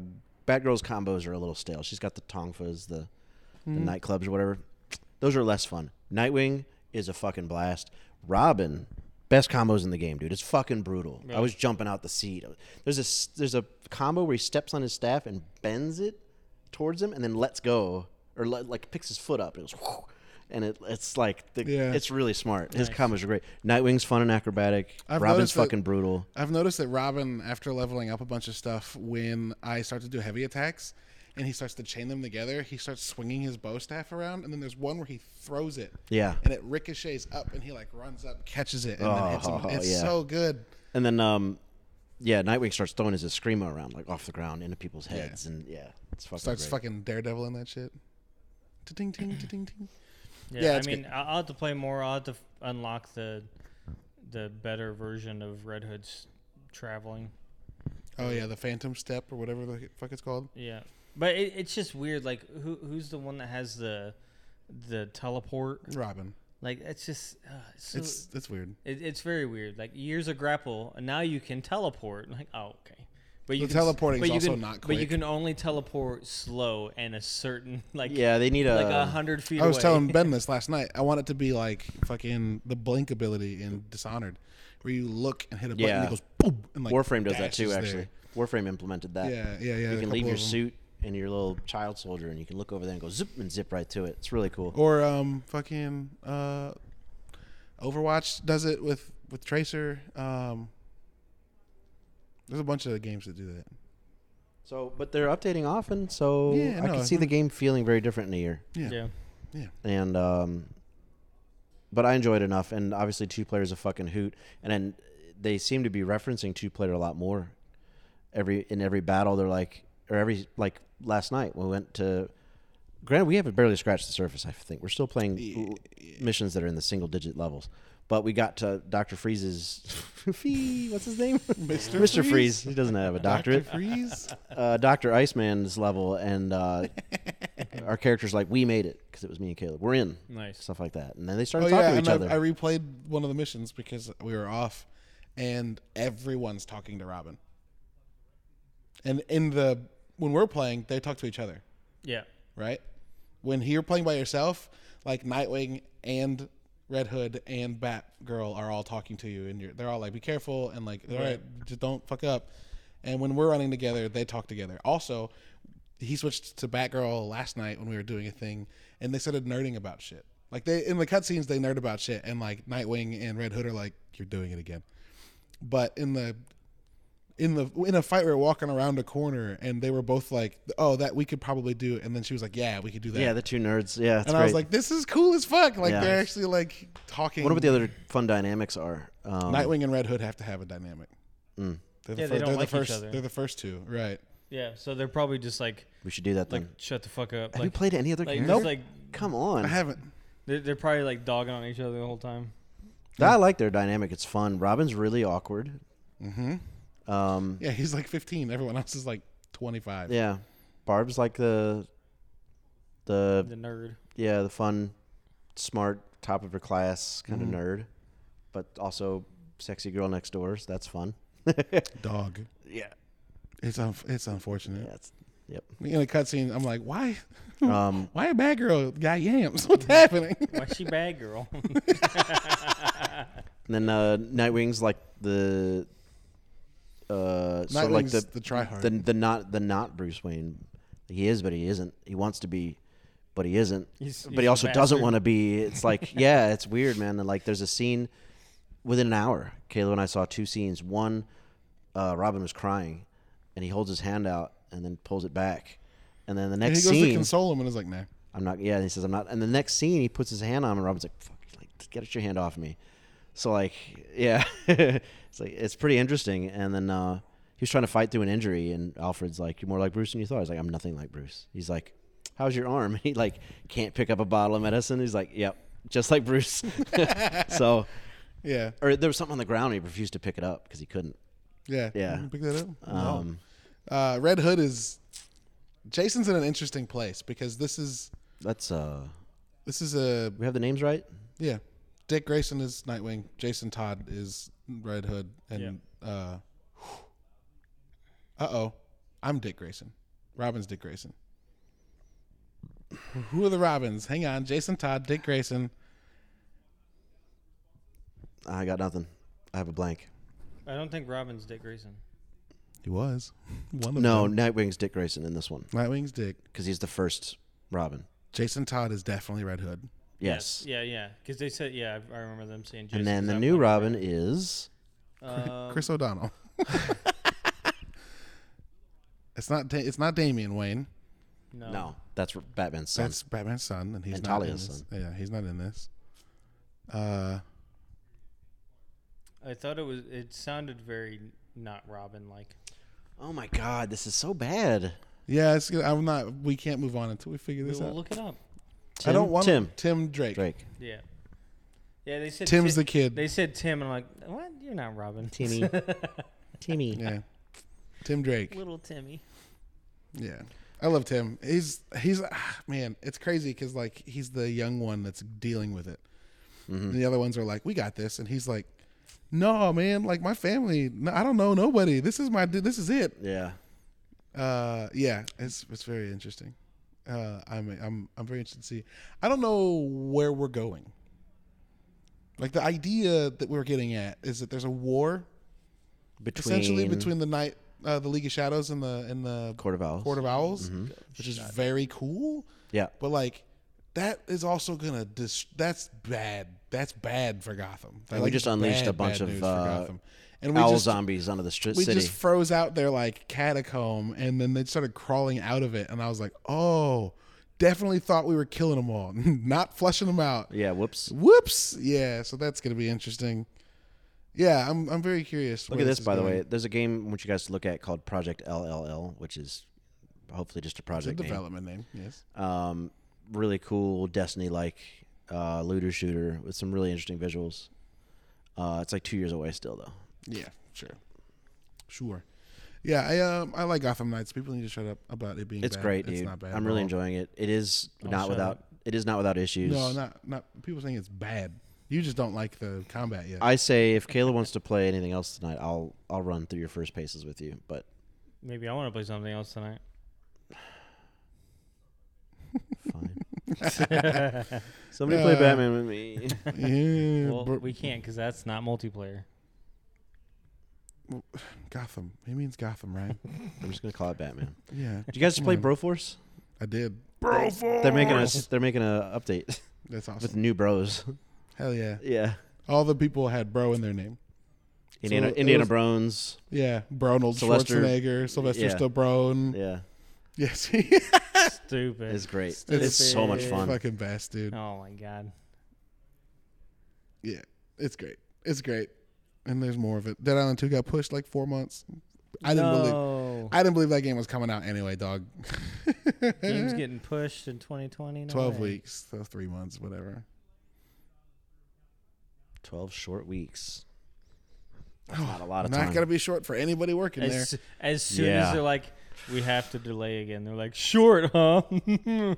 Speaker 3: Batgirl's combos are a little stale. She's got the tongfas, the,
Speaker 1: Hmm.
Speaker 3: the nightclubs or whatever. Those are less fun. Nightwing is a fucking blast. Robin, best combos in the game, dude. It's fucking brutal. I was jumping out the seat. There's a s- there's a combo where he steps on his staff and bends it towards him and then lets go or le- like picks his foot up and it goes whoo, and it, it's like the,
Speaker 1: Yeah.
Speaker 3: it's really smart. His combos are great. Nightwing's fun and acrobatic.
Speaker 1: I've
Speaker 3: Robin's
Speaker 1: noticed that-
Speaker 3: fucking brutal.
Speaker 1: I've noticed that Robin, after leveling up a bunch of stuff, when I start to do heavy attacks and he starts to chain them together, he starts swinging his bow staff around. And then there's one where he throws it.
Speaker 3: Yeah.
Speaker 1: And it ricochets up and he like runs up, catches it, and then hits him.
Speaker 3: Oh,
Speaker 1: It's
Speaker 3: yeah.
Speaker 1: so good.
Speaker 3: And then, um, yeah, Nightwing starts throwing his screamo around like off the ground into people's heads, and yeah, it's fucking.
Speaker 1: Starts
Speaker 3: great.
Speaker 1: fucking Daredevil in that shit. Ding, ding, ding, ding.
Speaker 2: yeah,
Speaker 1: yeah,
Speaker 2: I
Speaker 1: it's
Speaker 2: mean, I- I'll have to play more. I'll have to f- unlock the the better version of Red Hood's traveling.
Speaker 1: Oh, yeah. The Phantom Step or whatever the fuck it's called.
Speaker 2: Yeah, but it, it's just weird. Like, who who's the one that has the the teleport?
Speaker 1: Robin.
Speaker 2: Like, it's just uh, it's, so,
Speaker 1: It's, it's weird.
Speaker 2: it, it's very weird. Like, years of grapple, and now you can teleport. Like, oh, okay. But
Speaker 1: The
Speaker 2: can s-
Speaker 1: teleporting's
Speaker 2: but you
Speaker 1: also
Speaker 2: can-
Speaker 1: not
Speaker 2: But you
Speaker 1: quick.
Speaker 2: can only teleport slow and a certain like
Speaker 3: Yeah, they need a.
Speaker 2: like a hundred feet.
Speaker 1: I was
Speaker 2: away.
Speaker 1: telling Ben this last night. I want it to be like fucking the blink ability in Dishonored, where you look and hit a button and
Speaker 3: Yeah.
Speaker 1: it goes boom. And like
Speaker 3: Warframe does that
Speaker 1: dashes
Speaker 3: too.
Speaker 1: there.
Speaker 3: Actually, Warframe implemented that.
Speaker 1: Yeah, yeah, yeah.
Speaker 3: You
Speaker 1: a
Speaker 3: can
Speaker 1: couple
Speaker 3: leave your
Speaker 1: of 'em.
Speaker 3: suit and your little child soldier, and you can look over there and go zip and zip right to it. It's really cool.
Speaker 1: Or um, fucking uh, Overwatch does it with with Tracer. Um, there's a bunch of games that do that.
Speaker 3: So, but they're updating often, so
Speaker 1: Yeah,
Speaker 3: I
Speaker 1: no, uh-huh.
Speaker 3: can see the game feeling very different in a year.
Speaker 1: Yeah,
Speaker 2: Yeah.
Speaker 3: and um, but I enjoyed enough. And obviously, two player is a fucking hoot, and then they seem to be referencing two player a lot more. Every in every battle, they're like, or every like last night when we went to. Granted, we haven't barely scratched the surface. I think we're still playing l- missions that are in the single digit levels, but we got to Doctor Freeze's. Fee, what's his name? Mister Mister Freeze. He doesn't have a doctorate
Speaker 1: Freeze.
Speaker 3: uh, Doctor Iceman's level, and uh, our characters like we made it because it was me and Caleb. We're in
Speaker 2: Nice.
Speaker 3: stuff like that, and then they started
Speaker 1: oh
Speaker 3: talking
Speaker 1: yeah,
Speaker 3: to each
Speaker 1: and I,
Speaker 3: other.
Speaker 1: I replayed one of the missions because we were off, and everyone's talking to Robin. And in the when we're playing, they talk to each other.
Speaker 2: Yeah.
Speaker 1: right? When you're playing by yourself, like Nightwing and Red Hood and Batgirl are all talking to you, and you're, they're all like, "Be careful," and like, "All right, just don't fuck up." And when we're running together, they talk together. Also, he switched to Batgirl last night when we were doing a thing, and they started nerding about shit. Like they in the cutscenes, they nerd about shit, and like Nightwing and Red Hood are like, "You're doing it again." But in the in the in a fight we were walking around a corner and they were both like oh that we could probably do and then she was like yeah we could do that
Speaker 3: yeah, the two nerds. Yeah, it's
Speaker 1: and i
Speaker 3: great.
Speaker 1: was like this is cool as fuck like
Speaker 3: Yeah.
Speaker 1: they're actually like talking
Speaker 3: wonder what the
Speaker 1: "Hmm."
Speaker 3: other fun dynamics are. Um,
Speaker 1: nightwing and red hood have to have a dynamic
Speaker 3: Mm.
Speaker 1: they're the,
Speaker 2: Yeah,
Speaker 1: fir-
Speaker 2: they don't
Speaker 1: they're
Speaker 2: like each
Speaker 1: the first
Speaker 2: other.
Speaker 1: they're the first two right
Speaker 2: Yeah. So they're probably just like
Speaker 3: we should do that then.
Speaker 2: like shut the fuck up.
Speaker 3: have you
Speaker 2: like
Speaker 3: played any other
Speaker 2: like,
Speaker 3: character?
Speaker 2: just like
Speaker 3: Come on,
Speaker 1: i haven't
Speaker 2: they're, they're probably like dogging on each other the whole time.
Speaker 3: I like their dynamic. It's fun. Robin's really awkward. Mm-hmm. Um,
Speaker 1: yeah he's like 15 everyone else is like 25
Speaker 3: yeah, Barb's like the the
Speaker 2: The nerd.
Speaker 3: yeah, the fun, smart, top of her class kind
Speaker 1: Mm-hmm.
Speaker 3: of nerd, but also sexy girl next door. So that's fun.
Speaker 1: dog
Speaker 3: Yeah.
Speaker 1: it's un- it's unfortunate
Speaker 3: That's yep.
Speaker 1: in a cutscene i'm like why
Speaker 3: Um,
Speaker 1: why a bad girl got yams what's happening
Speaker 2: Why she bad girl?
Speaker 3: and then uh, Nightwing's like the uh, sort of like
Speaker 1: Nightwing's
Speaker 3: the
Speaker 1: the tryhard.
Speaker 3: the the not the not Bruce Wayne. He is, but he isn't. He wants to be, but he isn't.
Speaker 2: He's-
Speaker 3: but
Speaker 2: he's
Speaker 3: he
Speaker 2: a
Speaker 3: also doesn't
Speaker 2: bastard.
Speaker 3: want to be. It's like yeah, it's weird, man. And like there's a scene within an hour. Caleb and I saw two scenes. One uh, Robin was crying, and he holds his hand out and then pulls it back, and then the
Speaker 1: And he
Speaker 3: next
Speaker 1: goes to
Speaker 3: scene,
Speaker 1: console him and is like, nah.
Speaker 3: I'm not. Yeah, and he says I'm not. And the next scene, he puts his hand on him, and Robin's like, "Fuck, like get your hand off me." So like, yeah, it's like it's pretty interesting. And then uh, he was trying to fight through an injury, and Alfred's like, "You're more like Bruce than you thought." He's like, "I'm nothing like Bruce." He's like, "How's your arm?" And he like can't pick up a bottle of medicine. He's like, "Yep, just like Bruce." so,
Speaker 1: Yeah.
Speaker 3: or there was something on the ground, and he refused to pick it up because he couldn't.
Speaker 1: Yeah. Mm-hmm.
Speaker 3: Yeah.
Speaker 1: Pick that up. Wow.
Speaker 3: Um,
Speaker 1: Uh, Red Hood is Jason's in an interesting place because this is
Speaker 3: That's uh,
Speaker 1: this is a
Speaker 3: we have the names right.
Speaker 1: yeah. Dick Grayson is Nightwing. Jason Todd is Red Hood, and uh, uh oh, I'm Dick Grayson. Robin's Dick Grayson. Who are the Robins? Hang on, Jason Todd, Dick Grayson.
Speaker 3: I got nothing. I have a blank.
Speaker 2: I don't think Robin's Dick Grayson.
Speaker 1: He was one of
Speaker 3: No,
Speaker 1: them.
Speaker 3: Nightwing's Dick Grayson in this one.
Speaker 1: Nightwing's Dick.
Speaker 3: because he's the first Robin.
Speaker 1: Jason Todd is definitely Red Hood.
Speaker 3: Yes.
Speaker 2: Yeah, yeah. Because they said, yeah, I- I remember them saying. Jason
Speaker 3: And then the
Speaker 2: Todd
Speaker 3: new
Speaker 2: one.
Speaker 3: Robin is
Speaker 2: Um,
Speaker 1: Chris O'Donnell. it's not. Da- it's not Damian Wayne.
Speaker 2: no.
Speaker 3: no, that's R- Batman's son.
Speaker 1: That's Batman's son, and he's
Speaker 3: And
Speaker 1: not
Speaker 3: Talia's
Speaker 1: in this.
Speaker 3: son.
Speaker 1: Yeah, he's not in this. Uh,
Speaker 2: I thought it was. It sounded very not Robin like.
Speaker 3: oh my God, this is so bad.
Speaker 1: yeah, it's. Good. I'm not. We can't move on until we figure
Speaker 2: We
Speaker 1: this
Speaker 2: will
Speaker 1: out.
Speaker 2: look it up.
Speaker 3: Tim,
Speaker 1: I don't want
Speaker 3: Tim
Speaker 1: Tim Drake.
Speaker 3: Drake.
Speaker 2: Yeah. Yeah, they said
Speaker 1: Tim's
Speaker 2: Ti-
Speaker 1: the kid.
Speaker 2: They said Tim, and I'm like, what? You're not Robin.
Speaker 3: Timmy. Timmy.
Speaker 1: yeah, Tim Drake.
Speaker 2: Little Timmy.
Speaker 1: Yeah, I love Tim. He's he's ah, man. It's crazy because like he's the young one that's dealing with it, and the other ones are like, "We got this," and he's like, "No, man. Like my family. No, I don't know nobody. This is my. This is it."
Speaker 3: Yeah.
Speaker 1: Uh, yeah, it's it's very interesting. Uh, I'm I'm I'm very interested to see. I don't know where we're going. Like the idea that we're getting at is that there's a war
Speaker 3: Between
Speaker 1: essentially between the night, uh, the League of Shadows and the and the
Speaker 3: Court of Owls. Mm-hmm.
Speaker 1: Court of Owls, which is very cool.
Speaker 3: yeah.
Speaker 1: But like, that is also gonna dis- that's bad. That's bad for Gotham.
Speaker 3: we
Speaker 1: Like,
Speaker 3: just unleashed
Speaker 1: bad,
Speaker 3: a bunch
Speaker 1: bad
Speaker 3: of,
Speaker 1: news for
Speaker 3: uh,
Speaker 1: Gotham. and
Speaker 3: Owl
Speaker 1: just
Speaker 3: zombies under the stri-
Speaker 1: we
Speaker 3: city.
Speaker 1: just froze out their like catacomb and then they started crawling out of it and i was like oh definitely thought we were killing them all not flushing them out
Speaker 3: yeah. Whoops.
Speaker 1: whoops yeah so that's gonna be interesting yeah i'm, I'm very curious
Speaker 3: Look at this, by the way. There's a game I want you guys to look at called Project LLL, which is hopefully just a
Speaker 1: the
Speaker 3: project name.
Speaker 1: development name yes
Speaker 3: um, really cool Destiny like uh, looter shooter with some really interesting visuals. Uh, it's like two years away still though.
Speaker 1: yeah sure sure yeah i um i like gotham knights people need to shut up about it being
Speaker 3: It's
Speaker 1: bad.
Speaker 3: great, dude.
Speaker 1: it's not bad
Speaker 3: I'm
Speaker 1: at
Speaker 3: really
Speaker 1: all.
Speaker 3: enjoying it. It is
Speaker 2: I'll
Speaker 3: not
Speaker 2: shut
Speaker 3: without it is not without issues.
Speaker 1: no not not people saying it's bad you just don't like the combat yet
Speaker 3: I say if Kayla wants to play anything else tonight, I'll I'll run through your first paces with you. But
Speaker 2: Maybe I want to play something else tonight.
Speaker 3: fine. Somebody play
Speaker 1: Uh,
Speaker 3: Batman with me.
Speaker 1: yeah,
Speaker 2: Well,
Speaker 1: bro-
Speaker 2: we can't because that's not multiplayer.
Speaker 1: Gotham. He means Gotham, right?
Speaker 3: I'm just gonna call it Batman.
Speaker 1: yeah.
Speaker 3: Did you guys just play
Speaker 1: Mm.
Speaker 3: Broforce?
Speaker 1: I did. Bro,
Speaker 3: They're making a they're making a update
Speaker 1: That's
Speaker 3: with
Speaker 1: awesome.
Speaker 3: new bros.
Speaker 1: Hell yeah.
Speaker 3: yeah.
Speaker 1: All the people had bro in their name.
Speaker 3: Indiana
Speaker 1: it
Speaker 3: Indiana
Speaker 1: was-
Speaker 3: Brones.
Speaker 1: Yeah. Bronald
Speaker 3: Sylvester-
Speaker 1: Schwarzenegger, Sylvester
Speaker 3: yeah.
Speaker 1: Stallone.
Speaker 3: Yeah.
Speaker 1: Yes.
Speaker 2: Stupid.
Speaker 3: It's great.
Speaker 1: It's-
Speaker 3: it's so much
Speaker 2: Stupid.
Speaker 3: fun.
Speaker 1: Fucking best, dude.
Speaker 2: Oh my god.
Speaker 1: Yeah. It's great. It's great. And there's more of it. Dead Island 2 got pushed like four months. I didn't believe
Speaker 2: no.
Speaker 1: I didn't believe that game was coming out anyway, dog.
Speaker 2: Game's getting pushed in 2020. No
Speaker 1: 12
Speaker 2: way.
Speaker 1: weeks, so 3 months, whatever.
Speaker 3: 12 short weeks. That's not a lot of
Speaker 1: Oh, Not
Speaker 3: time.
Speaker 1: going to be short for anybody working there.
Speaker 2: As, as soon
Speaker 3: Yeah.
Speaker 2: as they're like, we have to delay again. They're like, short, huh?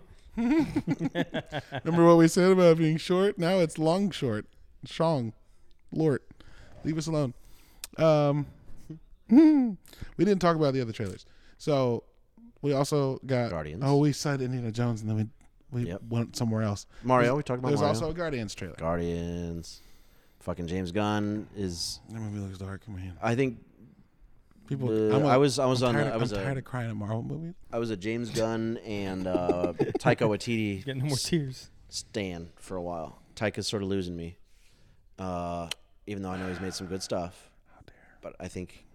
Speaker 1: Remember what we said about being short? Now it's long short. Shong. Lort. Leave us alone. Um, we didn't talk about the other trailers. So we also got
Speaker 3: Guardians.
Speaker 1: Oh, we said Indiana Jones and then we we
Speaker 3: Yep.
Speaker 1: went somewhere else.
Speaker 3: Mario, we talked about
Speaker 1: There's
Speaker 3: Mario.
Speaker 1: also a Guardians trailer.
Speaker 3: Guardians. Fucking James Gunn is
Speaker 1: That movie looks dark, man.
Speaker 3: I think
Speaker 1: People
Speaker 3: uh,
Speaker 1: I'm a-
Speaker 3: I was I was
Speaker 1: I'm
Speaker 3: on
Speaker 1: tired
Speaker 3: the-
Speaker 1: of-
Speaker 3: I was uh,
Speaker 1: I'm tired
Speaker 3: a,
Speaker 1: of crying at Marvel movies.
Speaker 3: I was a James Gunn and uh, Taika Waititi
Speaker 2: Getting more tears.
Speaker 3: stan for a while. Taika's sort of losing me. Uh, even though I know he's made some good stuff. But I think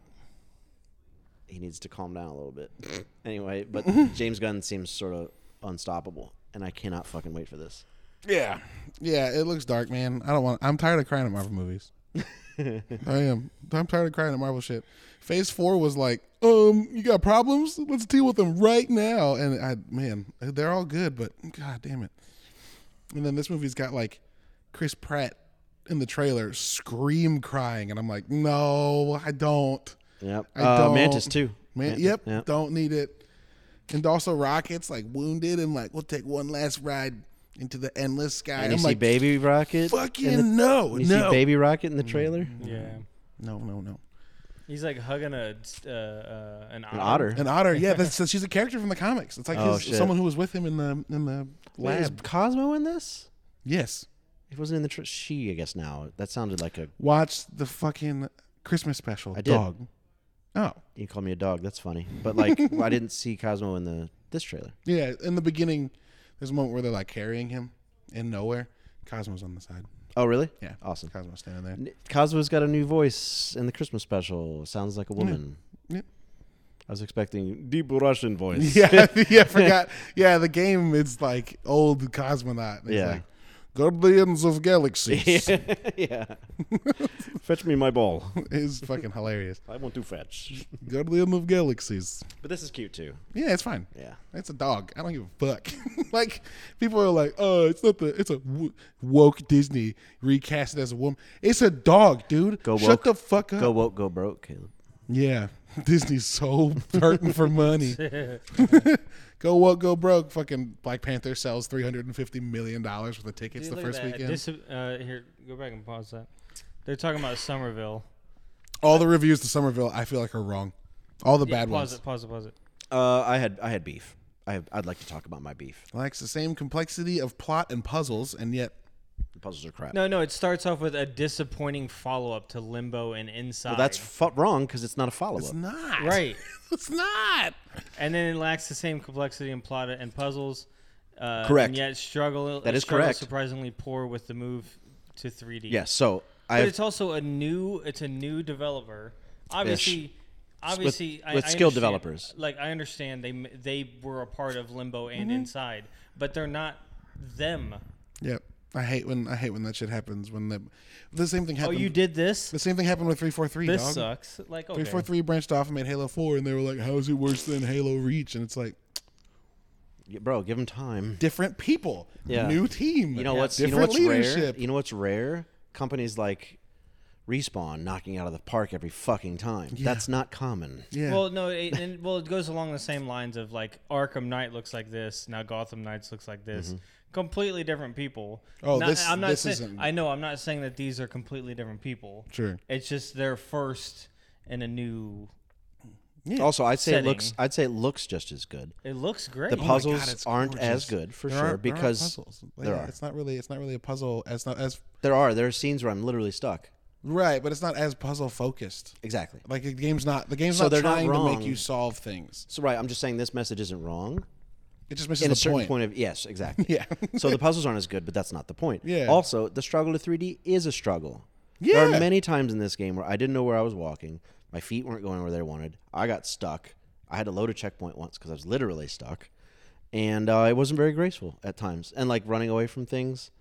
Speaker 3: he needs to calm down a little bit. anyway, but James Gunn seems sort of unstoppable, and I cannot fucking wait for this.
Speaker 1: Yeah. Yeah, it looks dark, man. I don't want I'm tired of crying at Marvel movies. I am. I'm tired of crying at Marvel shit. Phase 4 was like, "Um, you got problems? Let's deal with them right now." And I man, they're all good, but god damn it. And then this movie's got like Chris Pratt in the trailer scream crying and I'm like, "No, I don't."
Speaker 3: Yep.
Speaker 1: I
Speaker 3: uh,
Speaker 1: don't-
Speaker 3: Mantis too.
Speaker 1: Man,
Speaker 3: Mantis,
Speaker 1: yep,
Speaker 3: yep.
Speaker 1: don't need it. And also Rocket's like wounded and like, "We'll take one last ride into the endless sky."
Speaker 3: And you
Speaker 1: I'm
Speaker 3: see
Speaker 1: like,
Speaker 3: Baby Rocket. in
Speaker 1: Fucking
Speaker 3: the,
Speaker 1: no,
Speaker 3: you
Speaker 1: no,
Speaker 3: see Baby Rocket in the trailer.
Speaker 2: Yeah.
Speaker 1: no, no, no.
Speaker 2: He's like hugging a uh, uh, an,
Speaker 3: An otter.
Speaker 1: An otter, yeah. That's, so she's a character from the comics. It's like
Speaker 3: Oh,
Speaker 1: his,
Speaker 3: shit.
Speaker 1: someone who was with him in the in the
Speaker 3: Wait, is
Speaker 1: lab.
Speaker 3: Cosmo in this?
Speaker 1: Yes,
Speaker 3: It wasn't in the tra- she. I guess now that sounded like a.
Speaker 1: watch the fucking Christmas special.
Speaker 3: I did.
Speaker 1: Dog. Oh
Speaker 3: You called me a dog. That's funny, but like I didn't see Cosmo in the this trailer.
Speaker 1: yeah. In the beginning, there's a moment where they're like carrying him in nowhere. Cosmo's on the side.
Speaker 3: Oh really?
Speaker 1: Yeah.
Speaker 3: Awesome.
Speaker 1: Cosmo's standing there.
Speaker 3: N- Cosmo's got a new voice in the Christmas special. Sounds like a woman.
Speaker 1: Yeah.
Speaker 3: I was expecting deep Russian voice.
Speaker 1: Yeah, yeah, I forgot. Yeah, the game is like old cosmonaut. It's
Speaker 3: Yeah.
Speaker 1: like, Guardians of Galaxies
Speaker 3: yeah. fetch me my ball.
Speaker 1: is fucking hilarious.
Speaker 3: I want to fetch.
Speaker 1: Guardian of Galaxies.
Speaker 3: But this is cute too.
Speaker 1: Yeah, it's fine.
Speaker 3: Yeah.
Speaker 1: It's a dog. I don't give a fuck. like people are like, oh, it's not the. It's a wo- woke Disney recast it as a woman. It's a dog, dude.
Speaker 3: Go
Speaker 1: Shut
Speaker 3: woke.
Speaker 1: the fuck up.
Speaker 3: Go woke, go broke, Caleb.
Speaker 1: Yeah, Disney's so hurting for money. go woke, go broke. Fucking Black Panther sells three hundred and fifty million dollars worth of tickets
Speaker 3: Dude,
Speaker 1: the
Speaker 3: look at
Speaker 1: first
Speaker 3: that.
Speaker 1: weekend.
Speaker 2: Dis- uh, here, go back and pause that. They're talking about Somerville.
Speaker 1: All the reviews to Somerville, I feel like are wrong. All the
Speaker 2: Yeah,
Speaker 1: bad
Speaker 2: pause
Speaker 1: ones.
Speaker 2: it. Pause it. Pause it.
Speaker 3: Uh, I had I had beef. I have, I'd like to talk about my beef.
Speaker 1: Lacks the same complexity of plot and puzzles, and yet
Speaker 3: The puzzles are crap.
Speaker 2: No, no. It starts off with a disappointing follow up to Limbo and Inside.
Speaker 3: Well, that's fu- wrong because it's not a follow
Speaker 1: it's
Speaker 3: up.
Speaker 1: not
Speaker 2: right.
Speaker 1: it's not.
Speaker 2: And then it lacks the same complexity and plot and puzzles. Uh,
Speaker 3: Correct.
Speaker 2: And yet struggle.
Speaker 3: That is
Speaker 2: struggle
Speaker 3: correct.
Speaker 2: Surprisingly poor with the move to 3D.
Speaker 3: Yeah. So
Speaker 2: But
Speaker 3: I have-
Speaker 2: it's also a new. It's a new developer. Obviously. Obviously, I-
Speaker 3: with
Speaker 2: I understand-
Speaker 3: skilled developers.
Speaker 2: Like I understand they m- they were a part of Limbo and Inside, but they're not them.
Speaker 1: Yep. I hate when I hate when that shit happens. When the the same thing
Speaker 2: Oh,
Speaker 1: happened.
Speaker 2: you did this.
Speaker 1: the same thing happened with three four three.
Speaker 2: This
Speaker 1: dog.
Speaker 2: sucks. Like okay.
Speaker 1: Three four three branched off and made Halo four, and they were like, "How is it worse than Halo Reach?" And it's like
Speaker 3: Yeah, bro, give him time.
Speaker 1: different people,
Speaker 3: Yeah.
Speaker 1: new team.
Speaker 3: You know what's you know
Speaker 1: different
Speaker 3: what's rare.
Speaker 1: leadership.
Speaker 3: You know what's rare. Companies like Respawn knocking out of the park every fucking time. That's not common.
Speaker 1: yeah.
Speaker 2: Well, no, it, and, well, it goes along the same lines of like Arkham Knight looks like this, now Gotham Knights looks like this. Completely different people.
Speaker 1: Mm-hmm. Oh,
Speaker 2: Not-
Speaker 1: this-
Speaker 2: I'm not
Speaker 1: this
Speaker 2: saying,
Speaker 1: isn't-
Speaker 2: I know. I'm not saying that these are completely different people.
Speaker 1: Sure.
Speaker 2: It's just their first in a new.
Speaker 3: Also, I'd say it looks
Speaker 2: Setting.
Speaker 3: I'd say it looks just as good.
Speaker 2: It looks great.
Speaker 3: The puzzles
Speaker 1: it's
Speaker 3: aren't as
Speaker 1: gorgeous.
Speaker 3: good for
Speaker 1: There
Speaker 3: sure
Speaker 1: aren't- there aren't
Speaker 3: because
Speaker 1: puzzles.
Speaker 3: there
Speaker 1: Yeah,
Speaker 3: are.
Speaker 1: It's not really. It's not really a puzzle. It's not as
Speaker 3: there are there are scenes where I'm literally stuck.
Speaker 1: right, but it's not as puzzle focused.
Speaker 3: Exactly.
Speaker 1: Like the game's not the game's
Speaker 3: So
Speaker 1: not
Speaker 3: they're not
Speaker 1: trying to
Speaker 3: wrong.
Speaker 1: make you solve things.
Speaker 3: So right, I'm just saying this message isn't wrong.
Speaker 1: It just misses
Speaker 3: In
Speaker 1: the
Speaker 3: a certain
Speaker 1: point.
Speaker 3: point. of yes, exactly.
Speaker 1: Yeah.
Speaker 3: so the puzzles aren't as good, but that's not the point.
Speaker 1: Yeah.
Speaker 3: Also, the struggle to 3D is a struggle. There
Speaker 1: Yeah.
Speaker 3: are many times in this game where I didn't know where I was walking. My feet weren't going where they wanted. I got stuck. I had to load a checkpoint once because I was literally stuck, and uh, I wasn't very graceful at times. And like running away from things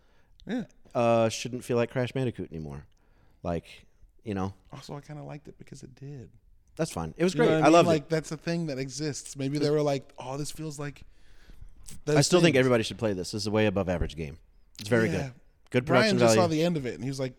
Speaker 1: Yeah.
Speaker 3: uh, shouldn't feel like Crash Bandicoot anymore. Like, you know,
Speaker 1: Also, I kind of liked it because it did.
Speaker 3: that's fine. It was
Speaker 1: You know
Speaker 3: great.
Speaker 1: what
Speaker 3: I,
Speaker 1: mean?
Speaker 3: loved
Speaker 1: like that's a thing that exists. Maybe they were like, "Oh, this feels like."
Speaker 3: it. I still think everybody should play this. This is a way above average game. It's very
Speaker 1: Yeah.
Speaker 3: good. Good
Speaker 1: Brian
Speaker 3: production
Speaker 1: just
Speaker 3: value.
Speaker 1: saw the end of it and he was like,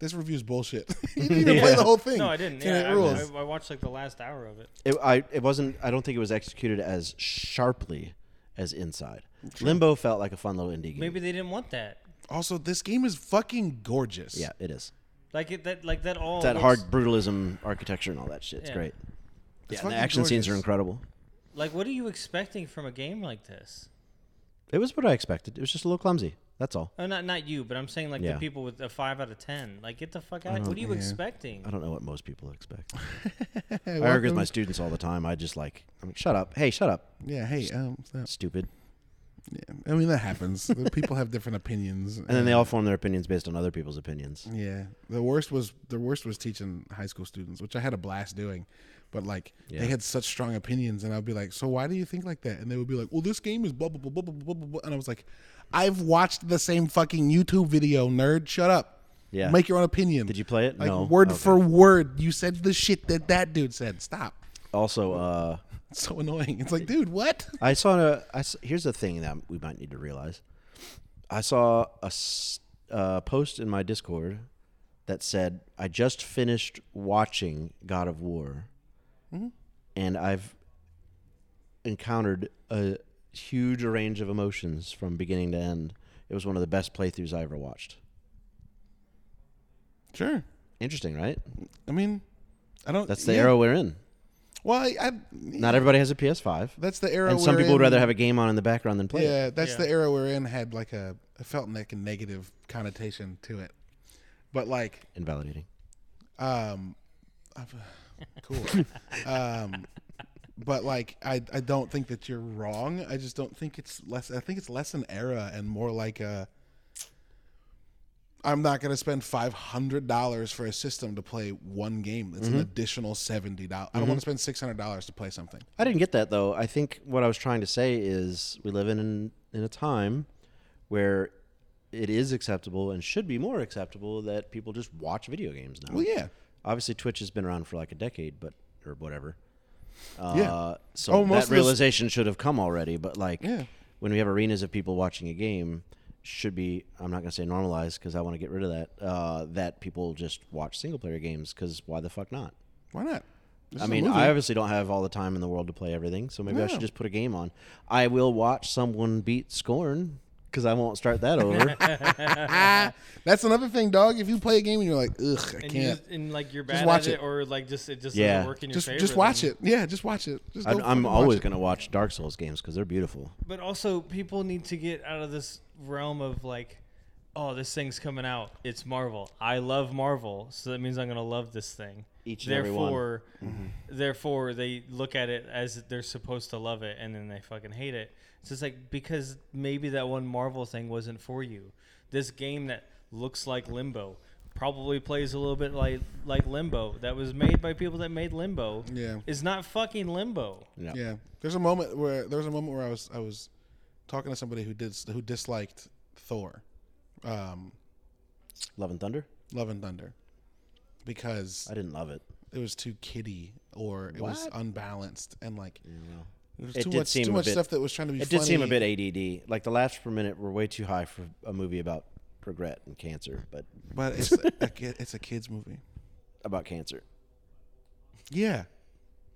Speaker 1: "This review's bullshit." he didn't even play the whole thing.
Speaker 2: No, I didn't.
Speaker 1: Ten
Speaker 2: Yeah,
Speaker 1: Eight
Speaker 2: I,
Speaker 1: rules.
Speaker 2: I, I watched like the last hour of it.
Speaker 3: It, I, it wasn't. I don't think it was executed as sharply as Inside. Limbo felt like a fun little indie game.
Speaker 2: Maybe they didn't want that.
Speaker 1: also, this game is fucking gorgeous.
Speaker 3: Yeah, it is.
Speaker 2: Like it, that, like that all
Speaker 3: It's that
Speaker 2: looks-
Speaker 3: hard brutalism architecture and all that shit. It's
Speaker 2: Oh, Yeah.
Speaker 3: great. Yeah, and
Speaker 1: fucking
Speaker 3: the action scenes are
Speaker 1: gorgeous.
Speaker 3: incredible.
Speaker 2: Like, what are you expecting from a game like this?
Speaker 3: It was what I expected. It was just a little clumsy. That's all.
Speaker 2: Oh, not not you, but I'm saying like
Speaker 3: Yeah.
Speaker 2: the people with a five out of ten. Like, get the fuck out! What are you expecting?
Speaker 3: I don't know what most people expect.
Speaker 1: Hey,
Speaker 3: I argue with
Speaker 1: welcome-
Speaker 3: my students all the time. I just like, I'm like, shut up. Hey, shut up,
Speaker 1: Yeah. Hey. Um. so-
Speaker 3: stupid.
Speaker 1: Yeah, I mean that happens. People have different opinions,
Speaker 3: And then they all form their opinions based on other people's opinions.
Speaker 1: Yeah, the worst was the worst was teaching high school students, which I had a blast doing. But like
Speaker 3: Yeah.
Speaker 1: they had such strong opinions, and I'd be like, "So why do you think like that?" And they would be like, "Well, this game is blah blah blah blah blah blah blah," blah," and I was like, "I've watched the same fucking YouTube video, nerd. Shut up.
Speaker 3: Yeah.
Speaker 1: make your own opinion.
Speaker 3: Did you play it?
Speaker 1: Like
Speaker 3: no.
Speaker 1: word
Speaker 3: Okay.
Speaker 1: for word, you said the shit that that dude said. Stop.
Speaker 3: Also, uh,
Speaker 1: It's so annoying. It's like, dude, what?
Speaker 3: I saw a. I s- here's the thing that we might need to realize. I saw a s- uh, post in my Discord that said, "I just finished watching God of War,
Speaker 1: Mm-hmm.
Speaker 3: and I've encountered a huge range of emotions from beginning to end. It was one of the best playthroughs I ever watched.
Speaker 1: Sure.
Speaker 3: Interesting, right?
Speaker 1: I mean, I don't.
Speaker 3: That's the
Speaker 1: yeah.
Speaker 3: era we're in.
Speaker 1: Well, I, I,
Speaker 3: Not everybody has a PS5,
Speaker 1: that's the era.
Speaker 3: and some
Speaker 1: we're
Speaker 3: people would
Speaker 1: in.
Speaker 3: rather have a game on in the background than play it.
Speaker 1: Yeah, that's
Speaker 2: Yeah.
Speaker 1: the era we're in had like a it felt like a negative connotation to it. But like
Speaker 3: Invalidating.
Speaker 1: um I've- cool. um but like I I don't think that you're wrong. I just don't think it's less I think it's less an era and more like a I'm not going to spend five hundred dollars for a system to play one game. That's
Speaker 3: Mm-hmm.
Speaker 1: an additional seventy dollars. I don't want to spend six hundred dollars to play something.
Speaker 3: I didn't get that though. I think what I was trying to say is we live in in a time where it is acceptable and should be more acceptable that people just watch video games now.
Speaker 1: Well, yeah,
Speaker 3: Obviously, Twitch has been around for like a decade, but or whatever. Uh,
Speaker 1: Yeah.
Speaker 3: So
Speaker 1: Oh, most of
Speaker 3: that
Speaker 1: this-
Speaker 3: realization should have come already. But like,
Speaker 1: Yeah.
Speaker 3: when we have arenas of people watching a game, should be I'm not gonna say normalized because I want to get rid of that. Uh, that people just watch single player games because why the fuck not?
Speaker 1: why not? This
Speaker 3: I
Speaker 1: is a
Speaker 3: mean,
Speaker 1: movie.
Speaker 3: I obviously don't have all the time in the world to play everything, so maybe I
Speaker 1: No.
Speaker 3: should just put a game on. I will watch someone beat Scorn because I won't start that over.
Speaker 1: ah, that's another thing, dog. If you play a game and you're like, ugh, I
Speaker 2: And, you
Speaker 1: can't.
Speaker 2: just, and like you're
Speaker 1: Just
Speaker 2: bad
Speaker 1: watch
Speaker 2: at it,
Speaker 1: it.
Speaker 2: or like just it just
Speaker 3: Yeah.
Speaker 2: doesn't work in your
Speaker 1: Just
Speaker 2: favor.
Speaker 1: just watch
Speaker 2: then-
Speaker 1: it. Yeah, just watch it. Just
Speaker 3: I'm,
Speaker 1: go
Speaker 3: I'm
Speaker 1: fucking
Speaker 3: always
Speaker 1: watch it.
Speaker 3: going to watch Dark Souls games because they're beautiful.
Speaker 2: But also, people need to get out of this realm of like, oh, this thing's coming out. It's Marvel. I love Marvel, so that means I'm gonna love this thing.
Speaker 3: Each and every one. Mm-hmm.
Speaker 2: therefore, therefore, they look at it as they're supposed to love it, and then they fucking hate it. So it's like because maybe that one Marvel thing wasn't for you. This game that looks like Limbo probably plays a little bit like like Limbo that was made by people that made Limbo.
Speaker 1: Yeah.
Speaker 2: is not fucking Limbo.
Speaker 3: Yeah.
Speaker 1: Yeah, there's a moment where there was a moment where I was I was talking to somebody who did who disliked Thor, um,
Speaker 3: Love and Thunder?
Speaker 1: Love and Thunder, because
Speaker 3: I didn't love it.
Speaker 1: it was too kiddie or it was
Speaker 3: What?
Speaker 1: unbalanced and like there was
Speaker 3: It
Speaker 1: too
Speaker 3: did
Speaker 1: much
Speaker 3: seem
Speaker 1: too
Speaker 3: a
Speaker 1: much
Speaker 3: bit-
Speaker 1: stuff that was trying to be.
Speaker 3: It did seem a
Speaker 1: funny.
Speaker 3: bit ADD. Like the laughs per minute were way too high for a movie about regret and cancer, but
Speaker 1: but it's a, kid- it's a kids movie.
Speaker 3: about cancer.
Speaker 1: Yeah,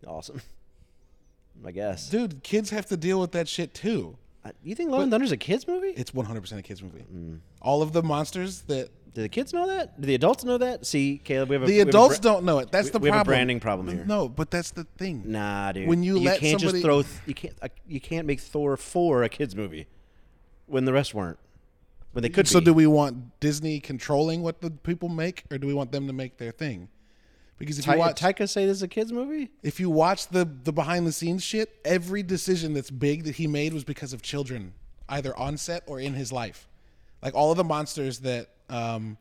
Speaker 3: Awesome. I guess.
Speaker 1: dude, kids have to deal with that shit too.
Speaker 3: Uh, you think Love and Thunder's a kids movie?
Speaker 1: It's 100% a kids movie.
Speaker 3: Mm.
Speaker 1: All of the monsters that
Speaker 3: Do the kids know that? Do the adults know that? See, Caleb, we have a, we
Speaker 1: the
Speaker 3: have a
Speaker 1: adults
Speaker 3: bra-
Speaker 1: don't know it. That's
Speaker 3: we-
Speaker 1: the
Speaker 3: we
Speaker 1: problem.
Speaker 3: have a branding problem here.
Speaker 1: No, but that's the thing.
Speaker 3: Nah, dude.
Speaker 1: When you let
Speaker 3: can't
Speaker 1: somebody-
Speaker 3: just throw th- you can't uh, you can't make Thor four a kids movie when the rest weren't when they could.
Speaker 1: So
Speaker 3: be.
Speaker 1: do we want Disney controlling what the people make, or do we want them to make their thing? Because if
Speaker 3: Ty-
Speaker 1: you watch
Speaker 3: Taika say this is a kids movie?
Speaker 1: if you watch the the behind the scenes shit, every decision that's big that he made was because of children, either on set or in his life. Like all of the monsters that um,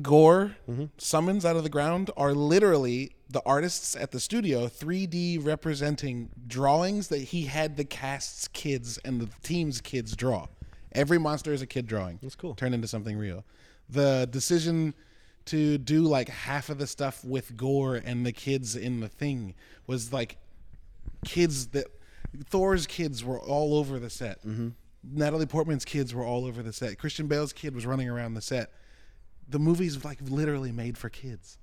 Speaker 1: Gore summons out of the ground are literally the artists at the studio 3D representing drawings that he had the cast's kids and the team's kids draw. Every monster is a kid drawing. That's
Speaker 3: cool.
Speaker 1: Turned into something real. The decision to do like half of the stuff with Gore and the kids in the thing was like kids that Thor's kids were all over the set. Natalie Portman's kids were all over the set. Christian Bale's kid was running around the set. The movie's like literally made for kids.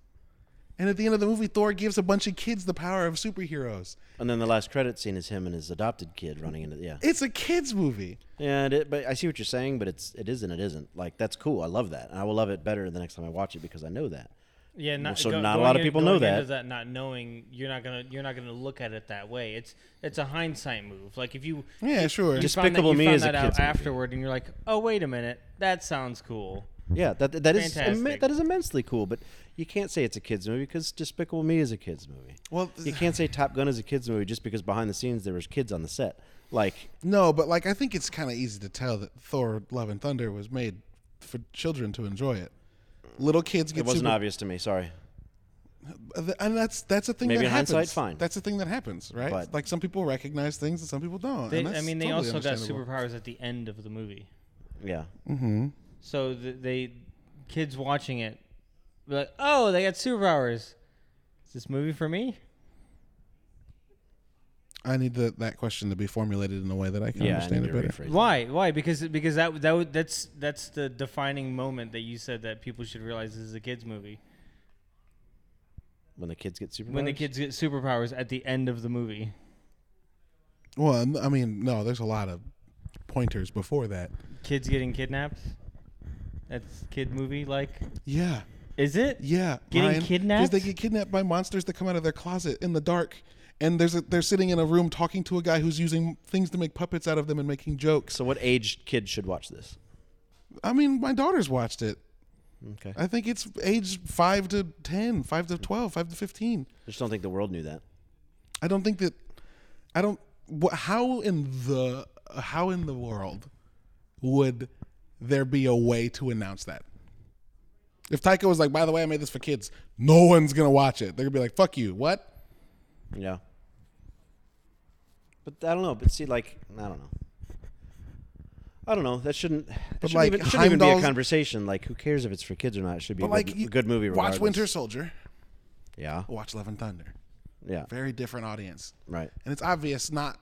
Speaker 1: And at the end of the movie, Thor gives a bunch of kids the power of superheroes.
Speaker 3: And then the last credit scene is him and his adopted kid running into yeah.
Speaker 1: It's a kids movie.
Speaker 3: Yeah, it, i- but I see what you're saying, but it's it is and it isn't. Like that's cool. I love that, and I will love it better the next time I watch it because I know that.
Speaker 2: Yeah, not,
Speaker 3: so
Speaker 2: go-
Speaker 3: not a
Speaker 2: going
Speaker 3: lot of
Speaker 2: in-
Speaker 3: people know
Speaker 2: going into
Speaker 3: that.
Speaker 2: that not knowing, you're not gonna you're not gonna look at it that way. It's it's a hindsight move. Like if you
Speaker 1: Yeah,
Speaker 2: you-
Speaker 1: sure.
Speaker 2: you found
Speaker 3: Despicable
Speaker 2: that, you
Speaker 3: Me
Speaker 2: found
Speaker 3: is a
Speaker 2: that out
Speaker 3: kid's movie.
Speaker 2: afterward, and you're like, oh wait a minute, that sounds cool.
Speaker 3: Yeah, that that is imme-
Speaker 2: Fantastic.
Speaker 3: that is immensely cool, but you can't say it's a kids movie because Despicable Me is a kids movie.
Speaker 1: Well,
Speaker 3: you can't say Top Gun is a kids movie just because behind the scenes there was kids on the set. Like,
Speaker 1: No, but like I think it's kind of easy to tell that Thor: Love and Thunder was made for children to enjoy it. Little kids get
Speaker 3: it wasn't
Speaker 1: super-
Speaker 3: obvious to me. Sorry.
Speaker 1: and that's that's a thing.
Speaker 3: Maybe
Speaker 1: that
Speaker 3: in
Speaker 1: happens.
Speaker 3: hindsight, fine.
Speaker 1: That's a thing that happens, right?
Speaker 3: But-
Speaker 1: like some people recognize things and some people don't.
Speaker 2: They,
Speaker 1: and
Speaker 2: I
Speaker 1: that's
Speaker 2: mean, they
Speaker 1: totally
Speaker 2: also got
Speaker 1: understandable.
Speaker 2: superpowers at the end of the movie,
Speaker 3: Yeah.
Speaker 2: so th- they kids watching it, be like, oh, they got superpowers. Is this movie for me?
Speaker 1: I need the, that question to be formulated in a way that I can
Speaker 3: Yeah. I need
Speaker 1: understand
Speaker 3: to
Speaker 1: it better.
Speaker 3: rephrase that.
Speaker 2: Why? Why? Because because that that would- that's that's the defining moment that you said that people should realize this is a kids movie
Speaker 3: When the kids get super.
Speaker 2: when the kids get superpowers at the end of the movie.
Speaker 1: Well, n- I mean, no, there's a lot of pointers before that.
Speaker 2: Kids getting kidnapped. That's kid movie like.
Speaker 1: Yeah,
Speaker 2: Is it?
Speaker 1: yeah.
Speaker 2: Getting
Speaker 1: Ryan, 'cause
Speaker 2: kidnapped?
Speaker 1: They get kidnapped by monsters that come out of their closet in the dark, and there's a, they're sitting in a room talking to a guy who's using things to make puppets out of them and making jokes.
Speaker 3: So what age kid should watch this?
Speaker 1: I mean, my daughter's watched it.
Speaker 3: Okay. I
Speaker 1: I think it's age five to 10, 5 to 12, 5 to 15.
Speaker 3: just don't think the world knew that.
Speaker 1: I don't think that. I don't. wh- How in the how in the world would there be a way to announce that? If Taika was like, by the way, I made this for kids, no one's gonna watch it. They're gonna be like, fuck you. What?
Speaker 3: Yeah. But I don't know. But see, like, I don't know. I don't know. That shouldn't. That
Speaker 1: But,
Speaker 3: shouldn't,
Speaker 1: like,
Speaker 3: even, it shouldn't even be a
Speaker 1: Heimdall's-
Speaker 3: conversation. Like, who cares if it's for kids or not? It should be a
Speaker 1: But
Speaker 3: good,
Speaker 1: like, you-
Speaker 3: a good movie. Regardless.
Speaker 1: Watch Winter Soldier.
Speaker 3: Yeah.
Speaker 1: Watch Love and Thunder.
Speaker 3: Yeah.
Speaker 1: Very different audience,
Speaker 3: Right.
Speaker 1: and it's obvious. Not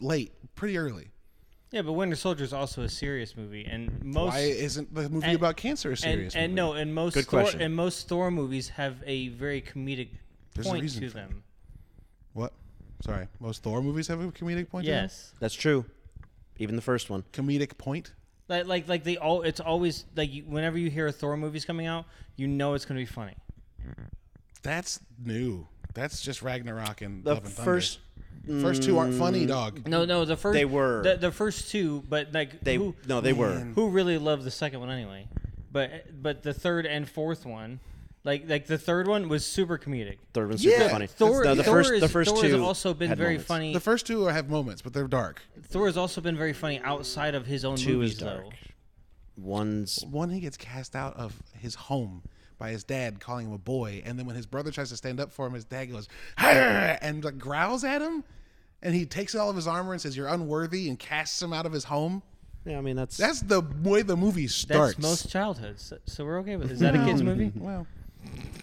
Speaker 1: late, pretty early.
Speaker 2: Yeah, but Winter Soldier is also a serious movie, and most
Speaker 1: Why isn't the movie
Speaker 2: and-
Speaker 1: about cancer a
Speaker 2: and,
Speaker 1: serious?
Speaker 2: and
Speaker 1: movie?
Speaker 2: no, and most
Speaker 3: Good
Speaker 2: Thor,
Speaker 3: question.
Speaker 2: and most Thor movies have a very comedic
Speaker 1: There's a
Speaker 2: point
Speaker 1: reason
Speaker 2: to
Speaker 1: for
Speaker 2: them.
Speaker 1: What? Sorry, most Thor movies have a comedic point. to them?
Speaker 2: Yes,
Speaker 3: That's true. Even the first one.
Speaker 1: Comedic point.
Speaker 2: like like like they all. It's always like you, whenever you hear a Thor movie's coming out, you know it's going to be funny.
Speaker 1: That's new. That's just Ragnarok and
Speaker 3: The
Speaker 1: Love and Thunder.
Speaker 3: first. mm,
Speaker 1: first two aren't funny, dog.
Speaker 2: No, no, the first
Speaker 3: They were.
Speaker 2: the, the first two, but like
Speaker 3: They
Speaker 2: who,
Speaker 3: no, they were.
Speaker 2: who really loved the second one anyway? But but the third and fourth one, like like the third one was super comedic.
Speaker 3: Third one's super
Speaker 1: Yeah.
Speaker 3: funny.
Speaker 2: Thor,
Speaker 3: no, the
Speaker 2: Thor
Speaker 3: first,
Speaker 2: is,
Speaker 3: the first
Speaker 2: Thor
Speaker 3: two
Speaker 2: has also been
Speaker 3: had
Speaker 2: very
Speaker 3: moments.
Speaker 2: funny.
Speaker 1: The first two have moments, but they're dark.
Speaker 2: Thor has also been very funny outside of his own
Speaker 3: Two
Speaker 2: movies,
Speaker 3: is dark.
Speaker 2: though.
Speaker 3: One's
Speaker 1: One, he gets cast out of his home by his dad calling him a boy, and then when his brother tries to stand up for him, his dad goes "Arr!" and like, growls at him, and he takes all of his armor and says, "You're unworthy," and casts him out of his home.
Speaker 3: yeah. I mean that's
Speaker 1: That's the way the movie
Speaker 2: That's
Speaker 1: starts.
Speaker 2: most childhoods, so- so we're okay with. Is that a kids movie?
Speaker 1: Well,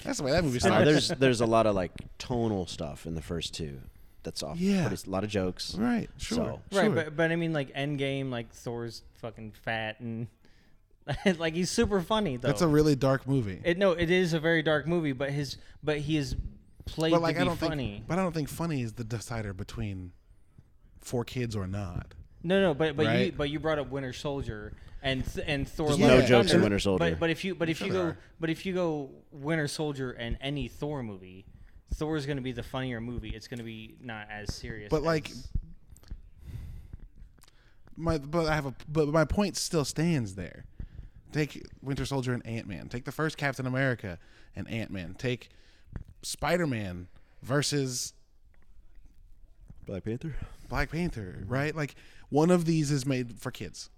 Speaker 1: that's the way that movie
Speaker 3: I don't know,
Speaker 1: starts.
Speaker 3: Uh, there's there's a lot of like tonal stuff in the first two. That's off.
Speaker 1: Yeah.
Speaker 3: but it's a lot of jokes.
Speaker 1: right? Sure.
Speaker 3: So-
Speaker 2: Right,
Speaker 1: sure.
Speaker 2: but but I mean, like Endgame, like Thor's fucking fat and like he's super funny though.
Speaker 1: that's a really dark movie.
Speaker 2: it, no, it is a very dark movie, but his but he is played
Speaker 1: but like
Speaker 2: to be
Speaker 1: I don't
Speaker 2: funny.
Speaker 1: think, but I don't think funny is the decider between for kids or not.
Speaker 2: no, no, but but you
Speaker 1: Right.
Speaker 2: but you brought up Winter Soldier and th- and Thor.
Speaker 1: There's
Speaker 2: Love
Speaker 1: no
Speaker 2: and
Speaker 1: jokes in
Speaker 2: Thunder.
Speaker 3: Winter Soldier.
Speaker 2: But, but if you but if you
Speaker 1: Sure.
Speaker 2: go but if you go Winter Soldier and any Thor movie, Thor is going to be the funnier movie. It's going to be not as serious.
Speaker 1: But like
Speaker 2: as-
Speaker 1: my, but I have a, but my point still stands there. Take Winter Soldier and Ant Man. Take the first Captain America and Ant Man. Take Spider Man versus
Speaker 3: Black Panther.
Speaker 1: Black Panther, right? Like one of these is made for kids,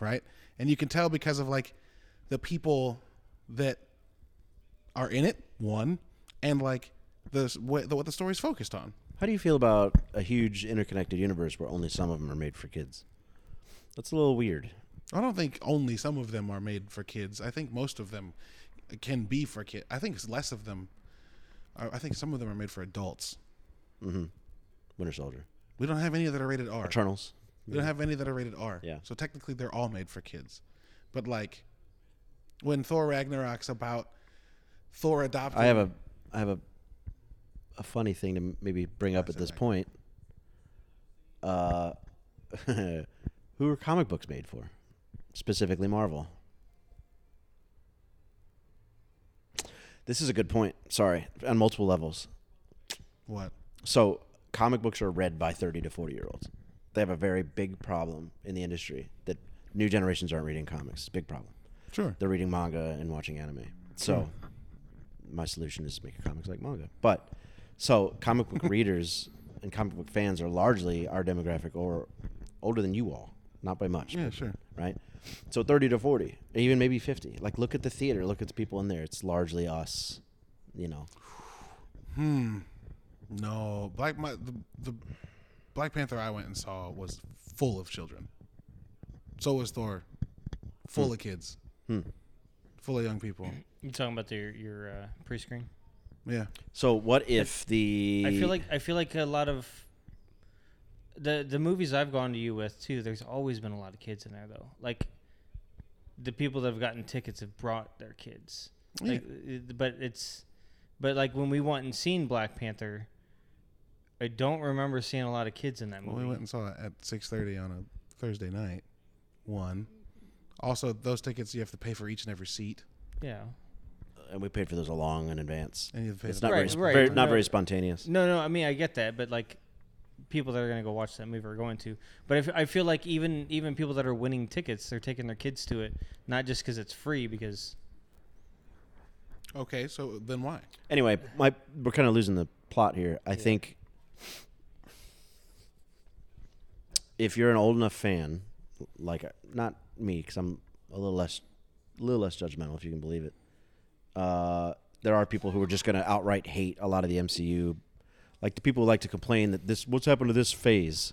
Speaker 1: right? And you can tell because of like the people that are in it, one, and like the what the, what the story's focused on.
Speaker 3: How do you feel about a huge interconnected universe where only some of them are made for kids? That's a little weird.
Speaker 1: I don't think only some of them are made for kids. I think most of them can be for kids. I think it's less of them. I I think some of them are made for adults.
Speaker 3: Winter Soldier,
Speaker 1: We don't have any that are rated R.
Speaker 3: Eternals.
Speaker 1: We don't have any that are rated R.
Speaker 3: Yeah.
Speaker 1: So technically, they're all made for kids. But like, when Thor Ragnarok's about Thor adopting,
Speaker 3: I have a I have a a funny thing to m- maybe bring up at this point. Uh, who are comic books made for? Specifically, Marvel. This is a good point. Sorry, on multiple levels.
Speaker 1: what?
Speaker 3: So, comic books are read by thirty to forty year olds. They have a very big problem in the industry that new generations aren't reading comics. It's a big problem.
Speaker 1: Sure.
Speaker 3: They're reading manga and watching anime. So
Speaker 2: Hmm.
Speaker 3: my solution is to make comics like manga. But so comic book readers and comic book fans are largely our demographic or older than you all, not by much.
Speaker 1: Yeah,
Speaker 3: but-
Speaker 1: sure.
Speaker 3: Right? So 30 to 40, or even maybe 50. Like look at the theater, look at the people in there. It's largely us, you know.
Speaker 1: Hmm. No, Black my, the the Black Panther I went and saw was full of children. So was Thor, full
Speaker 3: Hmm.
Speaker 1: of kids, full of young people.
Speaker 2: You talking about the, your uh, pre-screen?
Speaker 1: Yeah,
Speaker 3: So what if the
Speaker 2: I feel like I feel like a lot of the the movies I've gone to you with too. There's always been a lot of kids in there though. Like the people that have gotten tickets have brought their kids. Like, it- but it's but like when we went and seen Black Panther, I don't remember seeing a lot of kids in that
Speaker 1: well,
Speaker 2: movie.
Speaker 1: we went and saw it at six thirty on a Thursday night. One. Also, those tickets you have to pay for each and every seat,
Speaker 2: yeah.
Speaker 3: and we paid for those a long in advance.
Speaker 1: and you have to pay.
Speaker 3: It's
Speaker 1: the-
Speaker 3: not
Speaker 2: Right,
Speaker 3: very, sp-
Speaker 2: right,
Speaker 3: very not
Speaker 2: no.
Speaker 3: very spontaneous.
Speaker 2: No, no. I mean, I get that, but like people that are going to go watch that movie are going to. But I f- I feel like even even people that are winning tickets, they're taking their kids to it, not just because it's free, because
Speaker 1: okay, so then why?
Speaker 3: Anyway, my we're kind of losing the plot here. I think if you're an old enough fan, like not me, because I'm a little less, a little less judgmental, if you can believe it. Uh, there are people who are just going to outright hate a lot of the MCU, like the people who like to complain that this what's happened to this phase,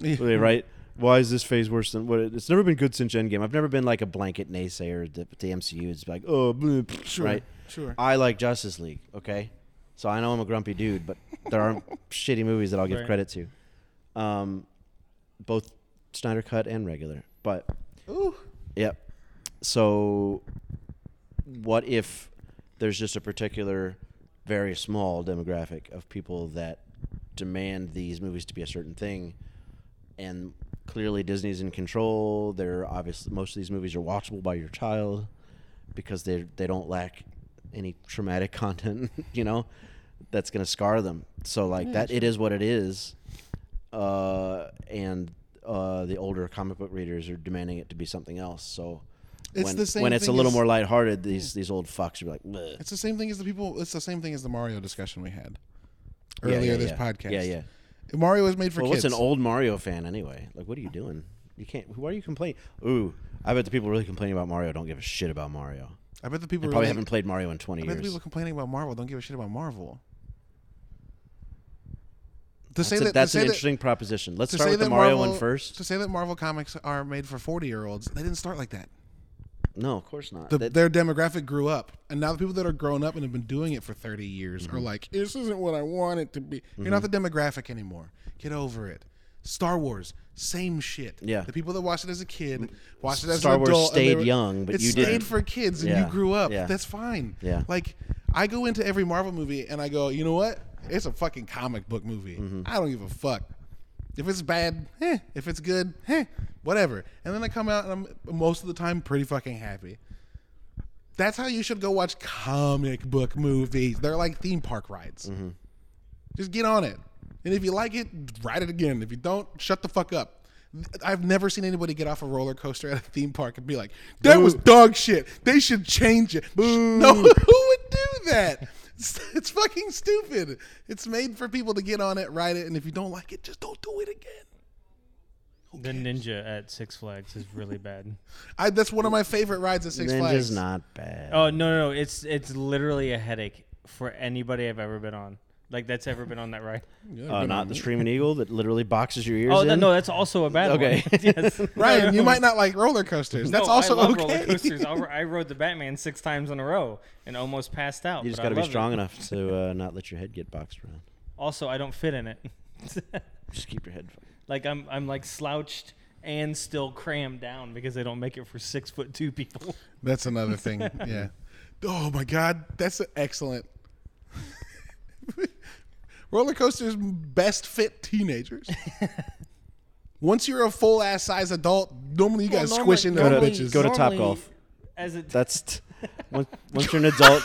Speaker 3: Really, right? Why is this phase worse than what? It, it's never been good since Endgame. I've never been like a blanket naysayer to the MCU. It's like oh, bleh, pfft,
Speaker 1: Sure,
Speaker 3: right?
Speaker 1: sure.
Speaker 3: I like Justice League, okay? So I know I'm a grumpy dude, but there are shitty movies that I'll give
Speaker 2: Right.
Speaker 3: credit to. Um, both Snyder Cut and regular. But
Speaker 1: Ooh.
Speaker 3: Yep. So, what if there's just a particular, very small demographic of people that demand these movies to be a certain thing, and clearly Disney's in control. They're obviously most of these movies are watchable by your child because they they don't lack any traumatic content, you know, that's gonna scar them. So like that, it is what it is uh, and uh, the older comic book readers are demanding it to be something else. So
Speaker 1: It's
Speaker 3: when,
Speaker 1: the same
Speaker 3: when it's a
Speaker 1: thing
Speaker 3: little
Speaker 1: as-
Speaker 3: more lighthearted, these these old fucks are like, "Bleh."
Speaker 1: It's the same thing as the people. It's the same thing as the Mario discussion we had
Speaker 3: Yeah,
Speaker 1: earlier
Speaker 3: yeah,
Speaker 1: this
Speaker 3: yeah.
Speaker 1: podcast.
Speaker 3: Yeah, yeah.
Speaker 1: Mario was made for
Speaker 3: Well,
Speaker 1: kids.
Speaker 3: what's an old Mario fan anyway? Like, what are you doing? You can't. Why are you complaining? Ooh, I bet the people really complaining about Mario don't give a shit about Mario.
Speaker 1: I bet the people
Speaker 3: They
Speaker 1: really-
Speaker 3: probably haven't played Mario in twenty
Speaker 1: I bet the
Speaker 3: years.
Speaker 1: people complaining about Marvel don't give a shit about Marvel. To
Speaker 3: That's,
Speaker 1: say
Speaker 3: a-
Speaker 1: that
Speaker 3: that's
Speaker 1: to
Speaker 3: an
Speaker 1: say that-
Speaker 3: interesting proposition. Let's
Speaker 1: to
Speaker 3: start
Speaker 1: say
Speaker 3: with the
Speaker 1: that
Speaker 3: Mario
Speaker 1: Marvel,
Speaker 3: one first.
Speaker 1: To say that Marvel comics are made for forty-year-olds, they didn't start like that.
Speaker 3: No, of course not.
Speaker 1: The,
Speaker 3: That-
Speaker 1: their demographic grew up, and now the people that are grown up and have been doing it for thirty years
Speaker 3: Mm-hmm.
Speaker 1: are like, "This isn't what I want it to be." You're not the demographic anymore. Get over it. Star Wars, same shit.
Speaker 3: Yeah. Mm.
Speaker 1: the people that watched it as a kid watched it as
Speaker 3: Star
Speaker 1: an
Speaker 3: Wars
Speaker 1: adult. and they
Speaker 3: stayed
Speaker 1: were-
Speaker 3: young, but
Speaker 1: it
Speaker 3: you
Speaker 1: stayed
Speaker 3: didn't.
Speaker 1: for kids, and
Speaker 3: Yeah.
Speaker 1: you grew up.
Speaker 3: Yeah.
Speaker 1: That's fine.
Speaker 3: Yeah.
Speaker 1: Like I go into every Marvel movie and I go, you know what? It's a fucking comic book movie. I don't give a fuck. If it's bad, eh. If it's good, eh. Whatever. And then I come out and I'm most of the time pretty fucking happy. That's how you should go watch comic book movies. They're like theme park rides. Just get on it. And if you like it, ride it again. If you don't, shut the fuck up. I've never seen anybody get off a roller coaster at a theme park and be like, that was dog shit. They should change it. No, who would do that? It's, it's fucking stupid. It's made for people to get on it, ride it, and if you don't like it, just don't do it again.
Speaker 2: the ninja at Six Flags is really bad.
Speaker 1: I, that's one of my favorite rides at Six
Speaker 3: Ninja's
Speaker 1: Flags.
Speaker 3: not bad.
Speaker 2: Oh no, no, no, it's it's literally a headache for anybody I've ever been on. Like that's ever been on that ride.
Speaker 1: Yeah,
Speaker 3: Uh,
Speaker 1: good
Speaker 3: not
Speaker 1: on
Speaker 3: the
Speaker 1: you.
Speaker 3: screaming eagle that literally boxes your ears
Speaker 2: Oh
Speaker 3: in.
Speaker 2: that, no, that's also a bad
Speaker 3: Okay.
Speaker 2: one. yes.
Speaker 1: Ryan, you might not like roller coasters. That's
Speaker 2: No,
Speaker 1: also
Speaker 2: I love
Speaker 1: okay.
Speaker 2: roller coasters. I ro- I rode the Batman six times in a row and almost passed out.
Speaker 3: You just
Speaker 2: got to
Speaker 3: be strong enough to uh, not let your head get boxed around.
Speaker 2: Also, I don't fit in it.
Speaker 3: Just keep your head.
Speaker 2: like I'm, I'm like slouched and still crammed down because they don't make it for six foot two people.
Speaker 1: That's another thing. yeah. Oh my God, that's an excellent. Roller coasters best fit teenagers. Once you're a full ass size adult, normally you got to squish into
Speaker 3: Go to-
Speaker 1: the bitches.
Speaker 3: go to Topgolf.
Speaker 2: As it,
Speaker 3: That's t- once, once you're an adult.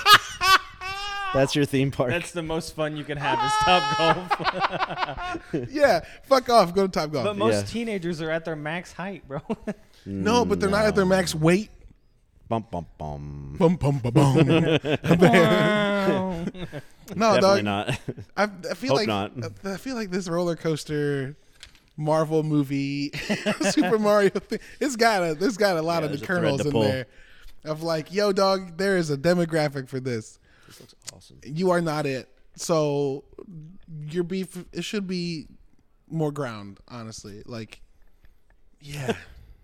Speaker 3: that's your theme park.
Speaker 2: that's the most fun you can have is top golf.
Speaker 1: yeah, fuck off. Go to Top Golf.
Speaker 2: but most
Speaker 3: Yeah.
Speaker 2: teenagers are at their max height, bro.
Speaker 1: no, but they're not at their max weight.
Speaker 3: Bum bum bum.
Speaker 1: Bum bum bum bum. no,
Speaker 3: Definitely
Speaker 1: Oh, dog.
Speaker 3: not.
Speaker 1: I, I feel
Speaker 3: Hope
Speaker 1: like
Speaker 3: not.
Speaker 1: I feel like this roller coaster Marvel movie Super Mario thing. It's got a it's got a lot of
Speaker 3: there's
Speaker 1: the
Speaker 3: a thread
Speaker 1: kernels
Speaker 3: to
Speaker 1: in
Speaker 3: pull.
Speaker 1: there of like, yo, dog, there is a demographic for this.
Speaker 3: this looks awesome.
Speaker 1: You are not it. So your beef it should be more ground, honestly. Like, yeah,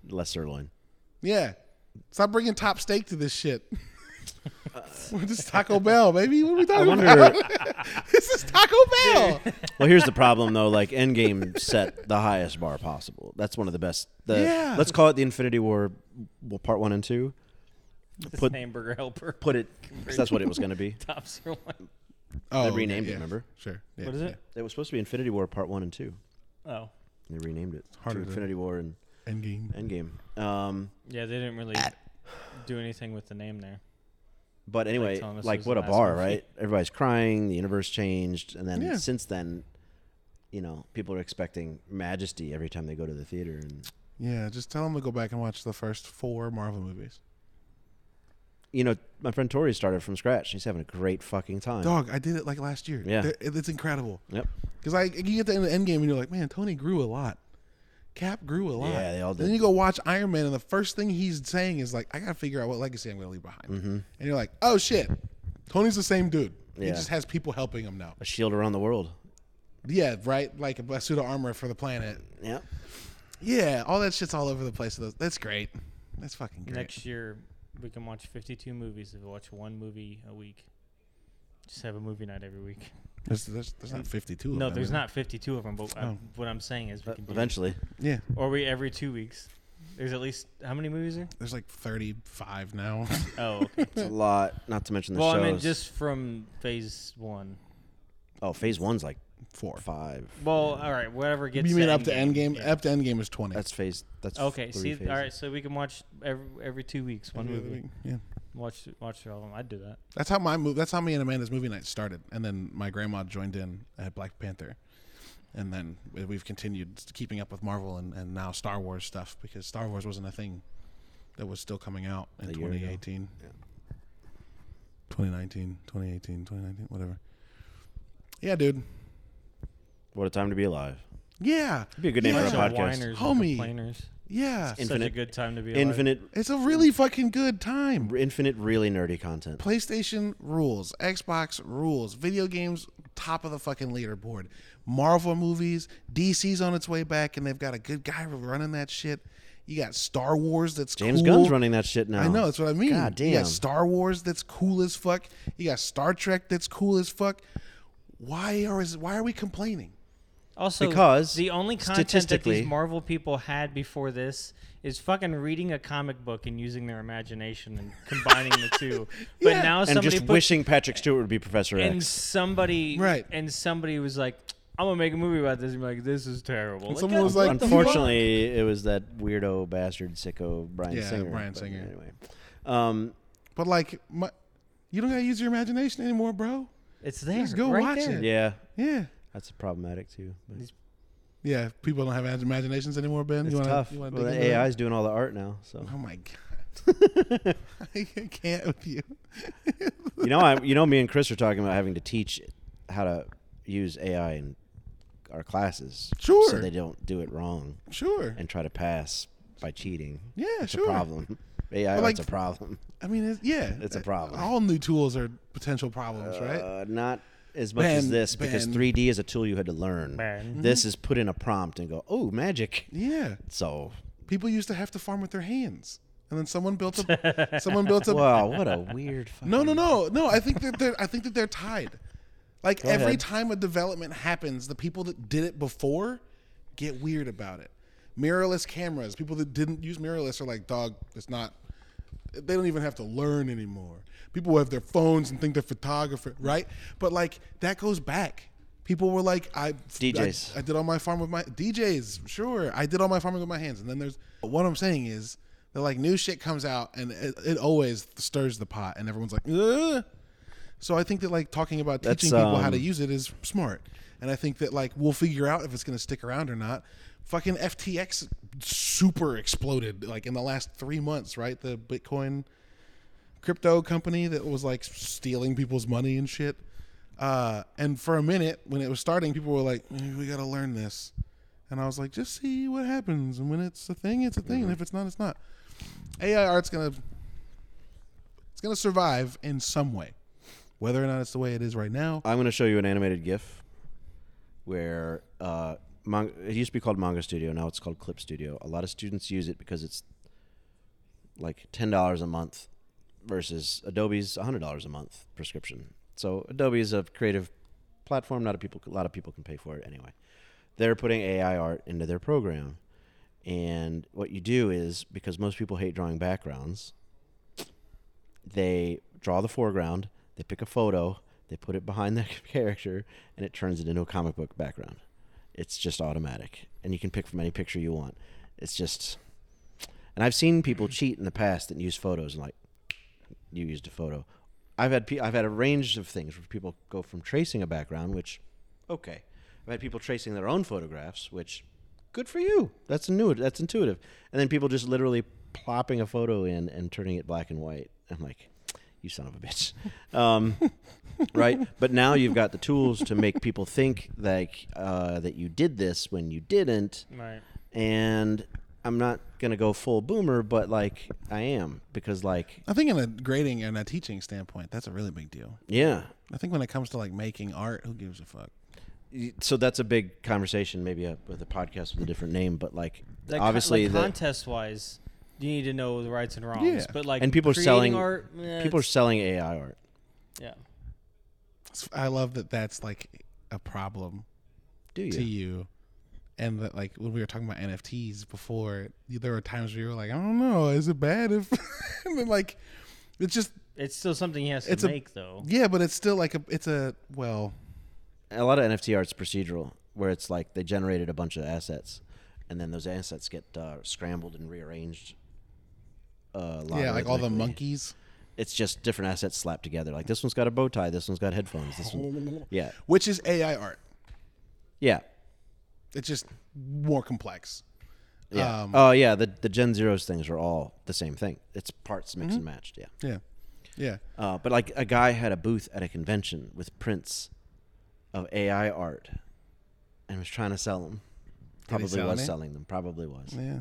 Speaker 3: Less sirloin.
Speaker 1: yeah. Stop bringing top steak to this shit. We're just Taco Bell, baby. What are we
Speaker 3: I
Speaker 1: talking about?
Speaker 3: wonder.
Speaker 1: This is Taco Bell.
Speaker 3: well, here's the problem though. Like Endgame set the highest bar possible. That's one of the best. The,
Speaker 1: Yeah.
Speaker 3: Let's call it the Infinity War, well, part one and two. Put
Speaker 2: hamburger helper
Speaker 3: put it. 'cause that's what it was going to be.
Speaker 2: top sirloin.
Speaker 1: Oh,
Speaker 3: They
Speaker 1: okay,
Speaker 3: renamed it.
Speaker 1: yeah.
Speaker 3: Remember?
Speaker 1: Sure. Yeah,
Speaker 2: What is
Speaker 1: yeah.
Speaker 2: it?
Speaker 3: It was supposed to be Infinity War part one and two.
Speaker 2: Oh,
Speaker 3: They renamed it to
Speaker 1: harder to-
Speaker 3: Infinity War and
Speaker 1: Endgame.
Speaker 3: Endgame. Um,
Speaker 2: yeah. They didn't really do anything with the name there.
Speaker 3: but anyway,
Speaker 2: telling us it
Speaker 3: like
Speaker 2: was
Speaker 3: what
Speaker 2: the
Speaker 3: a
Speaker 2: last
Speaker 3: bar,
Speaker 2: movie.
Speaker 3: right? Everybody's crying. The universe changed, and then
Speaker 1: Yeah.
Speaker 3: since then, you know, people are expecting majesty every time they go to the theater, and
Speaker 1: Yeah, just tell them to go back and watch the first four Marvel movies.
Speaker 3: you know, my friend Tori started from scratch. He's having a great fucking time.
Speaker 1: Dog, I did it like last year.
Speaker 3: Yeah.
Speaker 1: They're- it- it's incredible.
Speaker 3: Yep.
Speaker 1: Because like you get to the end of Endgame and you're like, man, Tony grew a lot. Cap grew a lot.
Speaker 3: Yeah, they all
Speaker 1: Then
Speaker 3: did.
Speaker 1: you go watch Iron Man, and the first thing he's saying is like, I gotta figure out what legacy I'm gonna leave behind.
Speaker 2: Mm.
Speaker 3: Mm-hmm.
Speaker 1: And you're like, oh shit, Tony's the same dude. He
Speaker 3: Yeah.
Speaker 1: just has people helping him now.
Speaker 3: A shield around the world.
Speaker 1: Yeah, right. Like a suit of armor for the planet.
Speaker 3: Yep.
Speaker 1: Yeah, all that shit's all over the place. That's great. That's fucking great.
Speaker 2: Next year, we can watch 52 movies if we watch one movie a week. Just have a movie night every week.
Speaker 1: There's, there's, there's not 52. of
Speaker 2: No,
Speaker 1: them,
Speaker 2: there's
Speaker 1: is there?
Speaker 2: not 52 of them, but I, what I'm saying is we can do
Speaker 3: Eventually,
Speaker 1: Yeah,
Speaker 2: Or we every two weeks. There's at least how many movies are?
Speaker 1: there's like 35 now.
Speaker 2: Oh, okay.
Speaker 3: it's a lot. Not to mention the
Speaker 2: well,
Speaker 3: shows.
Speaker 2: I mean, just from phase one.
Speaker 3: oh, Phase One's like
Speaker 1: Four.
Speaker 3: five.
Speaker 2: Well, all right, whatever gets.
Speaker 1: You
Speaker 2: to
Speaker 1: mean up to Endgame?
Speaker 2: Endgame. Yeah.
Speaker 1: Up to Endgame is 20.
Speaker 3: That's Phase. That's
Speaker 2: Okay,
Speaker 3: three
Speaker 2: see,
Speaker 3: phases.
Speaker 2: all right, so we can watch every every two weeks one
Speaker 1: Every other
Speaker 2: movie.
Speaker 1: week, Yeah.
Speaker 2: Watch watch all of them. I'd do that.
Speaker 1: That's how my move. That's how me and Amanda's movie night started, and then my grandma joined in at Black Panther, and then we- we've continued keeping up with Marvel and, and now Star Wars stuff because Star Wars wasn't a thing that was still coming out in
Speaker 3: A year ago.
Speaker 1: 2018, 2019, 2018, 2019, whatever. Yeah, dude.
Speaker 3: What a time to be alive.
Speaker 1: Yeah,
Speaker 3: Be a good name
Speaker 1: name
Speaker 3: for
Speaker 1: for
Speaker 3: a
Speaker 1: our
Speaker 2: Bunch
Speaker 1: Yeah.
Speaker 2: of
Speaker 3: podcast.
Speaker 2: whiners and
Speaker 1: Homie.
Speaker 2: complainers.
Speaker 1: yeah.
Speaker 3: in-
Speaker 2: Such a
Speaker 3: Infinite-
Speaker 2: good time to be alive.
Speaker 3: Infinite,
Speaker 1: It's a really fucking good time.
Speaker 3: infinite, really nerdy content.
Speaker 1: PlayStation rules, Xbox rules, video games top of the fucking leaderboard. Marvel movies, DC's on its way back, and they've got a good guy running that shit. You got Star Wars that's
Speaker 3: James
Speaker 1: cool.
Speaker 3: Gunn's running that shit now.
Speaker 1: I know that's what I mean.
Speaker 3: God
Speaker 1: You
Speaker 3: damn.
Speaker 1: got Star Wars that's cool as fuck. You got Star Trek that's cool as fuck. Why are is why are we complaining?
Speaker 2: Also,
Speaker 3: Because,
Speaker 2: the only content that
Speaker 3: statistically-
Speaker 2: these Marvel people had before this is fucking reading a comic book and using their imagination and combining the two. But
Speaker 1: Yeah.
Speaker 2: now
Speaker 3: and
Speaker 2: somebody
Speaker 3: just
Speaker 2: put-
Speaker 3: wishing Patrick Stewart would be Professor
Speaker 2: and
Speaker 3: X.
Speaker 2: somebody
Speaker 1: Right.
Speaker 2: and somebody was like, "I'm gonna make a movie about this." And be like, "This is terrible." Like,
Speaker 1: someone
Speaker 2: God-
Speaker 1: was like,
Speaker 2: what the
Speaker 3: Unfortunately, it was that weirdo bastard sicko Brian
Speaker 1: Yeah,
Speaker 3: Singer.
Speaker 1: Bryan
Speaker 3: but
Speaker 1: Singer.
Speaker 3: Anyway, um,
Speaker 1: But like, my, you don't gotta use your imagination anymore, bro.
Speaker 2: it's there.
Speaker 1: Just go
Speaker 2: right
Speaker 1: watch
Speaker 2: there.
Speaker 1: it.
Speaker 3: yeah,
Speaker 1: Yeah,
Speaker 3: that's problematic too. But
Speaker 2: It's
Speaker 1: yeah. People don't have imaginations anymore, Ben.
Speaker 3: it's
Speaker 1: you wanna,
Speaker 3: tough.
Speaker 1: You wanna
Speaker 3: well,
Speaker 1: dig
Speaker 3: the
Speaker 1: into that?
Speaker 3: AI's doing all the art now, so
Speaker 1: Oh my god. I can't with you.
Speaker 3: you know, I, you know, me and Chris are talking about having to teach how to use AI in our classes, so
Speaker 1: Sure.
Speaker 3: they don't do it wrong
Speaker 1: Sure.
Speaker 3: and try to pass by cheating.
Speaker 1: Yeah,
Speaker 3: it's
Speaker 1: sure.
Speaker 3: a problem. AI,
Speaker 1: But, like,
Speaker 3: it's a problem.
Speaker 1: I mean, it's, yeah,
Speaker 3: It's a problem.
Speaker 1: All new tools are potential problems, right?
Speaker 3: Uh, not as much as
Speaker 1: Ben,
Speaker 3: this because
Speaker 1: Ben. Mm-hmm.
Speaker 3: 3D is a tool you had to learn.
Speaker 2: Ben.
Speaker 3: This is put in a prompt and go, oh, magic.
Speaker 1: Yeah.
Speaker 3: So,
Speaker 1: People used to have to farm with their hands, and then someone built a someone built a.
Speaker 3: wow, what a weird. Fucking,
Speaker 1: No, no, no, no. I think that they're I think that they're tied. Like every
Speaker 3: ahead.
Speaker 1: time a development happens, the people that did it before get weird about it. Mirrorless cameras. People that didn't use mirrorless are like, dog, it's not. They don't even have to learn anymore. People have their phones and think they're photographer, right? But like that goes back. People were like, I
Speaker 3: DJs.
Speaker 1: I, I did all my farm with my DJs. Sure, I did all my farming with my hands. And then there's but what I'm saying is that like new shit comes out and it, it always stirs the pot, and everyone's like, Ugh. so I think that like talking about
Speaker 3: That's,
Speaker 1: teaching people how to
Speaker 3: um,
Speaker 1: use it is smart, and I think that like we'll figure out if it's gonna stick around or not. Fucking FTX super exploded like in the last three months, right? The Bitcoin crypto company that was like stealing people's money and shit. Uh, and for a minute, when it was starting, people were like, "Mm, "We got to learn this," and I was like, "Just see what happens. And when it's a thing, it's a thing. And if it's not, it's not." AI art's gonna it's gonna survive in some way, whether or not it's the way it is right now.
Speaker 3: I'm going to show you an animated GIF where uh, Mon- it used to be called Manga Studio. Now it's called Clip Studio. A lot of students use it because it's like ten dollars a month versus Adobe's hundred dollars a month prescription. So Adobe is a creative platform. Not a people. A lot of people can pay for it anyway. They're putting AI art into their program, and what you do is because most people hate drawing backgrounds, they draw the foreground. They pick a photo. They put it behind their character, and it turns it into a comic book background. It's just automatic, and you can pick from any picture you want. It's just and I've seen people cheat in the past and use photos and like you used a photo. I've had pe- I've had a range of things where people go from tracing a background, which okay, I've had people tracing their own photographs, which good for you. That's new. That's intuitive. And then people just literally plopping a photo in and turning it black and white. I'm like, you son of a bitch, um, right? But now you've got the tools to make people think like uh, that you did this when you didn't
Speaker 2: Right.
Speaker 3: and I'm not gonna go full boomer, but like I am because like
Speaker 1: I think in a grading and a teaching standpoint, that's a really big deal.
Speaker 3: yeah.
Speaker 1: I think when it comes to like making art, who gives a fuck?
Speaker 3: Y- So that's a big conversation, maybe a, with a podcast with a different name, but like
Speaker 2: Like,
Speaker 3: obviously
Speaker 2: obviously,
Speaker 3: the-
Speaker 2: contest wise, you need to know the rights and wrongs.
Speaker 1: Yeah.
Speaker 2: But like,
Speaker 3: And people are
Speaker 2: creating
Speaker 3: selling-
Speaker 2: art. eh,
Speaker 3: people are
Speaker 2: it's-
Speaker 3: selling AI art.
Speaker 2: yeah.
Speaker 1: It's- I love that that's like a problem
Speaker 3: Do you?
Speaker 1: to you. And that, like, when we were talking about NFTs before, there were times where you were like, I don't know, is it bad if. and then, like, it's just,
Speaker 2: It's still something he has to
Speaker 1: It's a-
Speaker 2: make, though.
Speaker 1: yeah, but it's still like a, it's a, well,
Speaker 3: A lot of NFT art's procedural, where it's like they generated a bunch of assets, and then those assets get uh, scrambled and rearranged. Uh,
Speaker 1: yeah, like all the
Speaker 3: logarithmically.
Speaker 1: monkeys.
Speaker 3: It's just different assets slapped together. Like this one's got a bow tie, this one's got headphones, this one, yeah,
Speaker 1: Which is AI art.
Speaker 3: yeah.
Speaker 1: It's just more complex.
Speaker 3: Yeah.
Speaker 1: Um,
Speaker 3: oh yeah, the the Gen Zeros things are all the same thing. It's parts
Speaker 1: Mm-hmm.
Speaker 3: mixed and matched. Yeah.
Speaker 1: Yeah. Yeah.
Speaker 3: Uh, but like a guy had a booth at a convention with prints of AI art, and was trying to sell
Speaker 1: Did
Speaker 3: them.
Speaker 1: he
Speaker 3: Probably
Speaker 1: sell
Speaker 3: was
Speaker 1: any?
Speaker 3: selling them. Probably was.
Speaker 1: Yeah.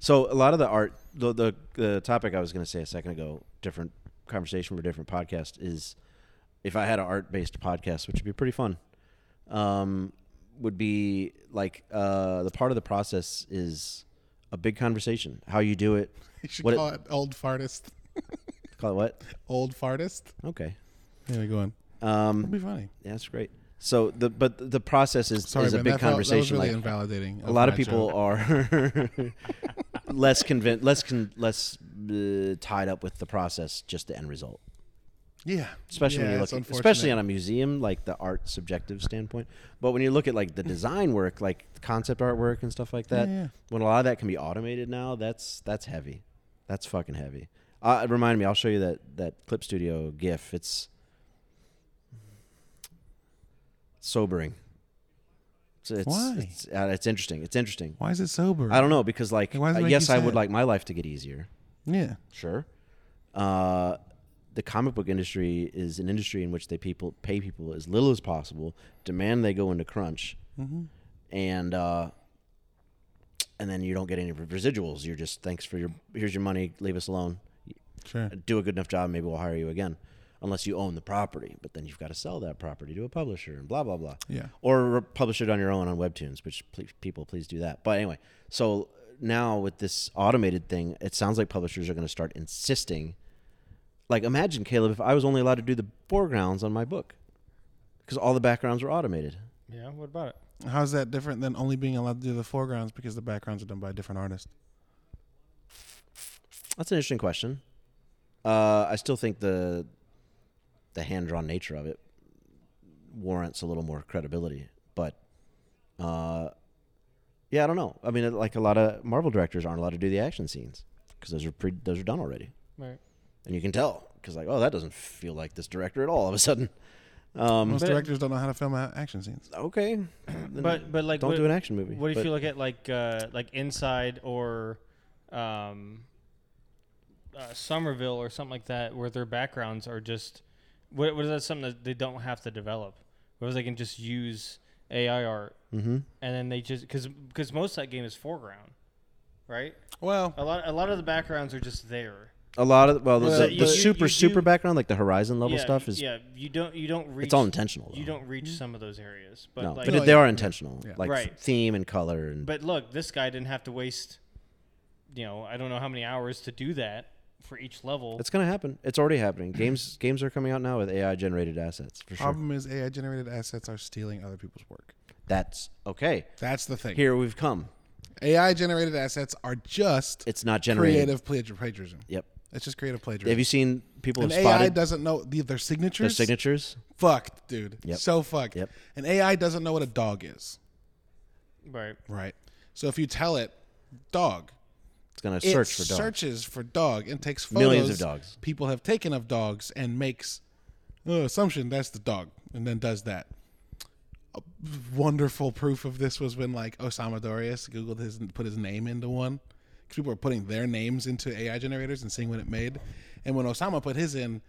Speaker 3: So a lot of the art, the the, the topic I was going to say a second ago, different conversation for different podcast is, if I had an art based podcast, which would be pretty fun, um, would be like uh, the part of the process is a big conversation. How you do it?
Speaker 1: You should
Speaker 3: What it-
Speaker 1: call it, old fartist.
Speaker 3: Call it what?
Speaker 1: old fartist.
Speaker 3: Okay.
Speaker 1: Yeah, go on.
Speaker 3: Um,
Speaker 1: It'll be funny.
Speaker 3: yeah, that's great. So the but the process is
Speaker 1: Sorry,
Speaker 3: is a
Speaker 1: man,
Speaker 3: big
Speaker 1: that felt-
Speaker 3: conversation.
Speaker 1: that was really
Speaker 3: like
Speaker 1: invalidating.
Speaker 3: a lot of people are less convinced, less con- less uh, tied up with the process, just the end result.
Speaker 1: yeah,
Speaker 3: especially when
Speaker 1: Yeah,
Speaker 3: you
Speaker 1: it's
Speaker 3: look,
Speaker 1: unfortunate.
Speaker 3: especially on a museum like the art subjective standpoint. But when you look at like the design work, like concept artwork and stuff like that,
Speaker 1: Yeah, yeah.
Speaker 3: when a lot of that can be automated now, that's that's heavy. That's fucking heavy. Uh, remind me, I'll show you that that Clip Studio GIF. It's sobering. It's it's
Speaker 1: Why?
Speaker 3: it's, uh, it's interesting. It's interesting.
Speaker 1: Why is it sober?
Speaker 3: I don't know because like
Speaker 1: Why does it
Speaker 3: uh,
Speaker 1: make you
Speaker 3: yes, I would
Speaker 1: sad?
Speaker 3: like my life to get easier.
Speaker 1: Yeah,
Speaker 3: Sure. Uh, the comic book industry is an industry in which they people pay people as little as possible, demand they go into crunch, and uh, and then you don't get any residuals. You're just thanks for your here's your money, leave us alone.
Speaker 1: sure.
Speaker 3: Do a good enough job, maybe we'll hire you again. Unless you own the property, but then you've got to sell that property to a publisher and blah blah blah
Speaker 1: Yeah,
Speaker 3: or re- publish it on your own on webtoons which please, people please do that but anyway so now with this automated thing it sounds like publishers are going to start insisting like imagine caleb if i was only allowed to do the foregrounds on my book because all the backgrounds are automated
Speaker 2: Yeah. What about it?
Speaker 1: how's that different than only being allowed to do the foregrounds because the backgrounds are done by a different artist?
Speaker 3: that's an interesting question uh, i still think the the hand-drawn nature of it warrants a little more credibility but uh, yeah i don't know i mean like a lot of marvel directors aren't allowed to do the action scenes because those are pre those are done already
Speaker 2: Right.
Speaker 3: and you can tell because like oh that doesn't feel like this director at all all of a sudden um,
Speaker 1: Most
Speaker 2: But-
Speaker 1: directors don't know how to film a- action scenes.
Speaker 3: okay Then
Speaker 2: But but like
Speaker 3: don't
Speaker 2: what,
Speaker 3: do an action movie
Speaker 2: what if
Speaker 3: But
Speaker 2: you look at like uh, like Inside or um, uh, Somerville or something like that, where their backgrounds are just what, what is that something that they don't have to develop, whereas they can just use AI art, mm-hmm. and then they just because because most of that game is foreground, right?
Speaker 1: Well,
Speaker 3: Oh,
Speaker 2: A lot a lot of the backgrounds are just there.
Speaker 3: A lot of well, the,
Speaker 1: Well,
Speaker 3: the,
Speaker 1: you-
Speaker 3: the
Speaker 1: you-
Speaker 3: super
Speaker 2: you
Speaker 3: super
Speaker 2: do-
Speaker 3: background, like the Horizon level
Speaker 2: yeah,
Speaker 3: stuff, is
Speaker 2: yeah. You don't you don't reach
Speaker 3: it's all intentional. Though.
Speaker 2: You don't reach some of those areas, but
Speaker 3: no,
Speaker 2: like
Speaker 3: but
Speaker 1: No,
Speaker 3: it- they
Speaker 1: yeah,
Speaker 3: are intentional, like
Speaker 2: Right.
Speaker 3: theme and color and
Speaker 2: But look, this guy didn't have to waste, you know, I don't know how many hours to do that for each level.
Speaker 3: It's gonna happen. It's already happening. Games games are coming out now with AI generated assets for sure.
Speaker 1: problem is AI generated assets are stealing other people's work.
Speaker 3: That's okay.
Speaker 1: That's the thing.
Speaker 3: Here we've come.
Speaker 1: AI generated assets are just
Speaker 3: It's not generated.
Speaker 1: creative plagiar- plagiarism.
Speaker 3: Yep.
Speaker 1: It's just creative plagiarism.
Speaker 3: Have you seen people
Speaker 1: An
Speaker 3: have
Speaker 1: AI
Speaker 3: spotted
Speaker 1: doesn't know the, their
Speaker 3: their
Speaker 1: signatures.
Speaker 3: signatures?
Speaker 1: fucked, dude.
Speaker 3: Yep.
Speaker 1: So fucked.
Speaker 3: Yep.
Speaker 1: An AI doesn't know what a dog is.
Speaker 2: right.
Speaker 1: Right. So if you tell it dog,
Speaker 3: It's gonna
Speaker 1: it
Speaker 3: search for dogs.
Speaker 1: searches for dog and takes photos
Speaker 3: Millions of dogs.
Speaker 1: people have taken of dogs and makes uh, assumption that's the dog and then does that. A wonderful proof of this was when like Osama Darius googled his and put his name into one. 'Cause People were putting their names into AI generators and seeing what it made. And when Osama put his in,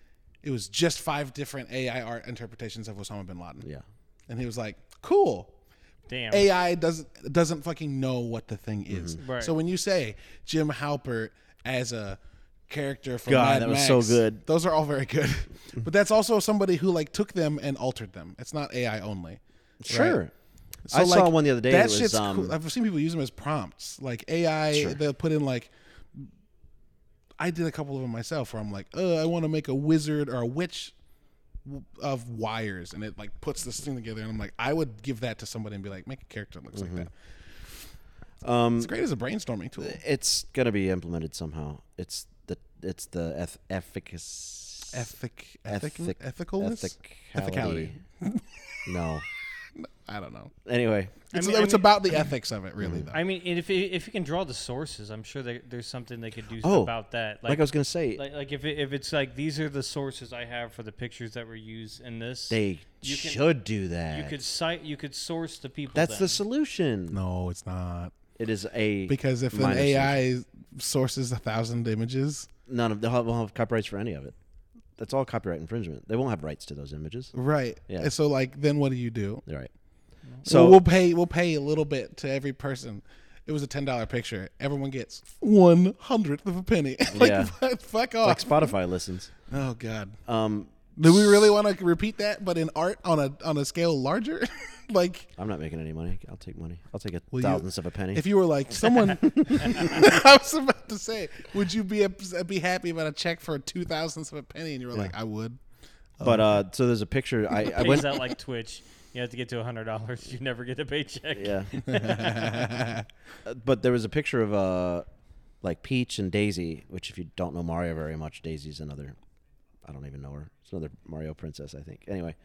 Speaker 1: it was just five different AI art interpretations of Osama bin Laden.
Speaker 3: Yeah.
Speaker 1: And he was like, "Cool,
Speaker 2: Damn.
Speaker 1: AI doesn't doesn't fucking know what the thing is.
Speaker 3: Mm-hmm.
Speaker 2: Right.
Speaker 1: So when you say Jim Halpert as a character from
Speaker 3: God,
Speaker 1: Mad
Speaker 3: that was
Speaker 1: Max,
Speaker 3: so good.
Speaker 1: Those are all very good, but that's also somebody who like took them and altered them. It's not AI only.
Speaker 3: Sure.
Speaker 1: Right?
Speaker 3: I saw one the other day.
Speaker 1: That
Speaker 3: it was,
Speaker 1: shit's
Speaker 3: um,
Speaker 1: cool. I've seen people use them as prompts. Like AI, they'll put in like. I did a couple of them myself where I'm like, uh, I want to make a wizard or a witch w- of wires, and it like puts this thing together, and I'm like, I would give that to somebody and be like, make a character that looks like that.
Speaker 3: Mm-hmm. Um, eh,
Speaker 1: it's great as a brainstorming tool.
Speaker 3: It's gonna be implemented somehow. It's the it's the eth- efficacy.
Speaker 1: Ethic, ethic,
Speaker 3: ethic,
Speaker 1: ethicalness,
Speaker 3: ethicality. no.
Speaker 1: I don't know.
Speaker 3: Anyway,
Speaker 1: It's,
Speaker 2: mean- I
Speaker 1: it's
Speaker 2: mean- mm-hmm.
Speaker 1: about the ethics of it, really. Though
Speaker 2: I mean, and if it, if you can draw the sources, I'm sure that there's something they could do
Speaker 3: Oh,
Speaker 2: about that.
Speaker 3: like
Speaker 2: Like
Speaker 3: I was gonna say,
Speaker 2: like, like if it, if it's like these are the sources I have for the pictures that were used in this,
Speaker 3: they
Speaker 2: you can-
Speaker 3: should do that.
Speaker 2: you could cite you could source the people.
Speaker 3: That's the
Speaker 2: then.
Speaker 3: solution.
Speaker 1: no, it's not
Speaker 3: It is a
Speaker 1: because if an
Speaker 3: minor solution.
Speaker 1: AI sources a thousand images,
Speaker 3: None of they'll have, will have copyrights for any of it. That's all copyright infringement. They won't have rights to those images.
Speaker 1: Right.
Speaker 3: Yeah.
Speaker 1: And So like then what do you do?
Speaker 3: They're right.
Speaker 1: So
Speaker 3: So
Speaker 1: we'll pay we'll pay a little bit to every person. It was a ten dollar picture. Everyone gets one hundredth of a penny. like
Speaker 3: Yeah.
Speaker 1: fuck, fuck off.
Speaker 3: like Spotify listens.
Speaker 1: oh God.
Speaker 3: Um,
Speaker 1: Do we really want to repeat that, but in art on a on a scale larger? like
Speaker 3: I'm not making any money. I'll take money. I'll take a
Speaker 1: you-
Speaker 3: thousandth of a penny.
Speaker 1: if you were like someone, I was about to say, would you be ups- be happy about a check for two thousandths of a penny? And you were like, I would.
Speaker 3: but
Speaker 1: Oh,
Speaker 3: uh, so there's a picture. I, I
Speaker 2: Pays
Speaker 3: went.
Speaker 2: out like Twitch. You have to get to hundred dollars. You never get a paycheck.
Speaker 3: Yeah. Uh, but there was a picture of uh, like Peach and Daisy, which if you don't know Mario very much, Daisy's another. I don't even know her. It's another Mario princess, I think. Anyway,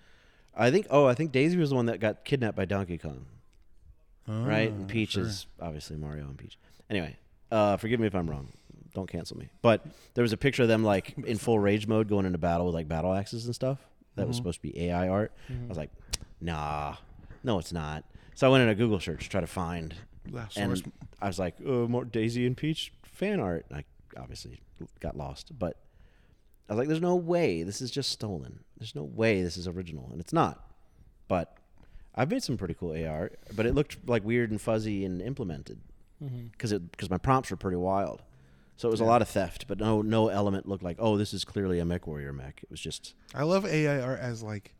Speaker 3: I think. Oh, I think Daisy was the one that got kidnapped by Donkey Kong. right? And Peach is obviously Mario and Peach. Anyway, uh, forgive me if I'm wrong. Don't cancel me. But there was a picture of them like in full rage mode going into battle with like battle axes and stuff. That was supposed to be AI art. I was like, nah, no, it's not. So I went in a Google search to try to find,
Speaker 1: Wow, source-
Speaker 3: and I was like, uh, more Daisy and Peach fan art. I obviously got lost, but I was like, there's no way this is just stolen. There's no way this is original, and it's not. But I've made some pretty cool AR, but it looked like weird and fuzzy and implemented
Speaker 1: Mm-hmm.
Speaker 3: because it because my prompts were pretty wild. So it was a lot of theft, but no no element looked like oh this is clearly a mech warrior mech. It was just
Speaker 1: I love AI art as like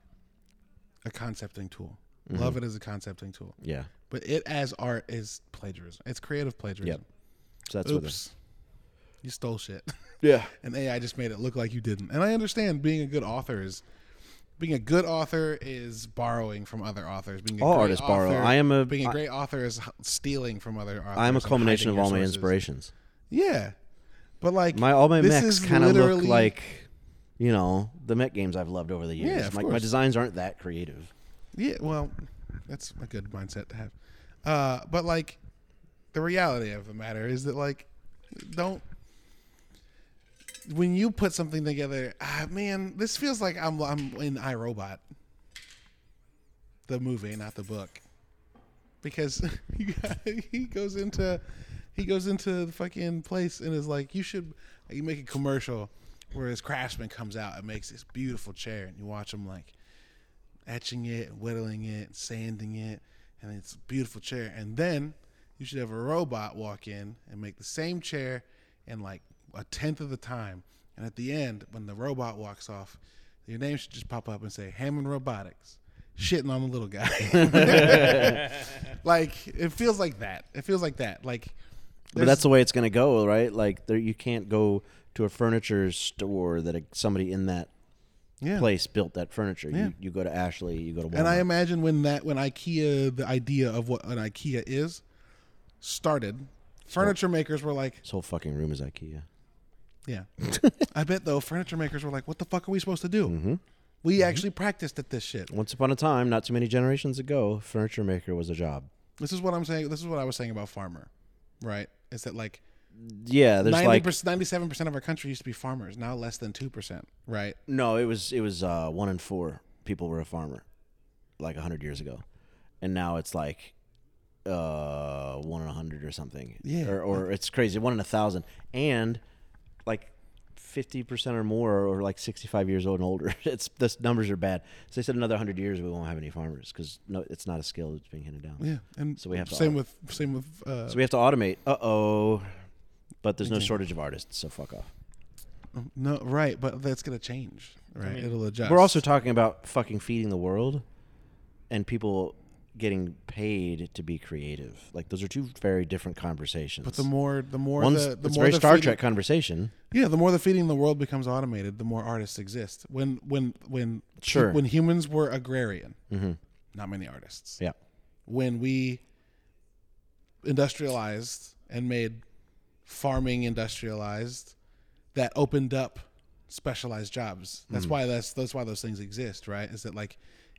Speaker 1: a concepting tool.
Speaker 3: Mm-hmm.
Speaker 1: Love it as a concepting tool.
Speaker 3: yeah.
Speaker 1: But it as art is plagiarism. It's creative plagiarism.
Speaker 3: So that's
Speaker 1: Oops. You stole shit.
Speaker 3: what yeah
Speaker 1: and AI just made it look like you didn't. And I understand being a good author is being a good author is borrowing from other authors. Being a
Speaker 3: All
Speaker 1: great
Speaker 3: artists borrow.
Speaker 1: author-
Speaker 3: I am a-
Speaker 1: being a
Speaker 3: I-
Speaker 1: great author is h- stealing from other authors.
Speaker 3: I'm a
Speaker 1: and
Speaker 3: culmination of
Speaker 1: hiding
Speaker 3: all
Speaker 1: your
Speaker 3: my
Speaker 1: sources.
Speaker 3: inspirations.
Speaker 1: Yeah. But like
Speaker 3: My all my
Speaker 1: this
Speaker 3: mechs
Speaker 1: is
Speaker 3: kind of look
Speaker 1: literally-
Speaker 3: like you know the mech games I've loved over the years.
Speaker 1: of
Speaker 3: my, my
Speaker 1: course.
Speaker 3: designs aren't that creative.
Speaker 1: Yeah, well, that's a good mindset to have. Uh, but like, the reality of the matter is that like, don't. When you put something together, ah, man, this feels like I'm I'm in iRobot, the movie, not the book, because he got- he goes into He goes into the fucking place and is like, "You should, you make a commercial where his craftsman comes out and makes this beautiful chair, and you watch him like etching it, whittling it, sanding it, and it's a beautiful chair. And then you should have a robot walk in and make the same chair in like a tenth of the time. And at the end, when the robot walks off, your name should just pop up and say Hammond Robotics, shitting on the little guy. like it feels like that. It feels like that. Like,
Speaker 3: But that's the way it's going to go, right? Like there, you can't go to a furniture store that a, somebody in that
Speaker 1: yeah.
Speaker 3: place built that furniture.
Speaker 1: Yeah.
Speaker 3: You, you go to Ashley, you go to Walmart.
Speaker 1: And I imagine when that when IKEA the idea of what an IKEA is started, furniture makers were like,
Speaker 3: this whole fucking room is IKEA.
Speaker 1: yeah. I bet though furniture makers were like, what the fuck are we supposed to do?
Speaker 3: Mm-hmm.
Speaker 1: We actually practiced at this shit.
Speaker 3: Once upon a time, not too many generations ago, furniture maker was a job.
Speaker 1: This is what I'm saying. This is what I was saying about farmer, right? Is that like
Speaker 3: Yeah, there's
Speaker 1: ninety
Speaker 3: like
Speaker 1: ninety-seven percent of our country used to be farmers, now less than two percent, right?
Speaker 3: no, it was it was uh, one in four people were a farmer, like hundred years ago, and now it's like uh, one in a hundred or something.
Speaker 1: Yeah.
Speaker 3: or, or it's crazy, one in a thousand, and like. 50% or more or like 65 years old and older it's this numbers are bad so they said another 100 years we won't have any farmers because no it's not a skill that's being handed down
Speaker 1: Yeah, and
Speaker 3: So we have to
Speaker 1: same
Speaker 3: au-
Speaker 1: with same with uh,
Speaker 3: So we have to automate. Uh oh. But there's no shortage of artists, so fuck off.
Speaker 1: no right, but that's gonna change, right?
Speaker 2: mean-
Speaker 1: It'll adjust.
Speaker 3: We're also talking about fucking feeding the world and people getting paid to be creative. Like those are two very different conversations.
Speaker 1: but the more the more
Speaker 3: One's,
Speaker 1: the, the
Speaker 3: it's
Speaker 1: more
Speaker 3: very
Speaker 1: the
Speaker 3: Star
Speaker 1: feeding-
Speaker 3: Trek conversation.
Speaker 1: Yeah, the more the feeding the world becomes automated, the more artists exist. When when when
Speaker 3: Sure. Mm-hmm.
Speaker 1: when humans were agrarian, not many artists.
Speaker 3: Yeah.
Speaker 1: When we industrialized and made farming industrialized, that opened up specialized jobs. That's
Speaker 3: Hmm.
Speaker 1: why that's that's why those things exist, right? Is that like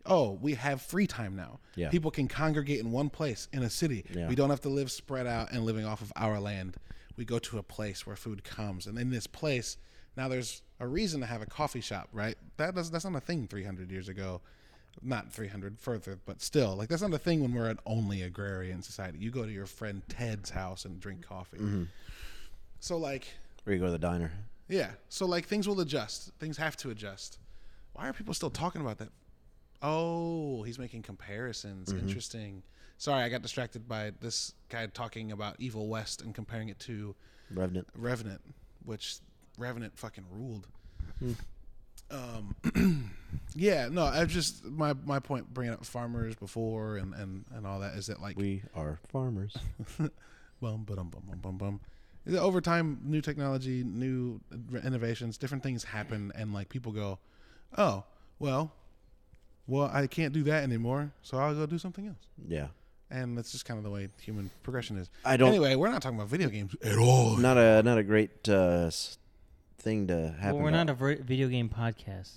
Speaker 1: oh, we have free time now.
Speaker 3: Yeah.
Speaker 1: People can congregate in one place in a city.
Speaker 3: Yeah.
Speaker 1: We don't have to live spread out and living off of our land. We go to a place where food comes and in this place now there's a reason to have a coffee shop, right? That does, that's not a thing 300 years ago. Not 300 further, but still, like that's not a thing when we're an only agrarian society. You go to your friend Ted's house and drink coffee.
Speaker 3: Mm-hmm.
Speaker 1: So like
Speaker 3: Where you go to the diner.
Speaker 1: yeah. So like things will adjust. Things have to adjust. Why are people still talking about that? Oh, he's making comparisons. Interesting. Sorry, I got distracted by this guy talking about Evil West and comparing it to
Speaker 3: Revenant.
Speaker 1: Revenant, which Revenant fucking ruled. Um, yeah, no, I just my my point bringing up farmers before and and and all that is that like
Speaker 3: We are farmers.
Speaker 1: bum bum bum bum bum bum. Is that Over time, new technology, new innovations, different things happen, and like people go, "Oh, well, well, I can't do that anymore, so I'll go do something else."
Speaker 3: Yeah.
Speaker 1: And that's just kind of the way human progression is.
Speaker 3: I don't-
Speaker 1: Anyway, we're not talking about video games at all.
Speaker 3: Not a not a great uh, s- thing to happen.
Speaker 2: Well, we're not
Speaker 3: about
Speaker 2: a ver- video game podcast.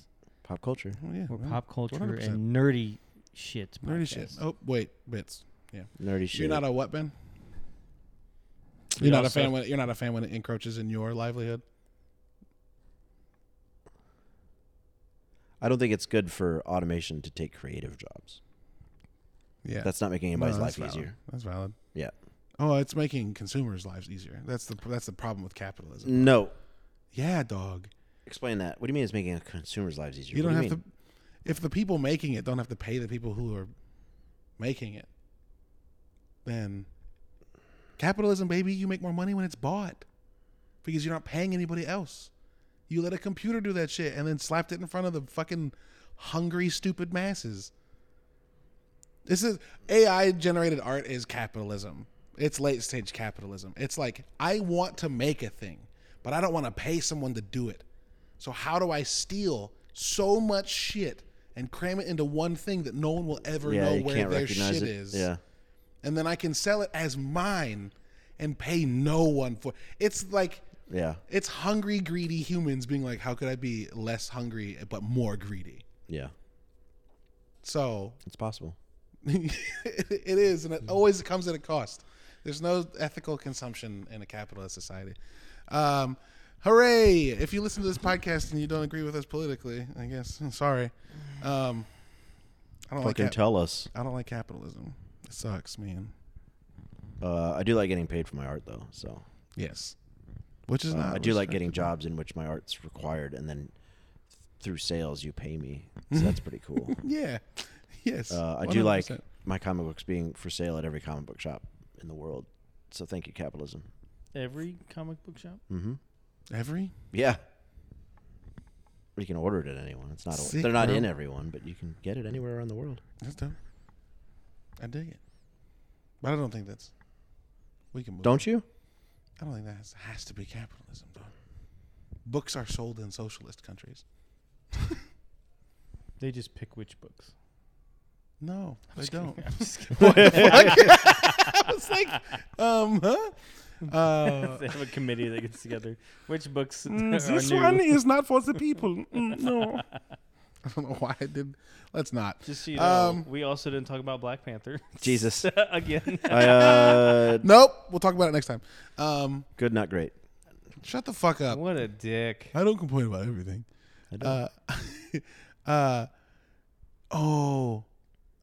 Speaker 3: pop culture.
Speaker 1: Oh, yeah,
Speaker 2: We're
Speaker 1: well,
Speaker 2: pop culture
Speaker 1: 100%.
Speaker 2: and nerdy shit.
Speaker 1: nerdy
Speaker 2: podcast.
Speaker 1: shit. Oh wait, bits.
Speaker 3: Nerdy shit.
Speaker 1: You're not a what, Ben?
Speaker 2: We
Speaker 1: You're not a
Speaker 2: also-
Speaker 1: fan when you're not a fan when it encroaches in your livelihood.
Speaker 3: I don't think it's good for automation to take creative jobs.
Speaker 1: Yeah,
Speaker 3: That's not making
Speaker 1: No,
Speaker 3: anybody's life
Speaker 1: that's valid.
Speaker 3: easier.
Speaker 1: That's valid.
Speaker 3: Yeah.
Speaker 1: Oh, it's making consumers' lives easier. That's the that's the problem with capitalism.
Speaker 3: No,
Speaker 1: Yeah, dog.
Speaker 3: Explain that. What do you mean it's making a consumer's lives easier?
Speaker 1: You
Speaker 3: What
Speaker 1: don't
Speaker 3: do
Speaker 1: have to.
Speaker 3: mean?
Speaker 1: If the people making it don't have to pay the people who are making it, then capitalism, baby, you make more money when it's bought because you're not paying anybody else. You let a computer do that shit and then slapped it in front of the fucking hungry, stupid masses. This is AI generated art is capitalism. It's late stage capitalism. It's like I want to make a thing, but I don't want to pay someone to do it. So how do I steal so much shit and cram it into one thing that no one will ever
Speaker 3: Yeah,
Speaker 1: know
Speaker 3: you
Speaker 1: where
Speaker 3: can't
Speaker 1: their
Speaker 3: recognize
Speaker 1: shit
Speaker 3: it.
Speaker 1: is?
Speaker 3: Yeah,
Speaker 1: And then I can sell it as mine and pay no one for It's like
Speaker 3: yeah,
Speaker 1: it's hungry, greedy humans being like, how could I be less hungry but more greedy?
Speaker 3: yeah.
Speaker 1: So
Speaker 3: It's possible.
Speaker 1: it is, and it always comes at a cost. There's no ethical consumption in a capitalist society. Um, hooray! If you listen to this podcast and you don't agree with us politically, I guess sorry. Um, I don't like
Speaker 3: Fucking
Speaker 1: cap-
Speaker 3: tell us.
Speaker 1: I don't like capitalism. It sucks, man.
Speaker 3: Uh, I do like getting paid for my art though, so
Speaker 1: Yes. Which is
Speaker 3: uh,
Speaker 1: not.
Speaker 3: I do like
Speaker 1: restricted.
Speaker 3: getting jobs in which my art's required, and then through sales you pay me, so that's pretty cool.
Speaker 1: Yeah. Yes.
Speaker 3: Uh, I do like
Speaker 1: 100%.
Speaker 3: my comic books being for sale at every comic book shop in the world. So thank you, capitalism.
Speaker 2: Every comic book shop.
Speaker 3: Mm-hmm.
Speaker 1: every.
Speaker 3: Yeah. You can order it at anyone. It's not. A,
Speaker 1: Sick,
Speaker 3: they're not
Speaker 1: bro.
Speaker 3: in everyone, but you can get it anywhere around the world.
Speaker 1: That's dope. I dig it. But I don't think that's. We can move.
Speaker 3: Don't you?
Speaker 1: I don't think that has, has to be capitalism, dog. Books are sold in socialist countries.
Speaker 2: They just pick which books.
Speaker 1: No, they don't.
Speaker 2: I'm just kidding.
Speaker 1: I was like, um, huh? Uh,
Speaker 2: they have a committee that gets together. Which books
Speaker 1: mm,
Speaker 2: are
Speaker 1: this
Speaker 2: new?
Speaker 1: one is not for the people. Mm, no. I don't know why I did. Let's not.
Speaker 2: Just so you know,
Speaker 1: Um,
Speaker 2: we also didn't talk about Black Panther
Speaker 3: Jesus.
Speaker 2: again.
Speaker 3: I, uh,
Speaker 1: Nope. We'll talk about it next time. Um,
Speaker 3: good, not great.
Speaker 1: shut the fuck up.
Speaker 2: what a dick!
Speaker 1: I don't complain about everything.
Speaker 3: I don't.
Speaker 1: Uh, uh, oh,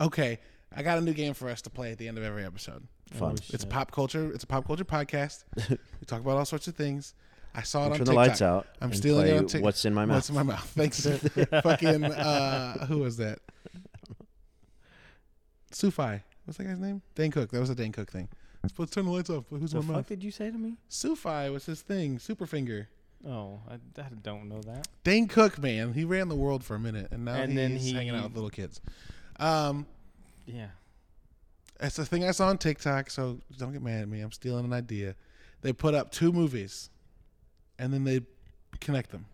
Speaker 1: okay. I got a new game for us to play at the end of every episode.
Speaker 3: Fun.
Speaker 1: It's pop culture. It's a pop culture podcast. we talk about all sorts of things. I saw it
Speaker 3: Turn
Speaker 1: on
Speaker 3: the
Speaker 1: TikTok.
Speaker 3: lights out.
Speaker 1: I'm
Speaker 3: and
Speaker 1: stealing
Speaker 3: play
Speaker 1: it on TikTok.
Speaker 3: What's in my mouth?
Speaker 1: What's in my mouth? Thanks. Fucking uh, who was that? Sufi. What's that guy's name? Dan Cook. That was a Dan Cook thing. Let's, let's turn the lights off. but Who's
Speaker 2: the
Speaker 1: in my
Speaker 2: fuck
Speaker 1: mouth?
Speaker 2: did you say to me?
Speaker 1: Sufi was his thing. Superfinger.
Speaker 2: Oh, I, I don't know that.
Speaker 1: Dane Cook, man, he ran the world for a minute, and now
Speaker 2: And
Speaker 1: he's
Speaker 2: then he-
Speaker 1: hanging out with little kids. Um,
Speaker 2: Yeah.
Speaker 1: it's a thing I saw on TikTok, so don't get mad at me. I'm stealing an idea. They put up two movies, and then they connect them.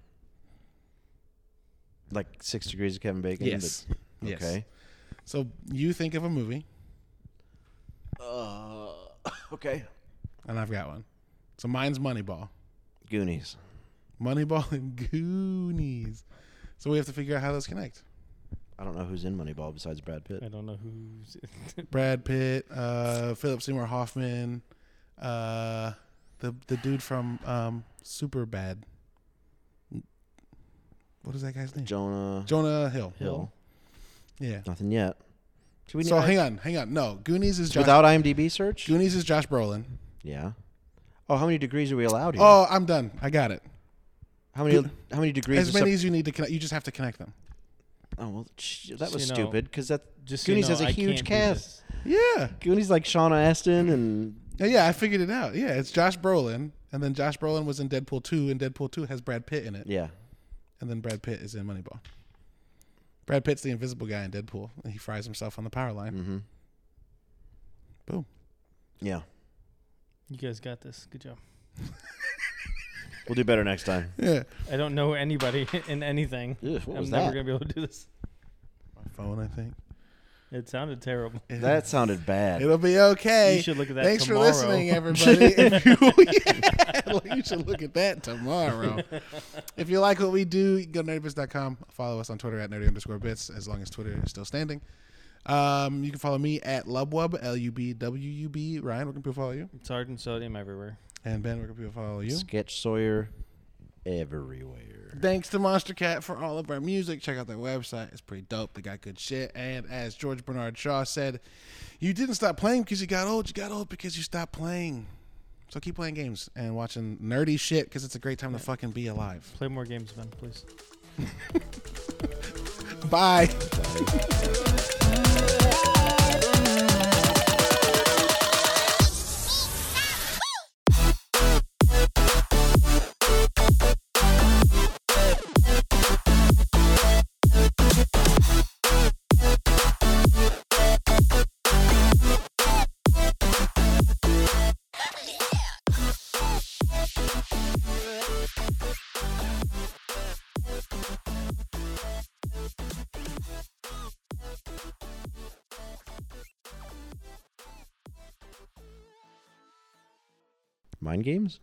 Speaker 3: Like six degrees of Kevin Bacon.
Speaker 1: Yes.
Speaker 3: But,
Speaker 1: Yes.
Speaker 3: okay.
Speaker 1: So you think of a movie,
Speaker 3: Uh, okay.
Speaker 1: and I've got one. So mine's Moneyball.
Speaker 3: Goonies.
Speaker 1: Moneyball and Goonies. So we have to figure out how those connect.
Speaker 3: I don't know who's in Moneyball besides Brad Pitt.
Speaker 2: I don't know who's.
Speaker 1: Brad Pitt, uh, Philip Seymour Hoffman, uh, the the dude from um, Super Bad. What is that guy's name?
Speaker 3: Jonah
Speaker 1: Jonah Hill.
Speaker 3: Hill.
Speaker 1: Yeah.
Speaker 3: Nothing yet. Do we
Speaker 1: So
Speaker 3: need
Speaker 1: hang on, hang on. No, Goonies is Josh.
Speaker 3: without IMDb search?
Speaker 1: Goonies is Josh Brolin.
Speaker 3: Yeah. Oh, how many degrees are we allowed here?
Speaker 1: Oh, I'm done. I got it.
Speaker 3: how many? How many degrees?
Speaker 1: As
Speaker 3: of
Speaker 1: many
Speaker 3: sep-
Speaker 1: as you need to connect. You just have to connect them.
Speaker 3: oh well, sh- that
Speaker 2: Just
Speaker 3: was
Speaker 2: so you know-
Speaker 3: stupid because that
Speaker 2: Just so you
Speaker 3: Goonies
Speaker 2: know,
Speaker 3: has a
Speaker 2: I
Speaker 3: huge
Speaker 2: can't do
Speaker 3: cast.
Speaker 2: this.
Speaker 1: Yeah.
Speaker 3: Goonies like Sean Astin and
Speaker 1: Yeah, Yeah, I figured it out. Yeah, it's Josh Brolin, and then Josh Brolin was in Deadpool 2, and Deadpool 2 has Brad Pitt in it,
Speaker 3: yeah.
Speaker 1: and then Brad Pitt is in Moneyball. Brad Pitt's the invisible guy in Deadpool, and he fries himself on the power line.
Speaker 3: Mm-hmm.
Speaker 1: Boom.
Speaker 3: Yeah,
Speaker 2: You guys got this. Good job.
Speaker 3: we'll do better next time.
Speaker 1: Yeah.
Speaker 2: I don't know anybody in anything.
Speaker 3: Ew, what
Speaker 2: I'm
Speaker 3: was
Speaker 2: never
Speaker 3: that?
Speaker 2: gonna be able to do this.
Speaker 1: My phone, I think.
Speaker 2: It sounded terrible.
Speaker 3: That sounded bad.
Speaker 1: It'll be okay.
Speaker 2: You should look at that
Speaker 1: Thanks for
Speaker 2: tomorrow.
Speaker 1: listening, everybody. if you, yeah, you should look at that tomorrow. if you like what we do, you can go to nerdybits.com. Follow us on Twitter at nerdy underscore bits, as long as Twitter is still standing. Um, you can follow me at Lubwub, L U B W U B. Ryan, where can people follow you?
Speaker 2: Sergeant sodium everywhere.
Speaker 1: And Ben, where can people follow you?
Speaker 3: Sketch Sawyer everywhere.
Speaker 1: Thanks to Monster Cat for all of our music. Check out their website. It's pretty dope. They got good shit. And as George Bernard Shaw said, you didn't stop playing because you got old. You got old because you stopped playing. So keep playing games and watching nerdy shit because it's a great time to fucking be alive.
Speaker 2: Play more games, Ben, please.
Speaker 1: Bye.
Speaker 3: Mind games?